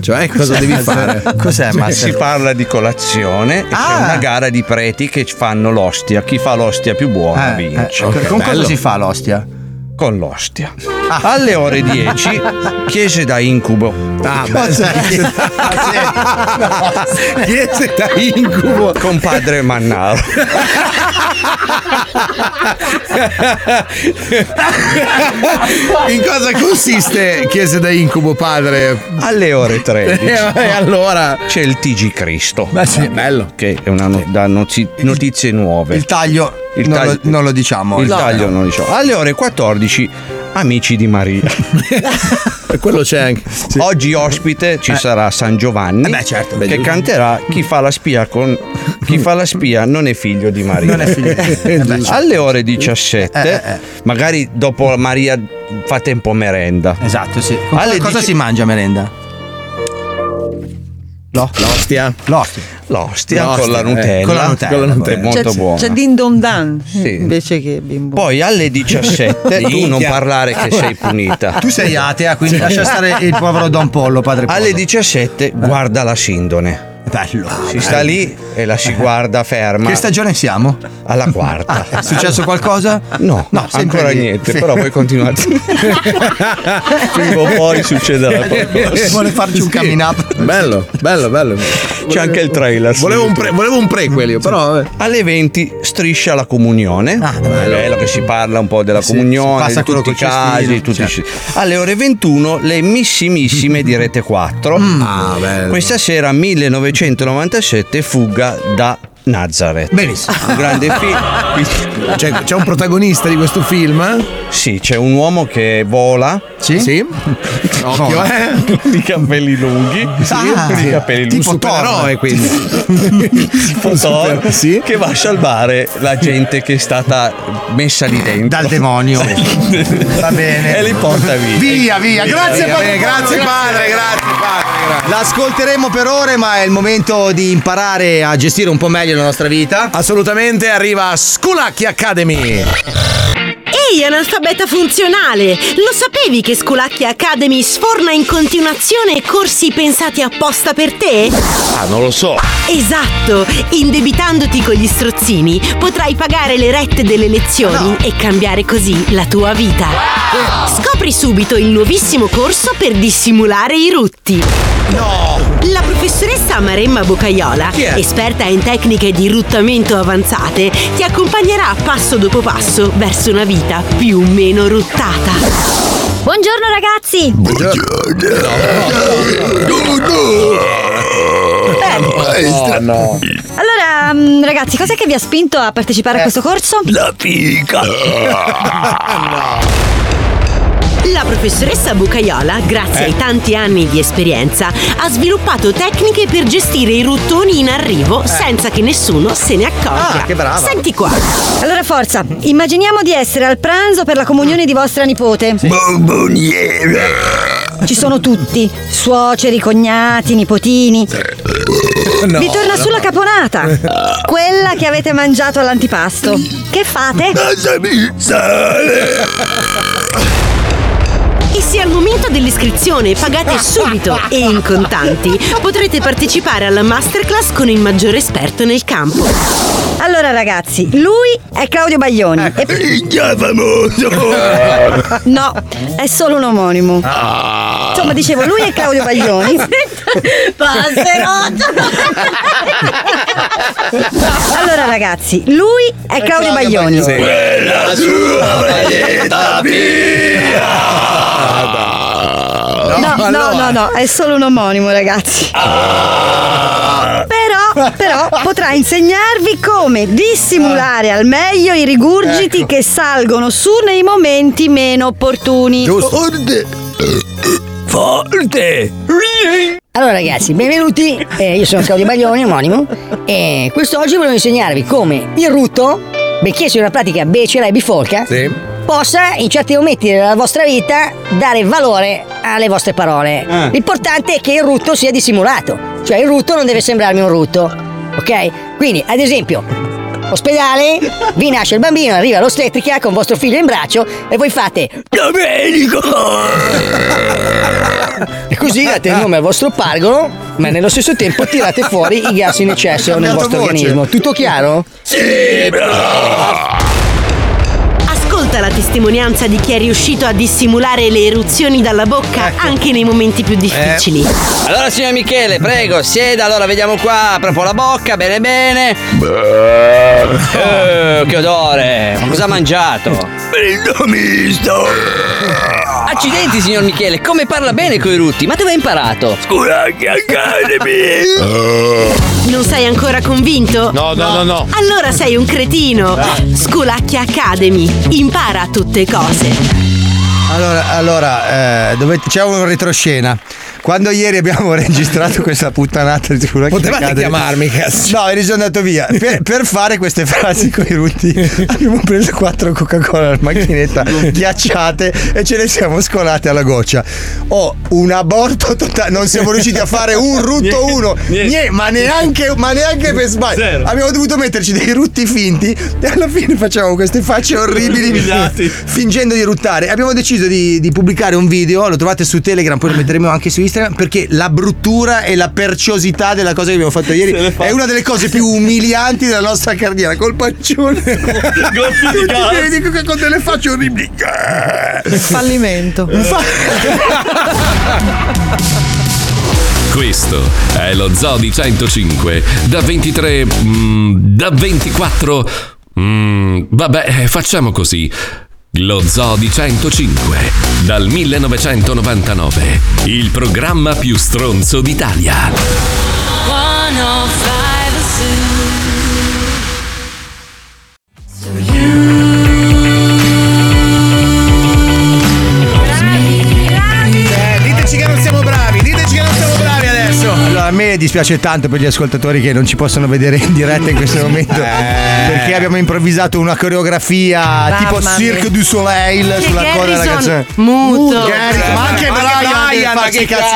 Speaker 8: cioè,
Speaker 3: cosa devi fare? Cos'è Master?
Speaker 8: Si parla di colazione e c'è una gara di preti che fanno l'ostia. Chi fa l'ostia più buona
Speaker 3: Eh,
Speaker 8: vince.
Speaker 3: eh, ok. Con cosa
Speaker 8: Bello.
Speaker 3: si fa l'ostia?
Speaker 8: Con l'ostia. Ah. Alle ore 10, chiese da incubo. Ah, chiese da incubo. Con padre Mannaro.
Speaker 5: In cosa consiste Chiesa da incubo, padre?
Speaker 8: Alle ore 13.
Speaker 5: Eh, vabbè, allora.
Speaker 8: C'è il TG Cristo. bello. Che è una no- da nozi- notizie nuove.
Speaker 3: Il taglio,
Speaker 8: Il
Speaker 3: non,
Speaker 8: taglio-
Speaker 3: lo, non lo diciamo.
Speaker 8: Il
Speaker 3: No,
Speaker 8: taglio
Speaker 3: no.
Speaker 8: non diciamo. Alle ore 14, amici di Maria.
Speaker 5: Quello c'è anche.
Speaker 8: Oggi ospite
Speaker 3: Eh.
Speaker 8: ci sarà San Giovanni
Speaker 3: certo,
Speaker 8: che canterà Chi fa la spia con Chi fa la spia non è figlio di Maria.
Speaker 3: Non è figlio di- Eh, beh, certo.
Speaker 8: Alle ore 17,
Speaker 3: Eh, eh, eh.
Speaker 8: magari dopo Maria fate un po' merenda.
Speaker 3: Esatto, sì. Con
Speaker 8: Alle
Speaker 3: cosa
Speaker 8: dieci-
Speaker 3: si mangia a merenda?
Speaker 8: No. L'ostia. L'ostia. con la
Speaker 3: L'ostia, eh,
Speaker 8: Nutella.
Speaker 3: con la Nutella,
Speaker 8: Con la Nutella,
Speaker 3: vabbè.
Speaker 8: molto
Speaker 3: C'è-
Speaker 8: buona.
Speaker 9: C'è Din Don Dan invece che bimbo.
Speaker 8: Poi alle 17 tu
Speaker 3: Minchia.
Speaker 8: non parlare che sei punita.
Speaker 3: Tu sei atea, quindi
Speaker 8: Sì.
Speaker 3: lascia stare il povero Don Pollo, padre Pollo. Eh.
Speaker 8: Alle 17 guarda la Sindone.
Speaker 3: Bello. Eh.
Speaker 8: Si sta lì e la si guarda ferma.
Speaker 3: Che stagione siamo?
Speaker 8: Alla quarta.
Speaker 3: Ah, È successo qualcosa?
Speaker 8: No, no
Speaker 3: sempre
Speaker 8: ancora
Speaker 3: lì.
Speaker 8: niente,
Speaker 3: Sì.
Speaker 8: però voi continuate. Prima o poi succederà qualcosa.
Speaker 3: Vuole farci un coming up.
Speaker 29: Bello, bello, bello.
Speaker 8: C'è anche il trailer.
Speaker 29: Volevo un, pre- volevo un prequel io, però. eh. vabbè.
Speaker 8: Alle 20 striscia la comunione. è bello che si parla un po' della
Speaker 3: Ah, Sì, si
Speaker 8: comunione,
Speaker 3: passa
Speaker 8: di
Speaker 3: quello
Speaker 8: tutti i
Speaker 3: col cestino,
Speaker 8: casi. tutti i
Speaker 3: certo.
Speaker 8: sci- Alle ore 21 le missimissime di Rete 4.
Speaker 3: Mm.
Speaker 29: Ah,
Speaker 8: Questa sera 1997 fuga da Nazareth.
Speaker 29: Benissimo.
Speaker 8: Un grande film.
Speaker 29: C'è, c'è un protagonista di questo film? eh?
Speaker 8: Sì, c'è un uomo che vola.
Speaker 3: Sì.
Speaker 8: Occhio, eh? Di capelli lunghi.
Speaker 3: Ah,
Speaker 8: di capelli lunghi.
Speaker 3: tipo
Speaker 8: Un supereroe,
Speaker 3: Thor.
Speaker 8: quindi. tipo Thor, che va a salvare la gente che è stata messa lì dentro. Dal
Speaker 3: demonio.
Speaker 8: Va bene. E li porta via.
Speaker 3: Via, via. Grazie,
Speaker 29: Via,
Speaker 5: Eh,
Speaker 3: padre.
Speaker 29: via, grazie, padre, grazie, padre. grazie.
Speaker 3: L'ascolteremo per ore, ma è il momento di imparare a gestire un po' meglio la nostra vita.
Speaker 29: Assolutamente, arriva Sculacchi Academy.
Speaker 24: Ehi, analfabeta funzionale! Lo sapevi che Sculacchi Academy sforna in continuazione corsi pensati apposta per te?
Speaker 29: Ah, non lo so.
Speaker 24: Esatto! Indebitandoti con gli strozzini potrai pagare le rette delle lezioni e cambiare così la tua vita. Scopri subito il nuovissimo corso per dissimulare i rutti. No! La professoressa Maremma Boccaiola,
Speaker 30: Chi è?
Speaker 24: esperta in tecniche di ruttamento avanzate, ti accompagnerà passo dopo passo verso una vita più o meno ruttata.
Speaker 30: Buongiorno ragazzi!
Speaker 6: Maestra.
Speaker 30: Allora, mm, ragazzi, cos'è che vi ha spinto a partecipare a questo corso?
Speaker 6: La pica.
Speaker 24: La professoressa Bucaiola, grazie
Speaker 30: Eh?
Speaker 24: ai tanti anni di esperienza, ha sviluppato tecniche per gestire i ruttoni in arrivo senza che nessuno se ne accorga.
Speaker 30: Eh. Ah, che brava.
Speaker 24: Senti qua.
Speaker 30: Allora, forza, immaginiamo di essere al pranzo per la comunione di vostra nipote. Ci sono tutti, suoceri, cognati, nipotini.
Speaker 6: No,
Speaker 30: Vi torna
Speaker 6: no.
Speaker 30: sulla caponata, quella che avete mangiato all'antipasto. Che fate?
Speaker 6: Lasciami sale.
Speaker 24: E se al momento dell'iscrizione pagate subito e in contanti, potrete partecipare alla masterclass con il maggiore esperto nel campo.
Speaker 30: Allora ragazzi, lui è Claudio Baglioni. E...
Speaker 6: Già famoso.
Speaker 30: No, è solo un omonimo.
Speaker 6: Ah.
Speaker 30: Insomma, dicevo, lui è Claudio Baglioni. Allora ragazzi, lui è Claudio Baglioni. eh,
Speaker 6: Quella sua maledetta via.
Speaker 30: No, no, no, no, è solo un omonimo ragazzi. Però, però potrà insegnarvi come dissimulare al meglio i rigurgiti che salgono su nei momenti meno opportuni.
Speaker 6: Forte.
Speaker 22: Allora ragazzi, benvenuti, Eh, io sono Claudio Baglioni, omonimo, e quest'oggi volevo insegnarvi come il rutto, benché sia una pratica becera e bifolca,
Speaker 29: Sì.
Speaker 22: possa in certi momenti della vostra vita dare valore alle vostre parole.
Speaker 15: Ah.
Speaker 22: L'importante è che il rutto sia dissimulato, cioè il rutto non deve sembrarmi un rutto, ok? Quindi, ad esempio, ospedale, vi nasce il bambino, arriva l'ostetrica con vostro figlio in braccio e voi fate
Speaker 6: Domenico.
Speaker 22: e così date il nome al vostro pargono, ma nello stesso tempo tirate fuori i gas in eccesso nel vostro voce. organismo. Tutto chiaro?
Speaker 6: Sì, bravo.
Speaker 24: Ascolta la testimonianza di chi è riuscito a dissimulare le eruzioni dalla bocca
Speaker 30: Ecco.
Speaker 24: anche nei momenti più difficili.
Speaker 30: Eh.
Speaker 31: Allora, signor Michele, prego, sieda. Allora, vediamo qua. Proprio la bocca, bene, bene. Eh, che odore. Ma cosa ha mangiato?
Speaker 6: Misto.
Speaker 31: Accidenti, signor Michele, come parla bene coi rutti? Ma dove ha imparato?
Speaker 6: Curacchi Academy.
Speaker 24: Non sei ancora convinto?
Speaker 31: No, no, no, Eh. no.
Speaker 24: Allora sei un cretino. Sculacchia Academy. Impara tutte cose.
Speaker 3: Allora, allora eh, dovete- c'è un retroscena. Quando ieri abbiamo registrato questa puttanata di sicuro
Speaker 5: Potevate chiamarmi, cazzo.
Speaker 3: No, eri già andato via. Per, per fare queste frasi con i rutti abbiamo preso quattro Coca-Cola alla macchinetta ghiacciate e ce le siamo scolate alla goccia. Oh, un aborto totale. Non siamo riusciti a fare un rutto
Speaker 5: Niente,
Speaker 3: uno.
Speaker 5: niente.
Speaker 3: Niente, ma neanche, ma neanche per sbaglio.
Speaker 5: Zero.
Speaker 3: Abbiamo dovuto metterci dei rutti finti e alla fine facevamo queste facce orribili
Speaker 5: Umiliati.
Speaker 3: fingendo di ruttare. Abbiamo deciso di, di pubblicare un video, lo trovate su Telegram, poi lo metteremo anche su Instagram, perché la bruttura e la perciosità della cosa che abbiamo fatto ieri
Speaker 5: Se l'è fatta.
Speaker 3: è una delle cose più umilianti della nostra carriera, col pancione. Tutti
Speaker 5: gas.
Speaker 3: i piedi con- con delle facce orribili.
Speaker 29: Fallimento.
Speaker 1: Questo è lo Zoo di 105 da 23. mm, da 24. mm, vabbè, facciamo così. Lo Zoo di 105 dal 1999. Il programma più stronzo d'Italia.
Speaker 6: 105
Speaker 5: Eh, diteci che non siamo bravi, diteci che non siamo bravi adesso.
Speaker 3: Allora, a me dispiace tanto per gli ascoltatori che non ci possono vedere in diretta in questo momento. Perché abbiamo improvvisato una coreografia tipo
Speaker 5: Eh. mia.
Speaker 3: Cirque du Soleil
Speaker 5: Che
Speaker 3: sulla coda della
Speaker 5: Garrison
Speaker 3: canzone.
Speaker 5: muto.
Speaker 3: Garrison, ma anche Brian.
Speaker 5: Brian,
Speaker 3: fa
Speaker 5: ma che cazzo,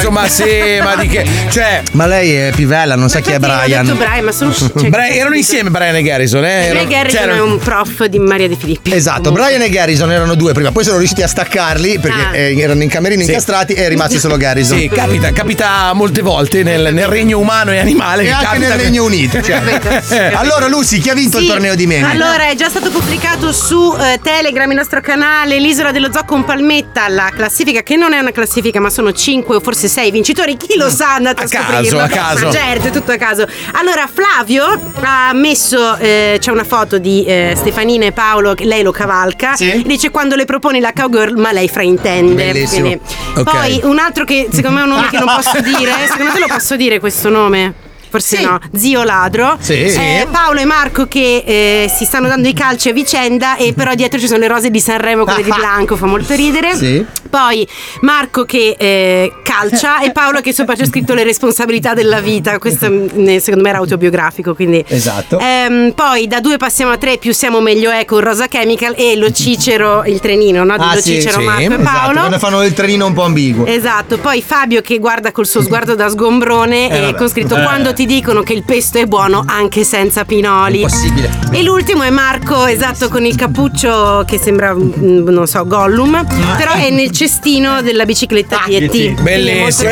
Speaker 3: vuoi.
Speaker 5: ma Ah, sì, ma di che. Cioè.
Speaker 3: Ma lei è Pivella, non sa chi è Brian.
Speaker 24: detto Brian, ma sono- cioè-
Speaker 5: Bra- erano insieme Brian e Garrison, eh?
Speaker 24: Greg
Speaker 3: erano-
Speaker 24: Harrison
Speaker 3: c'erano-
Speaker 24: è un prof di Maria De Filippi.
Speaker 3: Esatto, Brian e Garrison erano due prima, poi sono riusciti a staccarli perché
Speaker 24: Ah.
Speaker 3: eh, erano in camerino incastrati e è rimasto solo Garrison.
Speaker 5: Sì, capita, capita molte volte nel, nel regno umano e animale.
Speaker 3: E
Speaker 5: che
Speaker 3: anche
Speaker 5: capita
Speaker 3: nel
Speaker 5: che- Eh.
Speaker 3: Regno Unito. cioè. allora, Lucy, chi ha vinto il
Speaker 24: Sì.
Speaker 3: torneo di meme?
Speaker 24: Allora, è già stato pubblicato su eh, Telegram, il nostro canale, l'isola dello zoo con Palmetta, la classifica che non è una classifica, ma sono 5 o forse 6 vincitori. Chi lo sa, andate a,
Speaker 5: caso,
Speaker 24: scoprirlo.
Speaker 5: a caso.
Speaker 24: Ma certo, è tutto a caso. Allora, Flavio ha messo eh, c'è una foto di eh, Stefanina e Paolo, che lei lo cavalca. Dice quando le proponi la cowgirl, ma lei fraintende.
Speaker 3: Bellissimo.
Speaker 24: Quindi-
Speaker 3: Ok.
Speaker 24: Poi un altro che secondo me è un nome che non posso dire, eh, secondo te lo posso dire questo nome? Forse no, zio ladro.
Speaker 3: Sì.
Speaker 24: Eh, Paolo e Marco che eh, si stanno dando i calci a vicenda e però dietro ci sono le rose di Sanremo, quelle di Blanco, fa molto ridere.
Speaker 3: Sì.
Speaker 24: Poi Marco che eh, calcia e Paolo che sopra c'è scritto le responsabilità della vita, questo mm, secondo me era autobiografico, quindi...
Speaker 3: Esatto.
Speaker 24: Ehm, poi da due passiamo a tre, più siamo meglio è con Rosa Chemical e lo Cicero, il trenino, no? Di
Speaker 5: Ah,
Speaker 24: lo Cicero, Marco e
Speaker 3: Ah, esatto,
Speaker 24: Paolo.
Speaker 3: quando fanno il trenino un po' ambiguo.
Speaker 24: Esatto, poi Fabio che guarda col suo sguardo da sgombrone
Speaker 3: Eh,
Speaker 24: e
Speaker 3: vabbè.
Speaker 24: con scritto
Speaker 3: Eh.
Speaker 24: quando ti dicono che il pesto è buono anche senza pinoli.
Speaker 3: Impossibile.
Speaker 24: E l'ultimo è Marco, esatto, con il cappuccio che sembra, mm, non so, Gollum, però è nel cestino della bicicletta di E.T.
Speaker 3: Bellissimo. Quello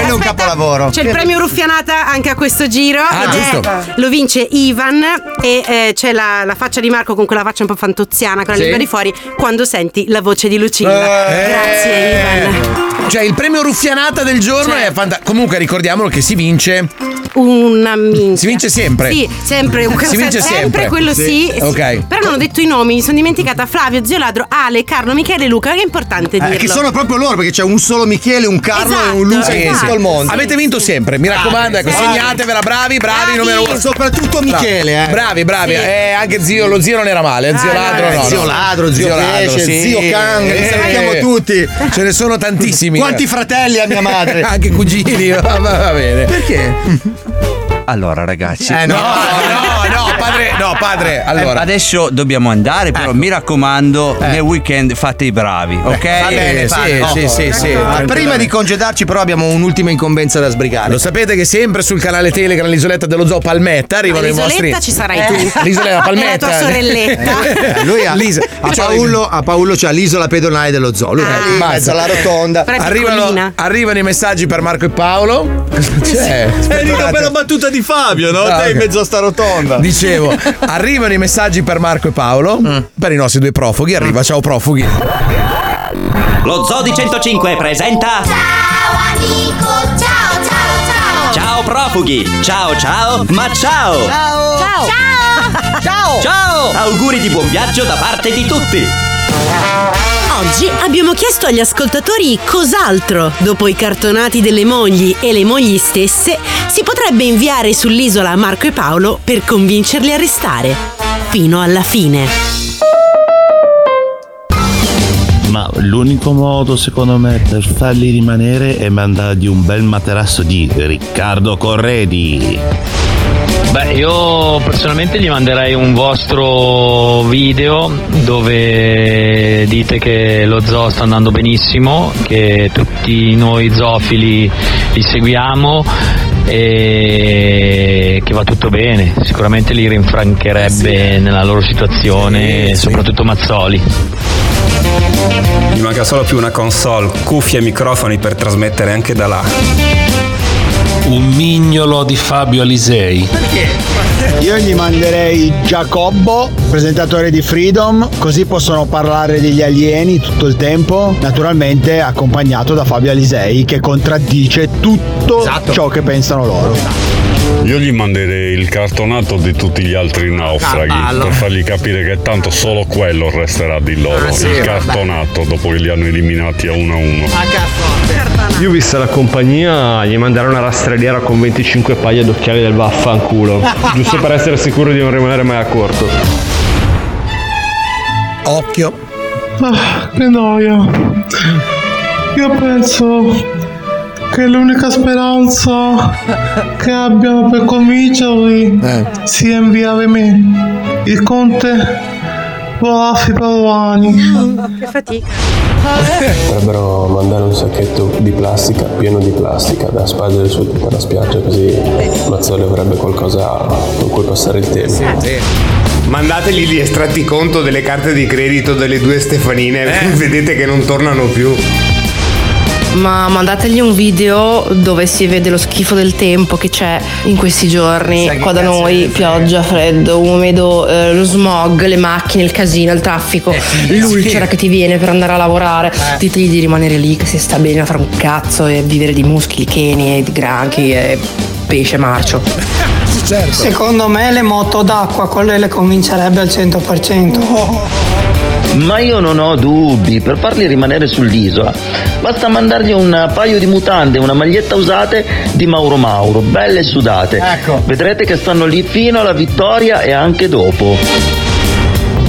Speaker 3: è un
Speaker 24: Aspetta,
Speaker 3: capolavoro.
Speaker 24: C'è il premio Ruffianata anche a questo giro.
Speaker 3: Ah,
Speaker 24: ed è-
Speaker 3: giusto.
Speaker 24: lo vince Ivan e eh, c'è la, la faccia di Marco con quella faccia un po' fantoziana, con la
Speaker 5: Sì.
Speaker 24: lingua di fuori, quando senti la voce di Lucilla.
Speaker 5: Eh.
Speaker 24: Grazie Ivan.
Speaker 5: Cioè, il premio ruffianata del giorno
Speaker 3: Cioè.
Speaker 5: è fantastico. Comunque, ricordiamolo che si vince.
Speaker 24: Una minchia.
Speaker 5: Si vince sempre. Eh,
Speaker 24: Sì, sempre.
Speaker 5: Si vince sempre.
Speaker 24: quello sì. sì.
Speaker 5: Ok.
Speaker 24: Però non ho detto i nomi, mi sono dimenticata Flavio, Zio Ladro, Ale, Carlo, Michele e Luca, che è importante dirlo. Esatto,
Speaker 3: Eh, che sono proprio loro perché c'è un solo Michele, un Carlo e un Luca in tutto il mondo.
Speaker 5: Avete vinto sempre, mi raccomando, ecco,
Speaker 3: esatto. Bravi.
Speaker 5: segnatevela, bravi, bravi,
Speaker 3: Bravi.
Speaker 5: numero uno.
Speaker 3: Soprattutto Michele, eh.
Speaker 5: Bravi, bravi.
Speaker 3: Sì.
Speaker 5: Eh, anche zio, lo zio non era male, eh, zio
Speaker 3: Ah,
Speaker 5: ladro
Speaker 3: no,
Speaker 5: no.
Speaker 3: zio
Speaker 5: no.
Speaker 3: ladro, zio pesce, zio Kang, li salutiamo tutti.
Speaker 5: Eh. Ce ne sono tantissimi.
Speaker 3: Quanti fratelli ha mia madre?
Speaker 5: anche cugini, va, va bene.
Speaker 3: Perché? Allora, ragazzi.
Speaker 5: Eh, no, no, no, padre, no, padre, allora.
Speaker 8: Eh, adesso dobbiamo andare, però mi raccomando, nel weekend fate i bravi, ok? Eh,
Speaker 3: Va bene, padre. Oh,
Speaker 8: Ecco.
Speaker 3: Ma prima di congedarci, però, abbiamo un'ultima incombenza da sbrigare.
Speaker 5: Lo sapete che sempre sul canale Telegram l'isoletta dello zoo Palmetta arrivano i
Speaker 24: All'isoletta
Speaker 5: vostri. Eh.
Speaker 24: ci sarai tu.
Speaker 5: L'isoletta
Speaker 24: E
Speaker 5: Palmetta. Cioè,
Speaker 24: la tua sorelletta.
Speaker 3: Eh, lui ha,
Speaker 5: L'is-
Speaker 3: a, Paolo, a Paolo c'ha l'isola pedonale dello zoo.
Speaker 24: Ah,
Speaker 3: Lui è lì in
Speaker 5: Mazza.
Speaker 3: mezzo alla rotonda.
Speaker 5: Arrivano, arrivano i messaggi per Marco e Paolo. Cosa c'è?
Speaker 3: È
Speaker 8: venuto per la
Speaker 5: battuta di Fabio,
Speaker 8: no? Te in mezzo
Speaker 5: a sta rotonda. Ah, Dicevo, arrivano i messaggi per Marco e Paolo. Per i nostri due profughi. Arriva, ciao profughi.
Speaker 13: Lo Zoo di 105 presenta. Ciao amico, ciao ciao ciao. Ciao profughi, ciao ciao, ma ciao.
Speaker 6: Ciao! Ciao! Ciao!
Speaker 13: Ciao! Auguri di buon viaggio da parte di tutti.
Speaker 32: Oggi abbiamo chiesto agli ascoltatori cos'altro, dopo i cartonati delle mogli e le mogli stesse, si potrebbe inviare sull'isola a Marco e Paolo per convincerli a restare. Fino alla fine.
Speaker 33: Ma l'unico modo secondo me per farli rimanere è mandargli un bel materasso di Riccardo Corredi.
Speaker 29: Beh, io personalmente gli manderei un vostro video dove dite che lo zoo sta andando benissimo, che tutti noi zoofili li seguiamo e che va tutto bene. Sicuramente li rinfrancherebbe nella loro situazione, soprattutto Mazzoli.
Speaker 23: Mi manca solo più una console, cuffie e microfoni per trasmettere anche da là.
Speaker 8: Un mignolo di Fabio Alisei.
Speaker 11: Io gli manderei Giacobbo, presentatore di Freedom, così possono parlare degli alieni tutto il tempo, naturalmente accompagnato da Fabio Alisei che contraddice tutto
Speaker 5: Esatto.
Speaker 11: ciò che pensano loro.
Speaker 34: Io gli manderei il cartonato di tutti gli altri naufraghi
Speaker 11: Ah, ballo.
Speaker 34: per fargli capire che tanto solo quello resterà di loro.
Speaker 6: Ah, sì,
Speaker 34: il
Speaker 6: vabbè.
Speaker 34: cartonato dopo che li hanno eliminati a uno a uno.
Speaker 35: Io vista la compagnia gli manderò una rastrelliera con 25 paia d'occhiali del vaffanculo, giusto per essere sicuro di non rimanere mai a corto.
Speaker 36: Occhio.
Speaker 6: Ah, che noia. Io penso che l'unica speranza che abbiamo per convincerli sia inviare me, il conte Volafi Paluani.
Speaker 37: Che fatica.
Speaker 35: Potrebbero mandare un sacchetto di plastica, pieno di plastica, da spargere su tutta la spiaggia, così Mazzoli avrebbe qualcosa con cui passare il tempo.
Speaker 5: Eh.
Speaker 7: Mandategli gli estratti conto delle carte di credito delle due Stefanine, vedete che non tornano più.
Speaker 24: Ma mandategli un video dove si vede lo schifo del tempo che c'è in questi giorni qua da noi, pioggia, freddo, umido, eh, lo smog, le macchine, il casino, il traffico, l'ulcera che ti viene per andare a lavorare. Ditegli di rimanere lì che si sta bene a fare un cazzo e vivere di muschi, cheni e di granchi e pesce marcio.
Speaker 11: Certo.
Speaker 17: Secondo me le moto d'acqua, quelle le convincerebbe al 100%.
Speaker 11: Oh,
Speaker 38: Ma io non ho dubbi, per farli rimanere sull'isola basta mandargli un paio di mutande, una maglietta usate di Mauro Mauro, belle sudate. Vedrete che stanno lì fino alla vittoria e anche dopo.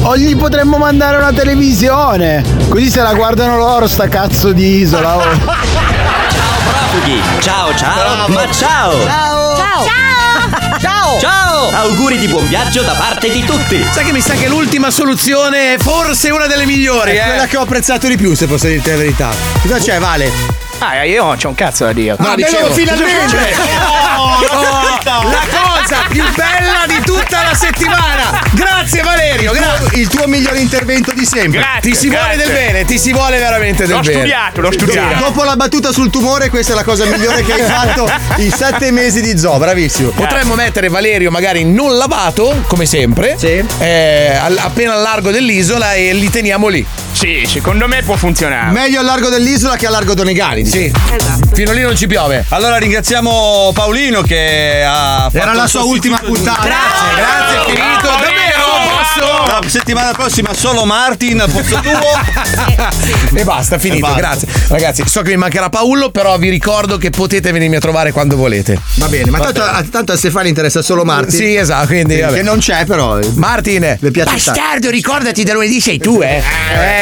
Speaker 11: O gli potremmo mandare una televisione, così se la guardano loro sta cazzo di isola. oh.
Speaker 22: Profughi, ciao ciao, ma ciao!
Speaker 11: Ciao!
Speaker 22: Ciao! Ciao! Ciao! Auguri di buon viaggio da parte di tutti!
Speaker 5: Sai che mi sa che l'ultima soluzione è forse una delle migliori,
Speaker 3: È
Speaker 5: eh?
Speaker 3: quella che ho apprezzato di più, se posso dirti la verità. Cosa c'è, Vale? Ah,
Speaker 7: Ah, io non c'ho un cazzo da dire.
Speaker 5: No, dicevo- Cioè,
Speaker 6: Oh, no.
Speaker 5: la cosa più bella di tutta la settimana. Grazie Valerio,
Speaker 3: Il tuo-
Speaker 5: grazie.
Speaker 3: Il tuo miglior intervento di sempre.
Speaker 5: Grazie, Ti si vuole grazie. del bene, ti si vuole veramente del L'ho bene. studiato, l'ho studiato.
Speaker 3: Dopo la battuta sul tumore, questa è la cosa migliore che hai fatto in sette mesi di zoo, bravissimo.
Speaker 5: Potremmo mettere Valerio magari non lavato, come sempre, eh, al- appena al largo dell'isola e li teniamo lì.
Speaker 39: Sì, secondo me può funzionare.
Speaker 3: Meglio al largo dell'isola che al largo Donegali. Sì.
Speaker 5: Fino lì non ci piove.
Speaker 8: Allora ringraziamo Paolino che ha fatto
Speaker 3: Era la
Speaker 8: il
Speaker 3: sua
Speaker 8: suo
Speaker 3: ultima
Speaker 8: sito di-
Speaker 3: puntata.
Speaker 8: Grazie, grazie, è finito. Davvero, posso? La settimana prossima solo Martin, posso tuo.
Speaker 5: E basta, finito,
Speaker 8: basta.
Speaker 5: grazie. Ragazzi, so che mi mancherà Paolo, però vi ricordo che potete venirmi a trovare quando volete.
Speaker 3: Va bene, ma tanto, a, tanto a Stefano interessa solo Martin.
Speaker 5: Sì, esatto, quindi, vabbè.
Speaker 3: Che non c'è però. eh,
Speaker 5: Martin,
Speaker 3: le piace tanto.
Speaker 5: ricordati da lunedì sei tu, eh.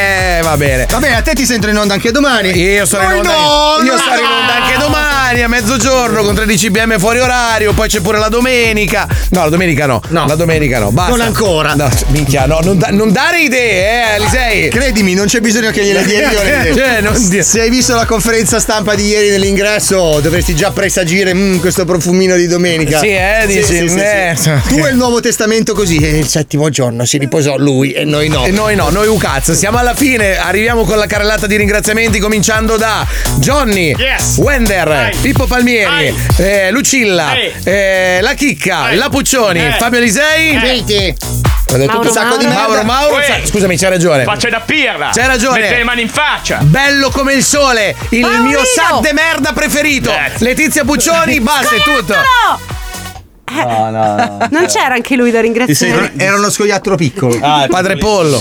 Speaker 5: Eh, va bene.
Speaker 3: Va bene, a te ti sento in onda anche domani.
Speaker 5: Io sono in onda. io sarò in onda anche domani a mezzogiorno con 13 bm fuori orario. Poi c'è pure la domenica. No, la domenica no. La domenica no. Basta.
Speaker 3: Non ancora.
Speaker 5: No, minchia, no, non, da- non dare idee, eh, Alisei.
Speaker 3: Credimi, non c'è bisogno che gliele dia io le
Speaker 5: Cioè,
Speaker 3: idee.
Speaker 5: non-
Speaker 3: Se hai visto la conferenza stampa di ieri nell'ingresso, dovresti già presagire mm, questo profumino di domenica.
Speaker 5: Sì, eh, dici, eh,
Speaker 3: Tu e il Nuovo Testamento così, e il settimo giorno si riposò lui e noi no.
Speaker 5: E noi no, noi Ucaz. Siamo alla fine, arriviamo con la carrellata di ringraziamenti cominciando da Johnny, Wender, Pippo Palmieri, eh, Lucilla, eh, La Chicca, La Puccioni, Fabio Lisei. Ho detto
Speaker 39: Mauro
Speaker 5: un sacco di
Speaker 39: Mauro.
Speaker 5: Mauro, Mauro,
Speaker 39: Uè.
Speaker 5: sa- scusami, c'ha ragione.
Speaker 39: Faccia da pirla!
Speaker 5: C'hai ragione.
Speaker 39: Mette le mani in faccia!
Speaker 5: Bello come il sole, il mio sac de merda preferito. Letizia Puccioni, basta, è tutto.
Speaker 37: No, Non c'era anche lui da ringraziare.
Speaker 3: Era uno scoiattolo piccolo.
Speaker 8: Ah,
Speaker 5: Padre Pollo.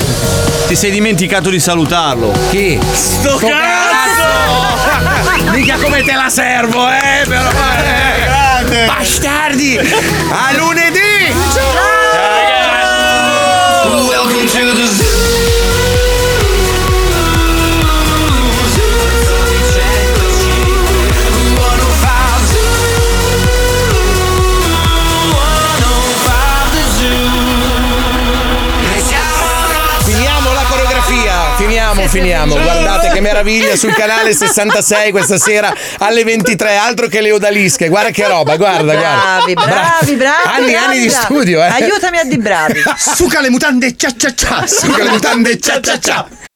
Speaker 8: Ti sei dimenticato di salutarlo.
Speaker 5: Chi?
Speaker 8: Sto
Speaker 5: cazzo! Mica come te la servo, eh, però. eh. Bastardi! A lunedì!
Speaker 6: Welcome to the zoo.
Speaker 5: finiamo. Guardate che meraviglia sul canale 66 questa sera alle 23. Altro che le odalische. Guarda che roba, guarda, guarda.
Speaker 1: Bravi, bravi, bravi.
Speaker 5: Anni e
Speaker 1: bravi,
Speaker 5: anni di
Speaker 1: bravi.
Speaker 5: studio, eh.
Speaker 1: Aiutami a di bravi.
Speaker 5: Suca le mutande, cia cia cia. Suca le mutande, cia cia cia.